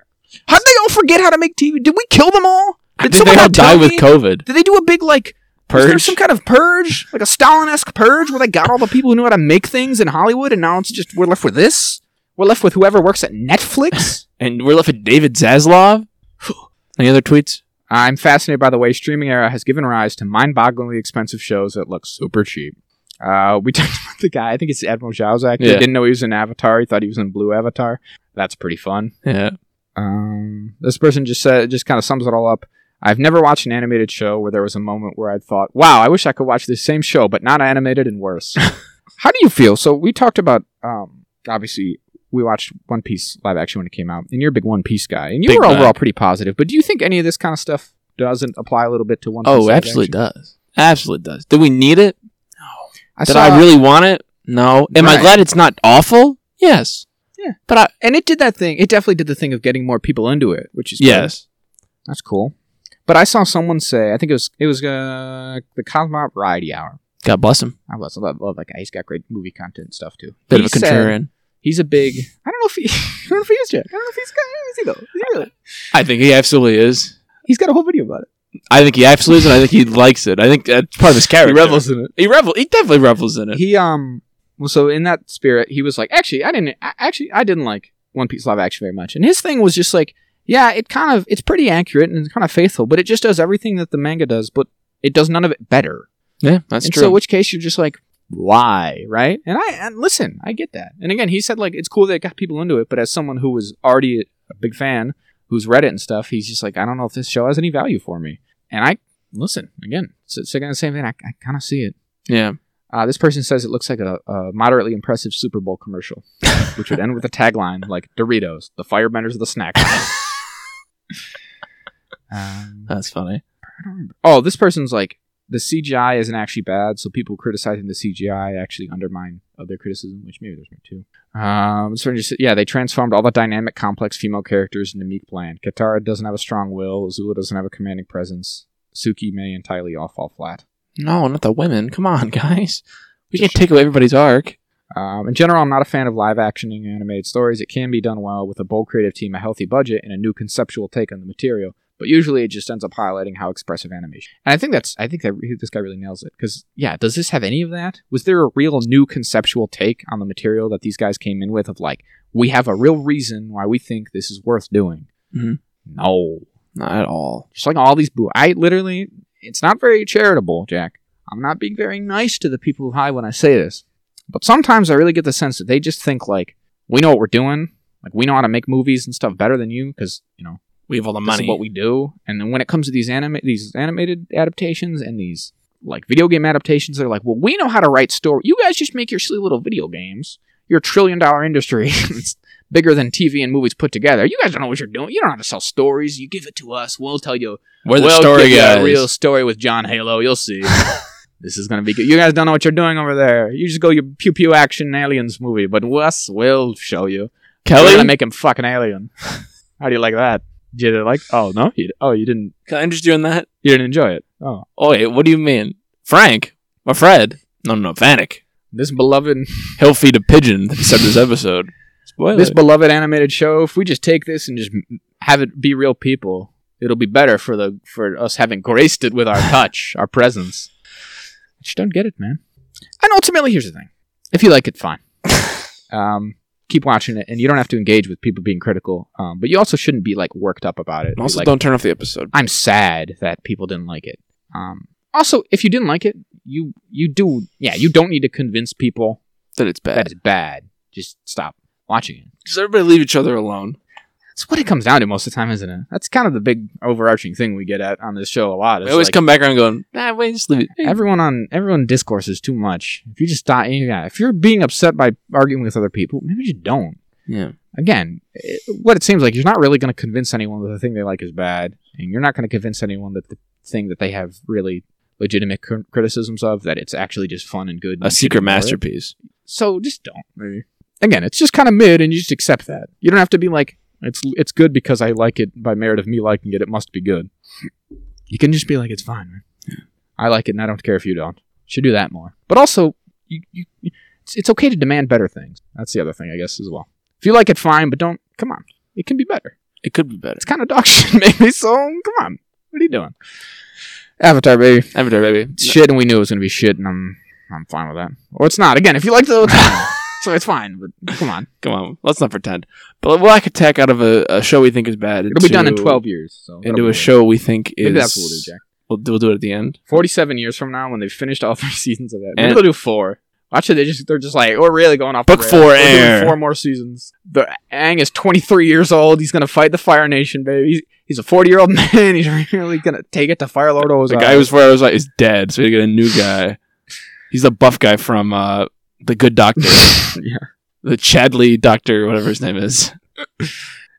S2: How'd they all forget how to make TV? Did we kill them all?
S1: Did,
S2: someone
S1: they all
S2: not tell
S1: die with
S2: me?
S1: COVID?
S2: Did they do a big like was there
S1: Purge.
S2: some kind of purge, like a Stalin-esque purge, where they got all the people who knew how to make things in Hollywood, and now it's just we're left with this. We're left with whoever works at Netflix.
S1: and we're left with David Zaslav. Any other tweets?
S2: I'm fascinated by the way streaming era has given rise to mind-bogglingly expensive shows that look super cheap. Uh, we talked about the guy. I think it's Admiral Zhaozak. He
S1: Yeah.
S2: didn't know he was in Avatar. He thought he was in Blue Avatar. That's pretty fun.
S1: Yeah.
S2: Um, this person just said, just kind of sums it all up. I've never watched an animated show where there was a moment where I thought, "Wow, I wish I could watch this same show, but not animated and worse." How do you feel? So we talked about, um, obviously, we watched One Piece live action when it came out, and you're a big One Piece guy, and you
S1: Big
S2: were
S1: guy.
S2: overall pretty positive. But do you think any of this kind of stuff doesn't apply a little bit to One Piece?
S1: Oh,
S2: live
S1: absolutely
S2: action?
S1: does. Absolutely does. Do we need it?
S2: I
S1: Did
S2: saw,
S1: I really want it? No. Am
S2: Right.
S1: I glad it's not awful? Yes.
S2: Yeah.
S1: But I
S2: and it did that thing. It definitely did the thing of getting more people into it, which is cool.
S1: yes.
S2: That's cool. But I saw someone say, I think it was it was uh, the Cosmo Variety Hour.
S1: God bless him.
S2: I was I love, love that guy. He's got great movie content and stuff too.
S1: Bit
S2: He
S1: of a
S2: said-
S1: contrarian.
S2: He's a big. I don't know if he. I don't know if he is yet. I don't know if he's got. Is he though? Is he really?
S1: I think he absolutely is.
S2: He's got a whole video about it.
S1: I think he absolutely is, and I think he likes it. I think that's part of his character.
S2: in it.
S1: He revel. He definitely revels in it.
S2: He um. Well, so in that spirit, he was like, actually, I didn't. I, actually, I didn't like One Piece live action very much. And his thing was just like, yeah, it kind of it's pretty accurate and it's kind of faithful, but it just does everything that the manga does, but it does none of it better.
S1: yeah, that's
S2: and
S1: true.
S2: so, in which case you're just like, why, right? And I and listen, I get that. And again, he said like it's cool that it got people into it, but as someone who was already a big fan, who's read it and stuff, he's just like, I don't know if this show has any value for me. And I listen again, it's, it's again the same thing. I, I kind of see it.
S1: yeah,
S2: Uh, this person says it looks like a, a moderately impressive Super Bowl commercial, which would end with a tagline like Doritos, the firebenders of the snack. aisle." um,
S1: that's funny.
S2: Oh, this person's like the CGI isn't actually bad, so people criticizing the CGI actually undermine other criticism, which maybe there's no two. Um, so just, yeah, they transformed all the dynamic, complex female characters into meek bland. Katara doesn't have a strong will. Azula doesn't have a commanding presence. Suki, May, and Tylee all fall flat.
S1: No, not the women. Come on, guys. We can't take away everybody's arc.
S2: Um, in general, I'm not a fan of live actioning animated stories. It can be done well with a bold creative team, a healthy budget, and a new conceptual take on the material. But usually, it just ends up highlighting how expressive animation. And I think that's I think that re- this guy really nails it because yeah, does this have any of that? Was there a real new conceptual take on the material that these guys came in with of like we have a real reason why we think this is worth doing?
S1: Mhm.
S2: No,
S1: Not at all.
S2: just like all these boo. I literally, it's not very charitable, Jack. I'm not being very nice to the people of High when I say this, but sometimes I really get the sense that they just think like we know what we're doing, like we know how to make movies and stuff better than you because you know
S1: We have all the
S2: this is what we do. And then when it comes to these anime, these animated adaptations and these like video game adaptations, they're like, well, we know how to write story. You guys just make your silly little video games. You're a trillion dollar industry. it's bigger than TV and movies put together. You guys don't know what you're doing. You don't have to sell stories. You give it to us. We'll tell you
S1: We're the
S2: we'll
S1: story
S2: give you
S1: guys.
S2: A real story with John Halo. You'll see. this is gonna be good. You guys don't know what you're doing over there. You just go your pew pew action aliens movie, but Wes will show you. We're
S1: Kelly,
S2: gonna make him fucking alien. How do you like that? Did you like? Oh no. You, oh, you didn't.
S1: can I interest you in that?
S2: You didn't enjoy it. Oh,
S1: Oh wait, what do you mean, Frank? My Fred? No, no, no, Vanek.
S2: this beloved,
S1: He'll feed a pigeon. that he said this episode. Spoiler.
S2: this beloved animated show. If we just take this and just have it be real people, it'll be better for the for us having graced it with our touch, our presence. I just don't get it, man. And ultimately, here's the thing: if you like it, fine. um, keep watching it, and you don't have to engage with people being critical. Um, but you also shouldn't be like worked up about it. Be
S1: also,
S2: like,
S1: don't turn off the episode.
S2: I'm sad that people didn't like it. Um, also, if you didn't like it, you you do yeah, you don't need to convince people
S1: That it's
S2: that
S1: bad.
S2: it's bad. Just stop watching it.
S1: Just everybody leave each other alone.
S2: That's what it comes down to most of the time, isn't it? That's kind of the big overarching thing we get at on this show a lot.
S1: We
S2: It's
S1: always
S2: like,
S1: come back around going, nah, wait, just leave it.
S2: everyone on everyone discourses too much. If you just stop, yeah, if you're being upset by arguing with other people, maybe you don't.
S1: Yeah.
S2: Again, it, what it seems like you're not really going to convince anyone that the thing they like is bad, and you're not going to convince anyone that the thing that they have really legitimate cr- criticisms of that it's actually just fun and good.
S1: A
S2: and you should
S1: secret
S2: ignore it.
S1: masterpiece.
S2: So just don't. Maybe. again, it's just kind of mid, and you just accept that. You don't have to be like it's it's good because I like it by merit of me liking it. It must be good. You can just be like it's fine. Man. I like it, and I don't care if you don't. Should do that more. But also, you, you it's, it's okay to demand better things. That's the other thing, I guess, as well. If you like it, fine, but don't come on. It can be better.
S1: It could be better.
S2: It's kind of dog shit, maybe. So come on. What are you doing? Avatar, baby.
S1: Avatar, baby.
S2: It's shit, and we knew it was gonna be shit, and I'm I'm fine with that. Or it's not. Again, if you like the, it's fine. so it's fine. But come on,
S1: Come on, let's not pretend. But Black Attack out of a, a show we think is bad.
S2: it'll be done in
S1: into-
S2: twelve years. So that'll be
S1: Into a
S2: good.
S1: show we think is.
S2: Maybe that's what we'll do, Jack.
S1: We'll do, we'll do it at the end.
S2: Forty-seven years from now, when they've finished all three seasons of that, maybe
S1: And-
S2: they'll do four. Actually, they just they're just like we're really going off.
S1: Book
S2: the rails.
S1: four
S2: We're doing
S1: air.
S2: Four more seasons. The Aang is twenty-three years old. He's gonna fight the Fire Nation, baby. He's, he's a forty-year-old man. He's really gonna take it to Fire Lord Ozai.
S1: The guy who's four hours like is dead, so we get a new guy. He's the buff guy from uh, the Good Doctor,
S2: yeah.
S1: the Chadley Doctor, whatever his name is.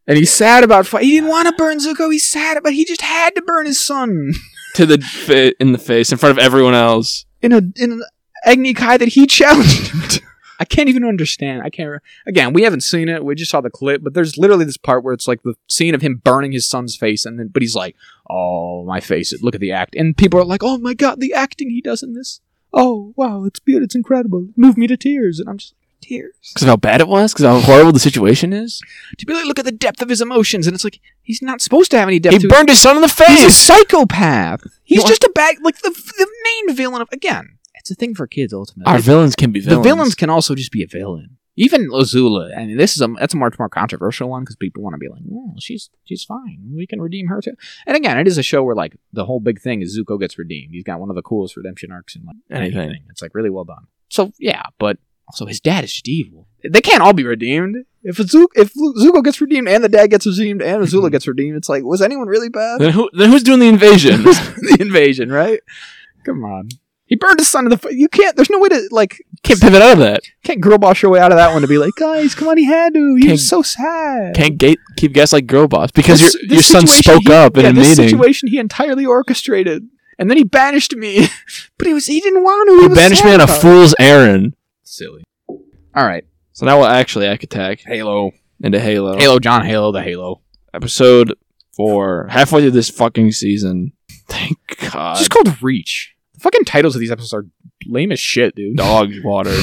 S2: And he's sad about fi- he didn't want to burn Zuko. He's sad, but he just had to burn his son
S1: To the fa- in the face in front of everyone else.
S2: in a in an Agni Kai that he challenged. him to. I can't even understand. I can't. Re- Again, we haven't seen it. We just saw the clip, but there's literally this part where it's like the scene of him burning his son's face, and then but he's like, "Oh, my face! Look at the act." And people are like, "Oh my god, the acting he does in this! Oh wow, it's beautiful. It's incredible. It moved me to tears." And I'm just like, tears.
S1: Because of how bad it was, because how horrible the situation is.
S2: To be like, look at the depth of his emotions, and it's like he's not supposed to have any depth. to
S1: he
S2: his-
S1: burned his son in the
S2: He's a
S1: face.
S2: psychopath. He's
S1: You
S2: just a bad, like the the main villain of again. It's a thing for kids ultimately.
S1: Our villains can be
S2: the
S1: villains.
S2: villains. can also just be a villain. Even Azula. I mean, this is a that's a much more controversial one because people want to be like, "Well, she's she's fine. We can redeem her too." And again, it is a show where like the whole big thing is Zuko gets redeemed. He's got one of the coolest redemption arcs in like
S1: Anything.
S2: anything. It's like really well done. So yeah, but also his dad is just evil. They can't all be redeemed. If Zuko, if Zuko gets redeemed and the dad gets redeemed and Azula gets redeemed, it's like, was anyone really bad?
S1: Then, who, then who's doing the invasion?
S2: the invasion, right? Come on. He burned his son in the. F- you can't. There's no way to like.
S1: Can't pivot out of that.
S2: Can't girl boss your way out of that one to be like, guys, come on, he had to. He
S1: Can't-
S2: was so sad.
S1: Can't gate, keep guys like girl boss because
S2: This-
S1: your
S2: this
S1: your son
S2: situation
S1: spoke
S2: he-
S1: up in
S2: yeah,
S1: a
S2: this
S1: meeting.
S2: situation he entirely orchestrated, and then he banished me. but he was he didn't want to. He,
S1: He
S2: was
S1: banished
S2: sad
S1: me on a
S2: about it.
S1: fool's errand.
S2: Silly. All right,
S1: So now we'll actually act attack
S2: Halo,
S1: into Halo.
S2: Halo, John Halo, the Halo.
S1: Episode four. Halfway through this fucking season. Thank God.
S2: It's just called Reach. The fucking titles of these episodes are lame as shit, dude.
S1: dog water.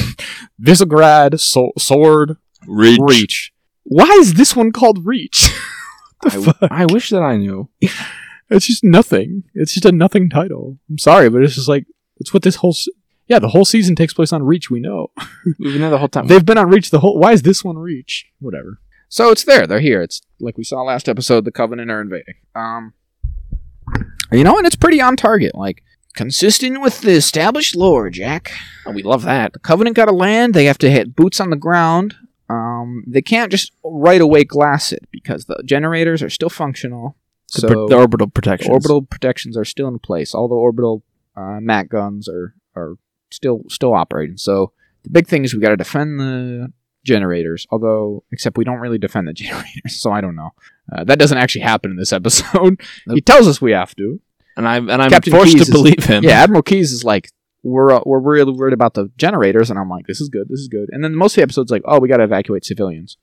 S2: Visigrad, so- Sword,
S1: Reach.
S2: Reach. Why is this one called Reach? What the
S1: I,
S2: fuck?
S1: I wish that I knew.
S2: It's just nothing. It's just a nothing title. I'm sorry, but it's just like it's what this whole s yeah the whole season takes place on Reach. We know
S1: We've been there the whole time.
S2: they've been on Reach the whole. Why is this one Reach? Whatever. So it's there. They're here. It's like we saw last episode. The Covenant are invading. Um, you know, and it's pretty on target. Like
S3: Consistent with the established lore, Jack.
S1: Oh, we love that.
S2: the Covenant got to land. They have to hit boots on the ground. Um, they can't just right away glass it because the generators are still functional.
S1: The, pr- the orbital protection.
S2: The orbital protections are still in place. All the orbital uh, MAC guns are are still still operating. So the big thing is we got to defend the generators. Although, except we don't really defend the generators, so I don't know. Uh, that doesn't actually happen in this episode. he
S1: Nope.
S2: tells us we have to.
S1: And I'm and I'm
S2: Captain
S1: forced
S2: Keyes
S1: to
S2: is-
S1: believe him.
S2: Yeah, Admiral Keys is like, we're uh, we're really worried about the generators, and I'm like, this is good, this is good. And then most of the episodes like, oh, we got to evacuate civilians,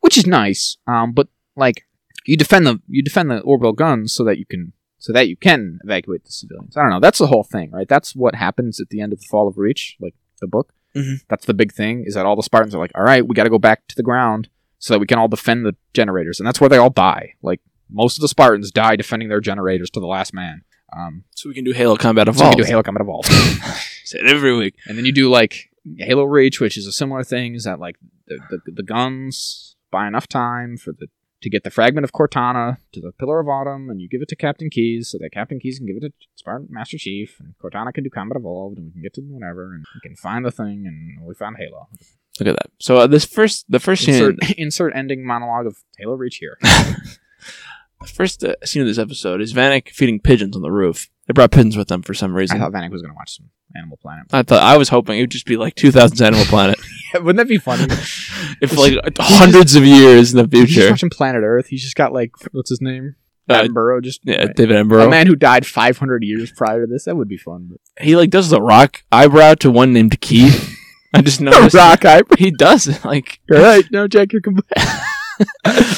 S2: which is nice. Um, but like, you defend the you defend the orbital guns so that you can so that you can evacuate the civilians. I don't know. That's the whole thing, right? That's what happens at the end of the Fall of Reach, like the book.
S1: Mhm.
S2: That's the big thing is that all the Spartans are like, all right, we got to go back to the ground so that we can all defend the generators, and that's where they all die. Like most of the Spartans die defending their generators to the last man. Um,
S1: So we can do Halo Combat
S2: so you
S1: Evolved.
S2: can do Halo Combat Evolved.
S1: Say it every week.
S2: and then you do like Halo Reach, which is a similar thing, is that like the, the, the guns buy enough time for the to get the fragment of Cortana to the Pillar of Autumn, and you give it to Captain Keys, so that Captain Keys can give it to Spartan Master Chief, and Cortana can do Combat Evolved, and we can get to whatever, and we can find the thing, and we found Halo.
S1: Look at that. So uh, this first, the first scene,
S2: Insert, insert ending monologue of Halo Reach here.
S1: the first uh, scene of this episode is Vanek feeding pigeons on the roof. They brought pigeons with them for some
S2: I
S1: reason.
S2: thought Vanek was going to watch some Animal Planet.
S1: I thought I was hoping it would just be like 2000's Animal Planet.
S2: Wouldn't that be funny?
S1: if like hundreds of years in the
S2: He's just
S1: future,
S2: watching Planet Earth. He's just got like what's his name?
S1: Uh,
S2: Attenborough just
S1: yeah,
S2: right.
S1: David
S2: A
S1: Attenborough.
S2: man who died 500 years prior to this. That would be fun. But
S1: He like does the rock eyebrow to one named Keith. I just
S2: The
S1: noticed
S2: Rock hyper.
S1: he does like,
S2: All right, now Jack, you're complete.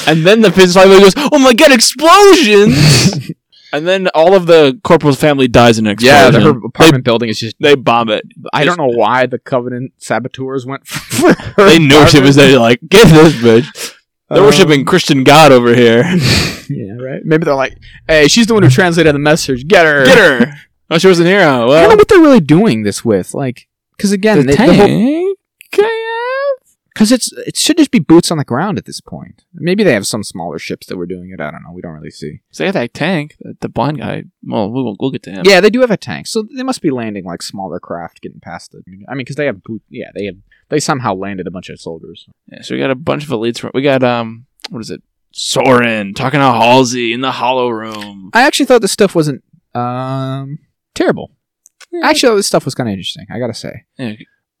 S1: and then the Fist finally goes, "Oh my god, explosions!" and then all of the corporal's family dies in an explosion.
S2: Yeah, the, her apartment building is just.
S1: they bomb it.
S2: I don't know why the Covenant saboteurs went for her.
S1: They knew she
S2: apartment.
S1: was there. Like, get this bitch. They're
S2: Um,
S1: worshiping Christian God over here.
S2: Yeah, right. Maybe they're like, "Hey, she's the one who translated the message. Get her.
S1: Get her. Oh, she was an hero.
S2: I don't know
S1: Well,
S2: what they're really doing this with, like, because again,
S1: the
S2: they- the whole
S1: tank.
S2: Because it's it should just be boots on the ground at this point. Maybe they have some smaller ships that were doing it. I don't know. We don't really see.
S1: So they got that tank. The- The blind guy. Well, we'll, we'll get to him.
S2: Yeah, they do have a tank, so they must be landing like smaller craft, getting past the. I mean, because they have boot. Yeah, they have. They somehow landed a bunch of soldiers.
S1: Yeah, so we got a bunch of elites. From, we got um, what is it? Soren talking to Halsey in the hollow room.
S2: I actually thought this stuff wasn't um terrible. Actually, this stuff was kind of interesting. I gotta say.
S1: Yeah.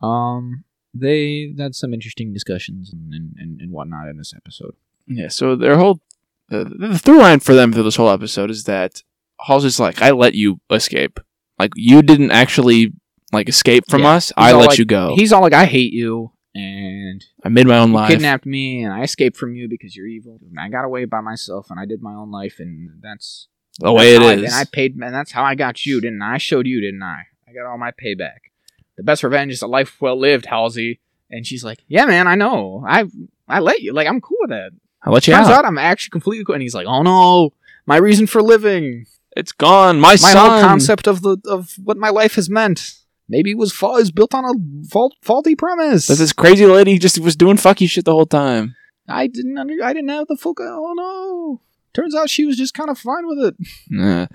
S2: Um, they had some interesting discussions and and, and whatnot in this episode.
S1: Yeah. So their whole the, the through line for them through this whole episode is that Halsey's like, I let you escape. Like you didn't actually like escape from
S2: Yeah.
S1: us. I
S2: all
S1: let
S2: like-
S1: you go.
S2: He's all like, "I hate you," and
S1: I made my own Oh. life.
S2: kidnapped me and I escaped from you because you're evil. And I got away by myself and I did my own life and that's
S1: the way it
S2: that's how I-
S1: is.
S2: and I paid and that's how I got you, didn't I? I showed you, didn't I? I got all my payback. The best revenge is a life well lived, Halsey. And she's like, Yeah, man, I know. I I let you. Like, I'm cool with that.
S1: I let you
S2: Turns
S1: out.
S2: out I'm actually completely cool. And he's like, Oh no, my reason for living.
S1: It's gone. My,
S2: My
S1: son.
S2: whole concept of the of what my life has meant. Maybe it was fa- is built on a fault, faulty premise.
S1: That's this crazy lady who just was doing fucky shit the whole time.
S2: I didn't under, I didn't have the full. Oh no! Turns out she was just kind of fine with it.
S1: Yeah.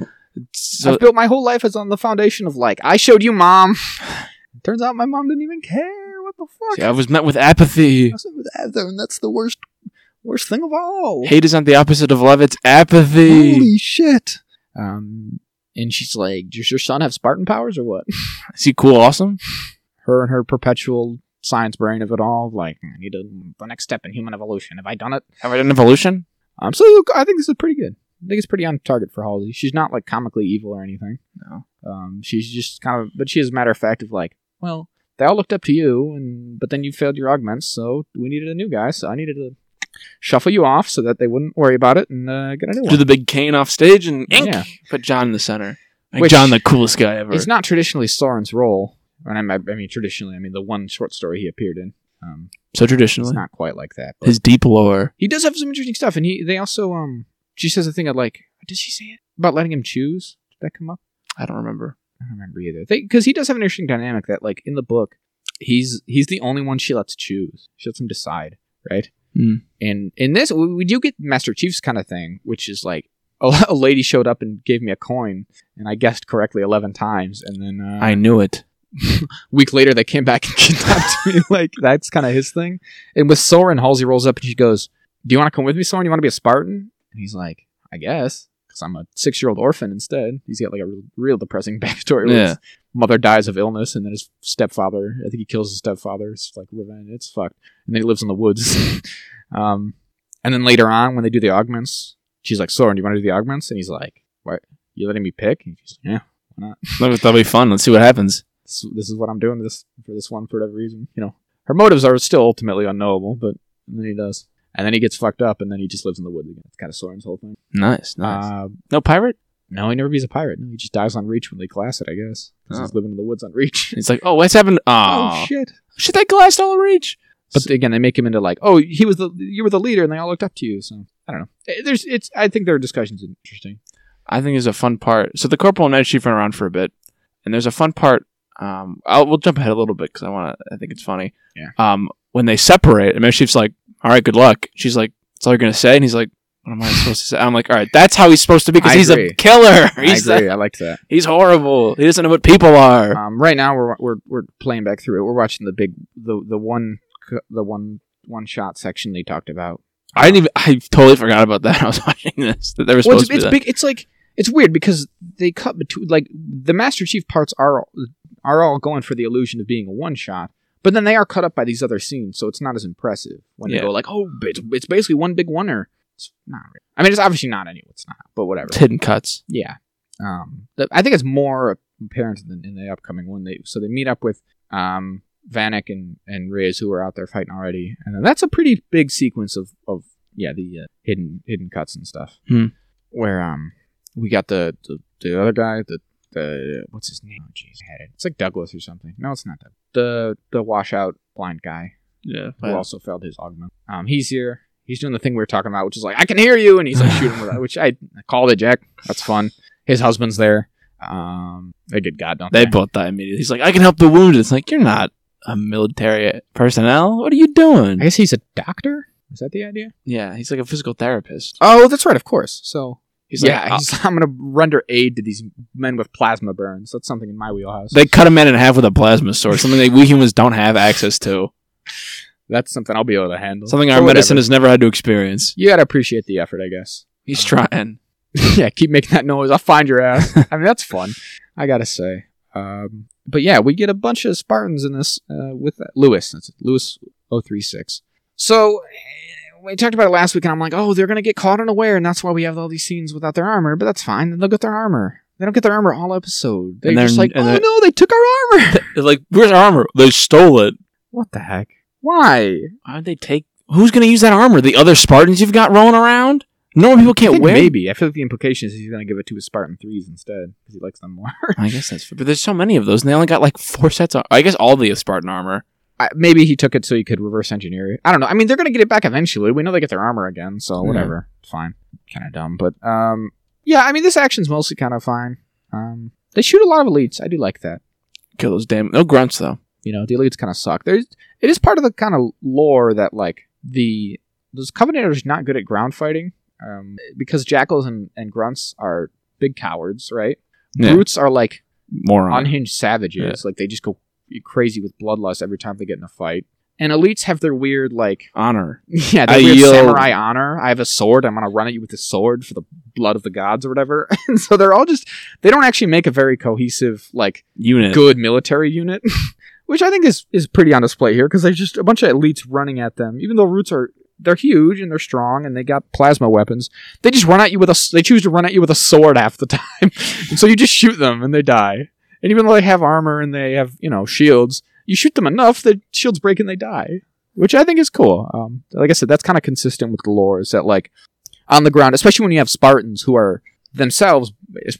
S1: So
S2: I've built my whole life is on the foundation of like I showed you, mom. Turns out my mom didn't even care. What the fuck?
S1: see, I was met with apathy.
S2: That's- that's- and that's the worst, worst thing of all.
S1: Hate is not the opposite of love. It's apathy.
S2: Holy shit! Um, and she's like, "Does your son have Spartan powers or what?"
S1: Is he cool? Awesome.
S2: Her and her perpetual science brain of it all. Like, I need to, the next step in human evolution. Have I done it?
S1: Have I done evolution?
S2: Um, so I think this is pretty good. I think it's pretty on target for Halsey. She's not like comically evil or anything.
S1: No.
S2: Um, she's just kind of, but she is a matter of fact of like, well, they all looked up to you, and but then you failed your augments, so we needed a new guy. So I needed to shuffle you off so that they wouldn't worry about it and uh, get a new
S1: Do
S2: one.
S1: the big cane off stage and ink.
S2: Yeah.
S1: put John in the center. Like
S2: Which-
S1: John, the coolest guy ever.
S2: It's not traditionally Soren's role, and I, I mean traditionally, I mean the one short story he appeared in. Um,
S1: so
S2: it's
S1: traditionally,
S2: not quite like that. But
S1: his deep lore.
S2: he does have some interesting stuff, and he they also um she says a thing I'd like. Did she say it about letting him choose? Did that come up?
S1: I don't remember.
S2: I don't remember either. Because he does have an interesting dynamic that, like, in the book, he's he's the only one she lets choose. She lets him decide, right?
S1: Hmm.
S2: And in this, we, we do get Master Chief's kind of thing, which is like a, a lady showed up and gave me a coin, and I guessed correctly eleven times, and then uh,
S1: I knew it.
S2: week later they came back and kidnapped me. Like that's kind of his thing. And with Soren, Halsey rolls up and she goes, "Do you want to come with me, Soren? You want to be a Spartan?" And he's like, "I guess." Because I'm a six-year-old orphan instead. He's got like a real, real depressing backstory. Where
S1: Yeah.
S2: His mother dies of illness, and then his stepfather. I think he kills his stepfather. It's like revenge. It's fucked. And then he lives in the woods. um, and then later on, when they do the augments, she's like, "Soren, do you want to do the augments?" And he's like, "What? You letting me pick?" And she's like, "Yeah."
S1: Look, that'll be fun. Let's see what happens.
S2: this, this is what I'm doing this for this one for whatever reason. You know, her motives are still ultimately unknowable, but then he does, and then he gets fucked up, and then he just lives in the woods again. It's kind of Soren's whole thing.
S1: Nice, nice.
S2: Uh,
S1: no pirate.
S2: no, he never becomes a pirate. No, he just dies on Reach when they class it, I guess, 'cause he's living in the woods on Reach.
S1: It's like, oh, what's happened?
S2: oh
S1: Aw.
S2: shit!
S1: shit, that glass all reach.
S2: But again, they make him into like, oh, he was the you were the leader, and they all looked up to you. So I don't know. Eh, There's it's I think their discussions are interesting.
S1: I think is a fun part. So the corporal and night chief run around for a bit, and there's a fun part. Um, I'll, we'll jump ahead a little bit because I want to. I think it's funny.
S2: Yeah.
S1: Um, when they separate, and night chief's like, "All right, good luck." She's like, "That's all you're gonna say," and he's like, "What am I supposed to say?" I'm like, "All right, that's how he's supposed to be because
S2: I
S1: he's a
S2: agree.
S1: killer. He's
S2: I agree. I liked that.
S1: he's horrible. He doesn't know what people are."
S2: Um, right now we're, we're we're playing back through it. We're watching the big the the one c- the one one shot section they talked about.
S1: I didn't even. I totally forgot about that. I was watching this. That they were
S2: Well,
S1: supposed to
S2: it's,
S1: be
S2: it's
S1: that.
S2: big. It's like it's weird because they cut between like the Master Chief parts are all- are all going for the illusion of being a one shot, but then they are cut up by these other scenes, so it's not as impressive when
S1: Yeah.
S2: they go like, oh, it's, it's basically one big oneer. It's not. Really. I mean, it's obviously not anyway. It's not, but whatever.
S1: It's hidden cuts.
S2: Yeah. Um, the, I think it's more apparent in the, in the upcoming one. They so they meet up with um, Vanek and and Riz who are out there fighting already, and then that's a pretty big sequence of of yeah the uh, hidden hidden cuts and stuff
S1: Hmm.
S2: where um we got the the, the other guy the the what's his name? Oh, jeez, I had it. It's like Douglas or something. No, it's not Doug. The the washout blind guy
S1: Yeah.
S2: who also failed his augment. Um, he's here. He's doing the thing we were talking about, which is like I can hear you, and he's like shooting with that, which I called it Jack. That's fun. His husband's there. Um, they did God don't
S1: They
S2: they?
S1: both die immediately. He's like, I can help the wounded. It's like, you're not a military personnel. What are you
S2: I
S1: doing?
S2: guess he's a doctor. Is that the idea?
S1: Yeah, he's like a physical therapist.
S2: Oh, that's right. Of course. So he's
S1: Yeah,
S2: like, "Ah." he's, I'm gonna render aid to these men with plasma burns. That's something in my wheelhouse.
S1: They cut a man in half with a plasma sword, something that we humans don't have access to,
S2: that's something I'll be able to handle.
S1: something
S2: Or
S1: our
S2: whatever.
S1: medicine has never had to experience.
S2: You gotta appreciate the effort, I guess.
S1: He's trying.
S2: yeah, keep making that noise. I'll find your ass. I mean, that's fun. I gotta say. Um, but yeah, we get a bunch of Spartans in this uh, with that. Lewis. That's it. Lewis 036. So eh, we talked about it last week, and I'm like, oh, they're gonna get caught unaware, and that's why we have all these scenes without their armor. But that's fine. They'll get their armor. They don't get their armor all episode. They're
S1: And they're-
S2: just like,
S1: and
S2: oh
S1: they're-
S2: no, they took our armor.
S1: They're like, where's our armor? They stole it.
S2: what the heck? Why?
S1: Why would they take? Who's gonna use that armor? The other Spartans you've got rolling around? Normal people
S2: I
S1: can't
S2: think
S1: wear.
S2: Maybe I feel like the implication is he's gonna give it to his Spartan threes instead because he likes them more.
S1: I guess that's. But there's so many of those, and they only got like four sets. of... I guess all the Spartan armor.
S2: I, maybe he took it so he could reverse engineer it. I don't know. I mean, they're gonna get it back eventually. We know they get their armor again, so
S1: Yeah.
S2: whatever. Fine. Kind of dumb, but um, yeah. I mean, this action's mostly kind of fine. Um, they shoot a lot of elites. I do like that.
S1: Kill those damn no grunts though.
S2: You know, the elites kind of suck. There's it is part of the kind of lore that like the those Covenanters not good at ground fighting, um, because jackals and and grunts are big cowards, right?
S1: Yeah.
S2: Brutes are like
S1: Moron.
S2: unhinged savages. Like they just go crazy with bloodlust every time they get in a fight. And elites have their weird like
S1: Honor.
S2: yeah,
S1: I
S2: their weird
S1: yield.
S2: samurai honor. I have a sword. I'm gonna run at you with a sword for the blood of the gods or whatever. And so they're all just they don't actually make a very cohesive like
S1: Unit.
S2: good military unit, which I think is is pretty on display here because there's just a bunch of elites running at them. Even though roots are they're huge and they're strong and they got plasma weapons, they just run at you with a s- they choose to run at you with a sword half the time, and so you just shoot them and they die. And even though they have armor and they have you know shields, you shoot them enough that shields break and they die, which I think is cool. Um, like I said, that's kind of consistent with the lore is that like on the ground, especially when you have Spartans who are themselves,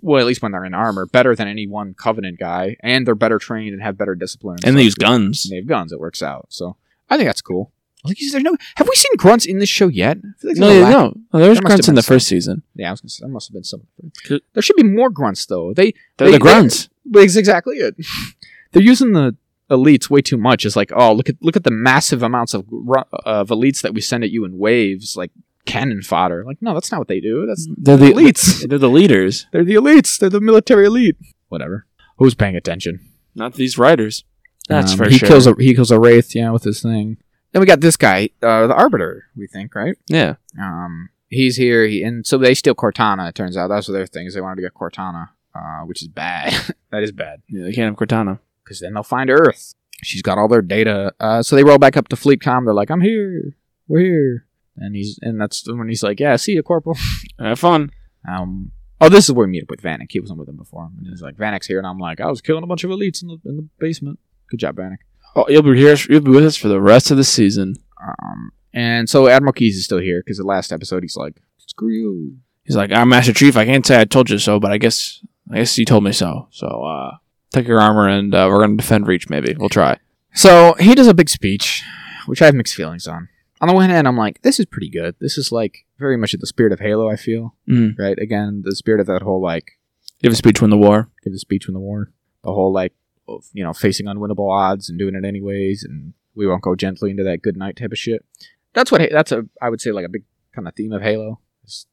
S2: well, at least when they're in armor, better than any one Covenant guy, and they're better trained and have better discipline.
S1: And they
S2: stuff,
S1: use
S2: too.
S1: guns.
S2: And they have guns. It works out. So I think that's cool. Like, is there no? Have we seen grunts in this show yet? I feel like
S1: No,
S2: there's a
S1: yeah,
S2: lack-
S1: no. no. There was
S2: There must
S1: grunts
S2: have
S1: in the
S2: been
S1: first season.
S2: Yeah, I was gonna say, there must have been some.
S1: Could-
S2: There should be more grunts though. They,
S1: They're
S2: They-
S1: the grunts.
S2: but it's exactly it. They're using the elites way too much. It's like, oh, look at look at the massive amounts of gru- of elites that we send at you in waves, like cannon fodder. Like, no, that's not what they do. That's
S1: They're the
S2: elites.
S1: They're the leaders,
S2: They're the elites. They're the military elite. Whatever. Who's paying attention?
S1: not these writers. That's
S2: Um,
S1: for
S2: he
S1: sure.
S2: Kills a, he kills a wraith, yeah, with his thing. Then we got this guy, uh, the Arbiter, we think, right?
S1: yeah.
S2: Um, he's here, he, and so they steal Cortana, it turns out. That's what their thing is. They wanted to get Cortana, uh, which is bad. that is bad.
S1: Yeah. They can't have Cortana.
S2: Because then they'll find Earth. She's got all their data. Uh, so they roll back up to Fleet Com. They're like, I'm here. We're here. And he's and that's when he's like, Yeah, see you, Corporal.
S1: Have fun.
S2: Um, oh, this is where we meet up with Vanek. He wasn't with him before. And he's like, Vanek's here. And I'm like, I was killing a bunch of elites in the, in the basement. Good job, Vanek.
S1: Oh, you'll be here. You'll be with us for the rest of the season.
S2: Um, and so Admiral Keys is still here because the last episode he's like, screw you.
S1: He's like, "Our Master Chief. I can't say I told you so, but I guess, I guess you told me so. So, uh, take your armor and uh, we're gonna defend Reach. Maybe we'll try."
S2: So he does a big speech, which I have mixed feelings on. On the one hand, I'm like, this is pretty good. This is like very much at the spirit of Halo, I feel.
S1: Mm.
S2: Right? Again, the spirit of that whole like,
S1: Give a speech, win the war.
S2: give a speech in the war, the whole like, of, you know, facing unwinnable odds and doing it anyways, and we won't go gently into that good night type of shit. That's what, that's a, I would say, like a big kind of theme of Halo.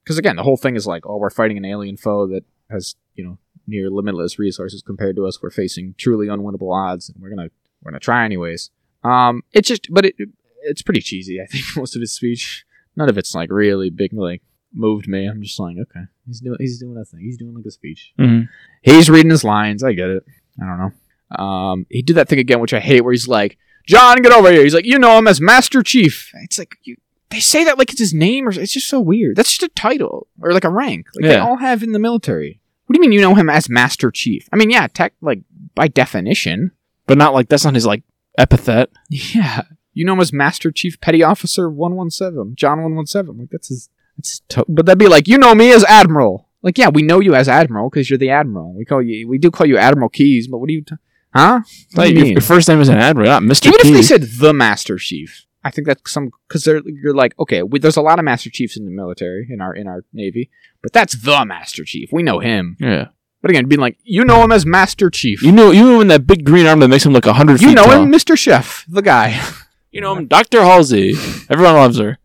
S2: Because again, the whole thing is like, oh, we're fighting an alien foe that has, you know, near limitless resources compared to us. We're facing truly unwinnable odds, and we're gonna we're gonna try anyways. Um, it's just, but it it's pretty cheesy. I think most of his speech, none of it's like really big, like moved me. I'm just like, okay, he's doing he's doing a thing. He's doing like a speech.
S1: Mhm.
S2: He's reading his lines. I get it. I don't know. Um, he did that thing again, which I hate, where he's like, John, get over here. He's like, you know him as Master Chief. It's like you. They say that like it's his name, or it's just so weird. That's just a title or like a rank. Like they
S1: Yeah.
S2: all have in the military. What do you mean you know him as Master Chief? I mean, yeah, tech like by definition.
S1: But not like that's not his like epithet.
S2: Yeah. You know him as Master Chief Petty Officer 117, John 117. Like, that's his. That's his to- but that'd be like, you know me as Admiral. Like, yeah, we know you as Admiral because you're the Admiral. We call you, we do call you Admiral Keys, but what do you, t- huh? What do
S1: Like
S2: you
S1: your,
S2: mean?
S1: your first name is an admiral, not Mister.
S2: Even if they
S1: Keys.
S2: said the Master Chief, I think that's some because they're you're like okay, we, there's a lot of Master Chiefs in the military in our in our Navy, but that's the Master Chief. We know him,
S1: yeah,
S2: but again, being like you know him as Master Chief,
S1: you know, you know him in that big green arm that makes him look a hundred.
S2: you
S1: feet
S2: know
S1: tall.
S2: him, Mister Chef, the guy.
S1: You know him, Doctor Halsey. Everyone loves her.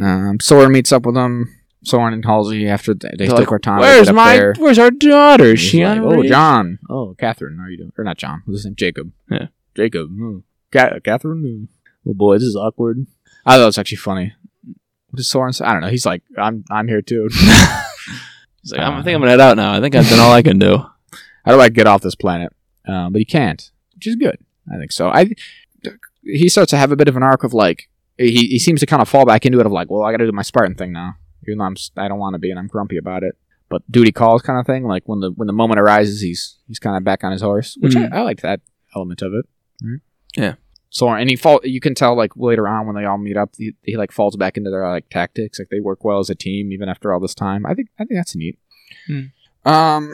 S2: Um, Soren meets up with him. Soren and Halsey after they, they
S1: They're
S2: took
S1: like,
S2: our time. to
S1: Where's
S2: get up
S1: my?
S2: there."
S1: Where's our daughter? Is
S2: He's
S1: she
S2: like,
S1: on?
S2: Oh,
S1: already?"
S2: John. Oh, Catherine. How you doing? Or not John. What's his name? Jacob.
S1: Yeah.
S2: Jacob. Hmm. Ca- Catherine. hmm. Oh boy, this is awkward. I thought it was actually funny. What does Soren say? I don't know. He's like, I'm I'm here too.
S1: He's like, I'm, I think I'm gonna head out now. I think I've done all I can do.
S2: How do I get off this planet? Um, but he can't, which is good. I think so. I he starts to have a bit of an arc of like he, he seems to kind of fall back into it of like, well, I got to do my Spartan thing now, even though I'm s- I don't want to be and I'm grumpy about it. But duty calls kind of thing. Like when the when the moment arises, he's he's kind of back on his horse, which I, I liked that element of it. Right?
S1: Yeah.
S2: So and he fall. You can tell like later on when they all meet up, he, he like falls back into their like tactics. Like they work well as a team even after all this time. I think I think that's neat. Um.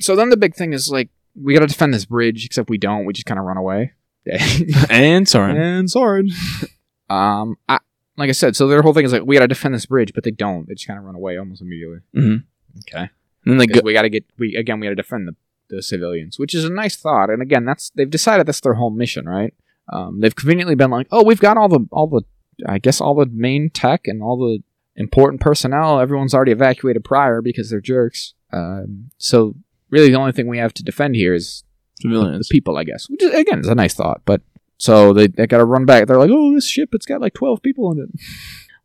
S2: So then the big thing is like we got to defend this bridge, except we don't. We just kind of run away.
S1: And Soren.
S2: and sword. um, I, like I said, so their whole thing is like we got to defend this bridge, but they don't. They just kind of run away almost immediately.
S1: Mhm.
S2: Okay.
S1: And then they
S2: 'Cause
S1: go.
S2: we got to get we again. We got to defend the, the civilians, which is a nice thought. And again, that's they've decided that's their whole mission, right? Um, they've conveniently been like, oh, we've got all the all the I guess all the main tech and all the important personnel. Everyone's already evacuated prior because they're jerks. Um, so really, the only thing we have to defend here is the
S1: Civilians.
S2: people, I guess. Which is, again is a nice thought, but so they, they got to run back. They're like, oh, this ship, it's got like twelve people in it.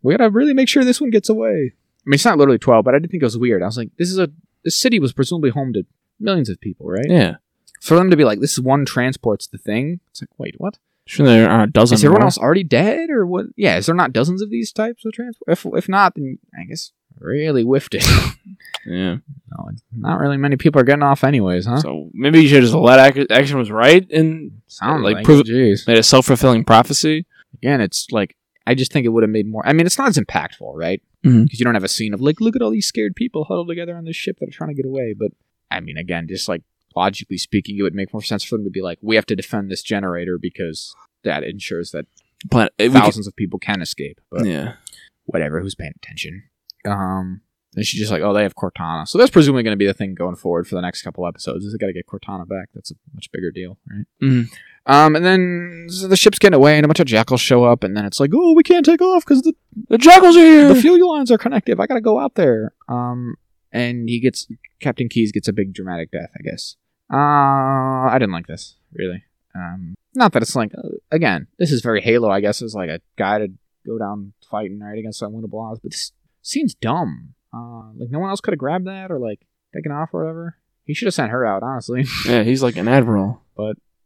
S2: We got to really make sure this one gets away. I mean, it's not literally twelve, but I did think it was weird. I was like, this is a this city was presumably home to millions of people, right?
S1: Yeah.
S2: For them to be like, this is one transport's the thing. It's like, wait, what?
S1: Sure, there are a dozen.
S2: Is everyone
S1: more.
S2: else already dead or what? Yeah, is there not dozens of these types of transport? If if not, then I guess really whiffed it.
S1: Yeah.
S2: no, not really many people are getting off anyways, huh?
S1: So maybe you should just let ac- action was right and
S2: Sounds
S1: like
S2: like,
S1: prove-
S2: jeez.
S1: made a self fulfilling prophecy.
S2: again, it's like I just think it would have made more. I mean, it's not as impactful, right? Because
S1: Mhm.
S2: you don't have a scene of like, look at all these scared people huddled together on this ship that are trying to get away. But I mean, again, just like logically speaking, it would make more sense for them to be like, we have to defend this generator because that ensures that
S1: Planet. we could-
S2: thousands of people can escape. But
S1: yeah.
S2: whatever, who's paying attention? Um, and she's just like, oh, they have Cortana, so that's presumably going to be the thing going forward for the next couple episodes. Is they got to get Cortana back? That's a much bigger deal, right?
S1: Mhm.
S2: Um, and then so the ship's getting away, and a bunch of jackals show up, and then it's like, oh, we can't take off because the,
S1: The jackals are here.
S2: the fuel lines are connective. I gotta go out there. Um, and he gets Captain Keys gets a big dramatic death, I guess. Uh, I didn't like this really. Um, not that it's like uh, again, this is very Halo, I guess. It's like a guy to go down fighting right against unwinnable odds, but this seems dumb. Uh, like no one else could have grabbed that or like taken off or whatever. He should have sent her out, honestly.
S1: yeah, he's like an admiral.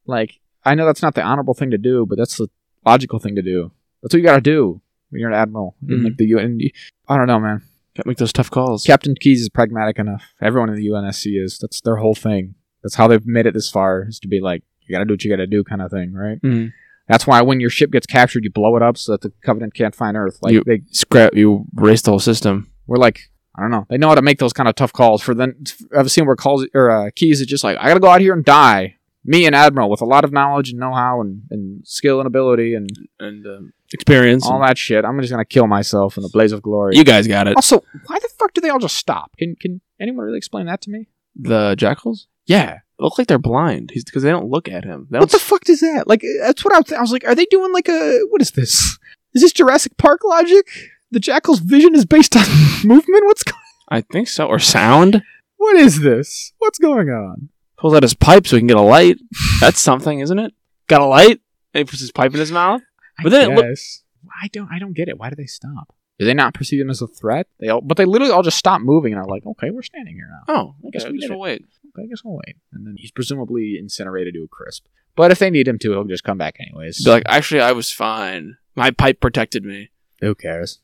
S2: Like, I know that's not the honorable thing to do, but that's the logical thing to do. That's what you gotta do when you're an admiral. in, Like the UN, I don't know, man.
S1: Got to make those tough calls.
S2: Captain Keys is pragmatic enough. Everyone in the UNSC is. That's their whole thing. That's how they've made it this far is to be like, you gotta do what you gotta do, kind of thing, right?
S1: Mhm.
S2: That's why when your ship gets captured, you blow it up so that the Covenant can't find Earth. Like
S1: You-
S2: they,
S1: Scrap. You race the whole system.
S2: we're like, I don't know. They know how to make those kind of tough calls. For then, I've seen where calls or uh, Keys is just like, I gotta go out here and die. Me and Admiral with a lot of knowledge and know-how and, and skill and ability and
S1: And um, experience.
S2: all that shit. I'm just gonna kill myself in the blaze of glory.
S1: You guys got it.
S2: also, why the fuck do they all just stop? Can can anyone really explain that to me?
S1: The jackals? Yeah. Look like they're blind. He's because they don't look at him. They
S2: What
S1: don't
S2: the fuck is that? Like that's what I was, I was like. Are they doing like a what is this? Is this Jurassic Park logic? The jackal's vision is based on movement. What's go-
S1: I think so. Or sound.
S2: what is this? What's going on?
S1: Pulls out his pipe so he can get a light. That's something, isn't it? Got a light? And he puts his pipe in his mouth. But then it look-
S2: looks. I don't. I don't get it. Why do they stop? Do they not perceive him as a threat? They all, but they literally all just stop moving and are like, okay, we're standing here now.
S1: Oh, I
S2: guess we did it.
S1: wait.
S2: I guess I'll wait. And then he's presumably incinerated to a crisp. But if they need him to, he'll just come back anyways.
S1: Be like, actually, I was fine. My pipe protected me.
S2: who cares?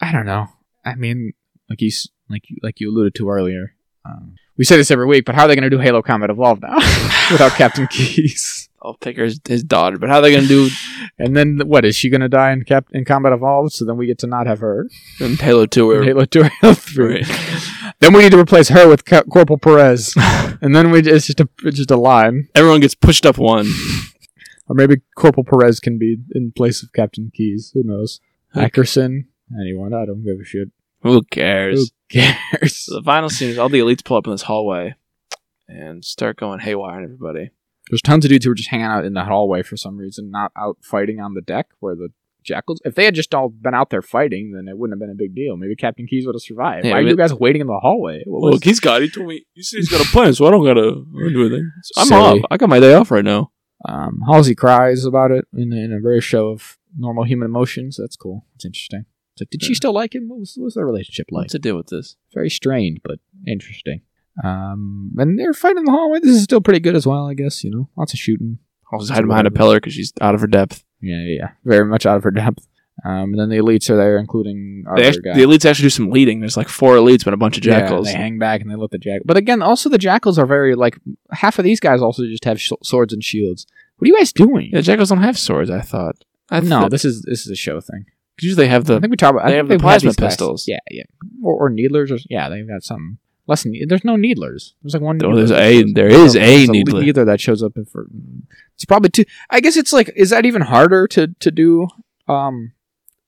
S2: I don't know. I mean, like you, s- like you, like you alluded to earlier. Um, we say this every week, but how are they going to do Halo Combat Evolved now without Captain Keys?
S1: I'll pick her his, his daughter. But how are they gonna do
S2: And then what is she gonna die in Cap in Combat Evolved? So then we get to not have her.
S1: in Halo Two?
S2: in
S1: Where,
S2: Halo Two or Halo Three. Then we need to replace her with Ca- Corporal Perez, and then we it's just a it's just a line,
S1: everyone gets pushed up one.
S2: or maybe Corporal Perez can be in place of Captain Keys. Who knows?
S1: Okay.
S2: Ackerson, anyone? I don't give a shit.
S1: Who
S2: Who
S1: cares?
S2: cares?
S1: So the final scene is all the elites pull up in this hallway and start going haywire on everybody.
S2: There's tons of dudes who were just hanging out in the hallway for some reason, not out fighting on the deck where the jackals. If they had just all been out there fighting, then it wouldn't have been a big deal. Maybe Captain Keys would have survived.
S1: Yeah,
S2: Why are
S1: but-
S2: you guys waiting in the hallway? What was-
S1: he's got. He told me. You said he's got a plan, so I don't gotta do anything.
S2: I'm off.
S1: I got my day off right now.
S2: Um, Halsey cries about it in, in a very show of normal human emotions. That's cool. It's interesting. It's like, did she
S1: Yeah.
S2: still like him? What was, what was their relationship like?
S1: What's to do with this?
S2: very strained, but interesting. Um, and they're fighting in the hallway. This is still pretty good as well, I guess. You know, lots of shooting.
S1: I'll hide behind a pillar because she's out of her depth.
S2: Yeah, yeah, yeah. very much out of her depth. Um, and then the elites are there, including our
S1: They
S2: other
S1: act-
S2: guy.
S1: the elites actually do some leading. There's like four elites, but a bunch of
S2: Yeah,
S1: jackals.
S2: they hang back and they let the jackal. But again, also the jackals are very like half of these guys also just have sh- swords and shields. What are you guys doing?
S1: Yeah, jackals don't have swords. I thought. I
S2: no,
S1: thought-
S2: this is this is a show thing.
S1: usually they have
S2: I
S1: the
S2: think we talk about. I
S1: they
S2: think
S1: have the
S2: we've had
S1: plasma
S2: these classes.
S1: pistols.
S2: Yeah, yeah, or, or needlers. Or, yeah, they've got some less. Ne- there's no needlers. There's like one.
S1: Oh,
S2: needler
S1: there's
S2: that
S1: a-
S2: shows-
S1: there is a
S2: there's
S1: needler.
S2: needler that shows up. If it's probably too. I guess it's like. Is that even harder to to do? Um,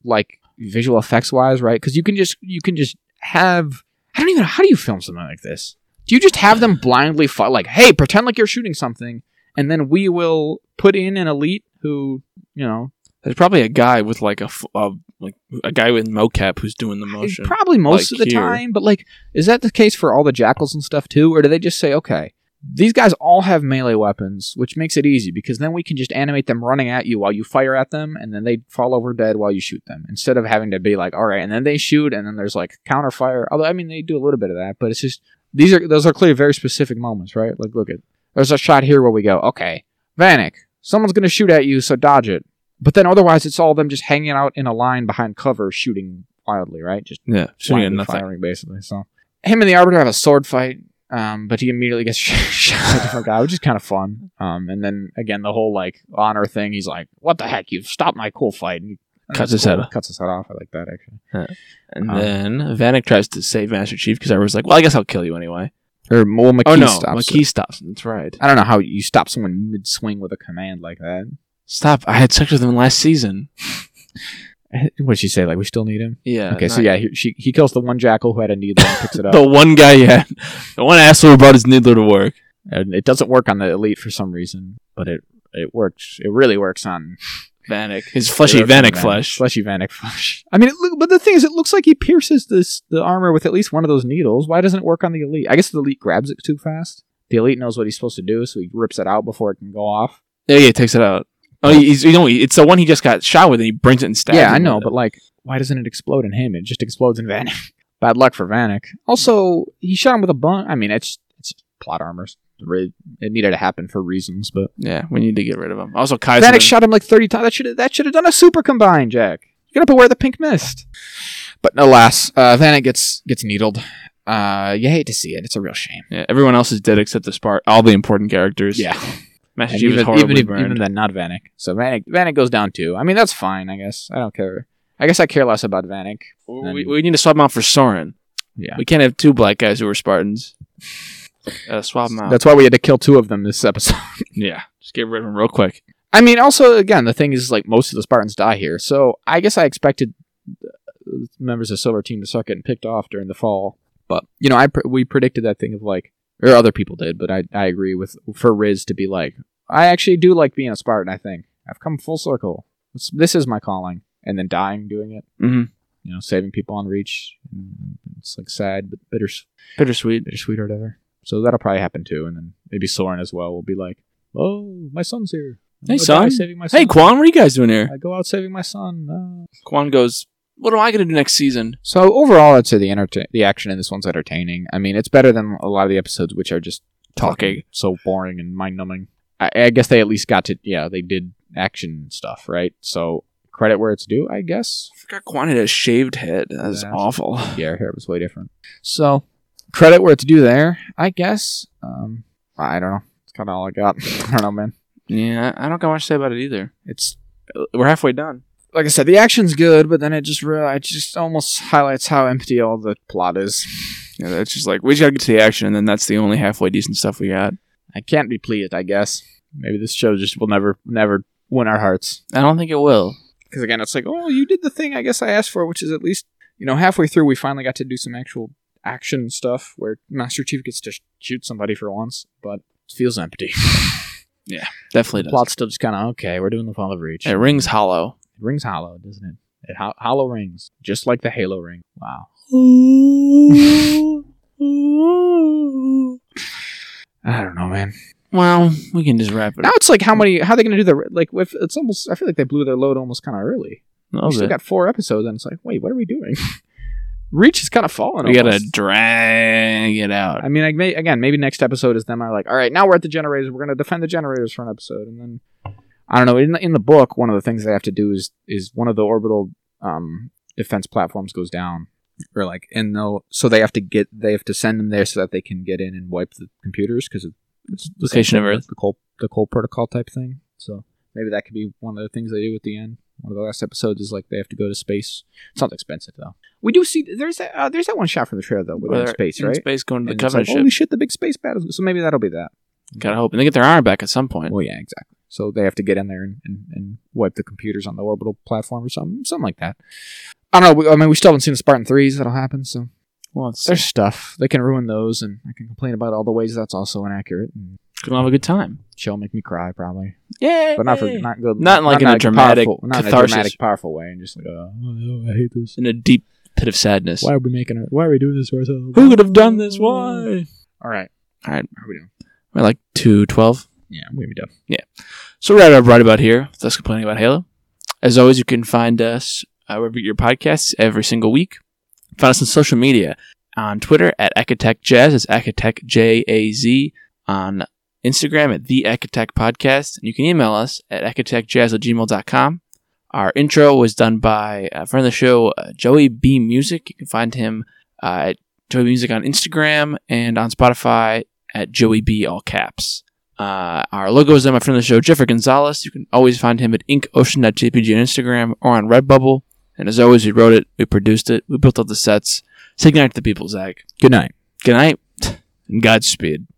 S2: like visual effects wise, right? Because you can just you can just have. I don't even know how do you film something like this. Do you just have them blindly fight? Like, hey, pretend like you're shooting something, and then we will put in an elite who you know
S1: there's probably a guy with like a f- uh, like a guy with mocap who's doing the motion.
S2: Probably most
S1: like,
S2: of the
S1: here.
S2: time, but like, is that the case for all the jackals and stuff too, or do they just say, okay, these guys all have melee weapons, which makes it easy because then we can just animate them running at you while you fire at them, and then they fall over dead while you shoot them, instead of having to be like, all right, and then they shoot, and then there's like counter fire. Although I mean, they do a little bit of that, but it's just these are those are clearly very specific moments, right? Like, look at there's a shot here where we go, okay, Vanek, someone's gonna shoot at you, so dodge it. But then otherwise, it's all them just hanging out in a line behind cover, shooting wildly, right? Just
S1: yeah, shooting at
S2: blindly
S1: nothing.
S2: firing, basically. So him and the Arbiter have a sword fight, um, but he immediately gets shot by a different guy, which is kind of fun. Um, and then again, the whole like honor thing. He's like, "What the heck? You've stopped my cool fight." And he and
S1: Cuts
S2: that's
S1: his head off.
S2: Cuts his head off. I like that actually.
S1: And
S2: Um,
S1: then Vanek tries to save Master Chief because I was like, well, I guess I'll kill you anyway.
S2: Or well, McKee
S1: oh no,
S2: stops.
S1: McKee stops. him. That's right.
S2: I don't know how you stop someone mid swing with a command like that.
S1: Stop! I had sex with him last season.
S2: What'd she say? Like we still need him.
S1: Yeah.
S2: okay, so
S1: not-
S2: yeah, he, she, he kills the one jackal who had a needle and picks it up.
S1: the one guy you had, the one asshole who brought his needler to work.
S2: and it doesn't work on the elite for some reason, but it it works. It really works on
S1: Vanek, his fleshy
S2: They're up
S1: Vanek
S2: to
S1: flesh.
S2: Fleshy Vanek flesh. I mean, it look, but the thing is, it looks like he pierces this the armor with at least one of those needles. Why doesn't it work on the elite? I guess the elite grabs it too fast. The elite knows what he's supposed to do, so he rips it out before it can go off.
S1: Yeah, yeah, takes it out. Oh, he's you know it's the one he just got shot with, and he brings it and stabs.
S2: yeah, I
S1: him
S2: know,
S1: with
S2: but like, why doesn't it explode in him? It just explodes in Vanek. Bad luck for Vanek. Also, he shot him with a bun. I mean, it's it's plot armors. Really, it needed to happen for reasons, but
S1: it. yeah, we need to get rid of him. Also,
S2: Vanek
S1: Kaiser.
S2: shot him like thirty times. That should that should have done a super combine, Jack. You're gonna wear the pink mist. But alas, uh, Vanek gets gets needled. Uh, you hate to see it. It's a real shame.
S1: yeah, everyone else is dead except the Spart. All the important characters.
S2: Yeah,
S1: Master
S2: And
S1: Chief is
S2: even,
S1: horribly
S2: even, if-
S1: burned.
S2: even then, not Vanek. So Vanek Vanek goes down too. I mean, that's fine. I guess I don't care. I guess I care less about Vanek.
S1: we, we need to swap him out for Soren.
S2: Yeah,
S1: We can't have two black guys who are Spartans. Uh, swap him out.
S2: that's why we had to kill two of them this episode.
S1: yeah, just get rid of him real quick.
S2: I mean, also again, the thing is like most of the Spartans die here, so I guess I expected uh, members of Silver Team to suck it and picked off during the fall. But you know, I pr- we predicted that thing of like, or other people did, but I I agree with for Riz to be like, I actually do like being a Spartan. I think I've come full circle. This, this is my calling, and then dying doing it.
S1: Mhm.
S2: You know, saving people on reach. It's like sad but bitters-
S1: Bittersweet.
S2: bittersweet or whatever. So that'll probably happen too, and then maybe Soren as well will be like, oh, my son's here.
S1: Hey,
S2: I'm gonna die
S1: son.
S2: saving my
S1: Hey, Quan, what are you guys doing here?
S2: I go out saving my son. uh.
S1: Quan goes, What am I going to do next season?
S2: So overall, I'd say the entertain the action in this one's entertaining. I mean, it's better than a lot of the episodes which are just
S1: Talking.
S2: so boring and mind numbing. I, I guess they at least got to yeah they did action stuff right. So credit where it's due, I guess.
S1: I forgot Quan had a shaved head. That was
S2: Yeah.
S1: awful.
S2: Yeah, her hair was way different. So credit where it's due there, I guess. Um, I don't know. It's kind of all I got. I don't know, man.
S1: Yeah, I I don't got much to say about it either. It's we're halfway done.
S2: Like I said, the action's good, but then it just real, it just almost highlights how empty all the plot is.
S1: Yeah, that's just like we just gotta get to the action, and then that's the only halfway decent stuff we got.
S2: I can't be pleased, I guess. Maybe this show just will never, never win our hearts.
S1: I don't think it will.
S2: Because again, it's like, oh, you did the thing I guess I asked for, which is at least, you know, halfway through we finally got to do some actual action stuff where Master Chief gets to sh- shoot somebody for once, but it feels empty.
S1: Definitely does.
S2: plot still just kind of, okay, we're doing the Fall of Reach.
S1: It rings hollow.
S2: It rings hollow, doesn't it? It ho- hollow rings, just like the Halo ring. Wow. I don't know, man.
S1: Well, we can just wrap it
S2: Now
S1: up.
S2: it's like how many? How are they going to do the like? If it's almost. I feel like they blew their load almost kind of early.
S1: That
S2: We
S1: was
S2: still
S1: it.
S2: got four episodes, and it's like, wait, what are we doing? Reach is kind of falling.
S1: We gotta
S2: almost.
S1: drag it out.
S2: I mean, I may, again, maybe next episode is them are like, all right, now we're at the generators. We're gonna defend the generators for an episode, and then I don't know. In the, in the book, one of the things they have to do is is one of the orbital um, defense platforms goes down, or like, and they'll so they have to get they have to send them there so that they can get in and wipe the computers because it's the same
S1: Location of
S2: thing with
S1: Earth.
S2: the cold the cold protocol type thing. So maybe that could be one of the things they do at the end. One of the last episodes is like they have to go to space. It sounds expensive though. We do see there's that uh, there's that one shot from the trailer though where they're in
S1: They're
S2: space, right?
S1: space going to
S2: And
S1: the
S2: it's
S1: Covenant
S2: like,
S1: ship.
S2: Holy shit, the big space battle. So maybe that'll be that.
S1: Gotta hope. And they get their iron back at some point.
S2: Well, yeah, exactly. So they have to get in there and, and, and wipe the computers on the orbital platform or something, something like that. I don't know. We, I mean, we still haven't seen the Spartan threes. That'll happen. So
S1: Well, it's,
S2: there's stuff they can ruin those, and I can complain about all the ways that's also inaccurate, and
S1: gonna have a good time.
S2: she'll make me cry probably,
S1: Yeah,
S2: but not for not good,
S1: Not in, like, in a dramatic
S2: powerful, not in a
S1: catharsis.
S2: dramatic, powerful way, and just like, oh, I hate this.
S1: in a deep pit of sadness.
S2: Why are we making it? Why are we doing this to ourselves?
S1: Who could have done this? Why?
S2: All right,
S1: All right,
S2: how are we doing?
S1: we're like two twelve.
S2: Yeah, we're gonna be done.
S1: So right up right about here with us complaining about Halo. As always, you can find us uh, wherever you get your podcasts every single week. Find us on social media on Twitter at Ecotech Jazz. It's Ecotech J A Z on Instagram at the Ecotech Podcast. And you can email us at ecotechjazz at gmail.com. Our intro was done by a friend of the show, uh, Joey B Music. You can find him uh, at Joey B Music on Instagram and on Spotify at Joey B all caps. Uh, our logo is done by friend of the show, Jeffrey Gonzalez. You can always find him at inkocean.jpg on Instagram or on Redbubble. And as always, we wrote it, we produced it, we built up the sets. Say goodnight to the people, Zach.
S2: Good night.
S1: Good night and Godspeed.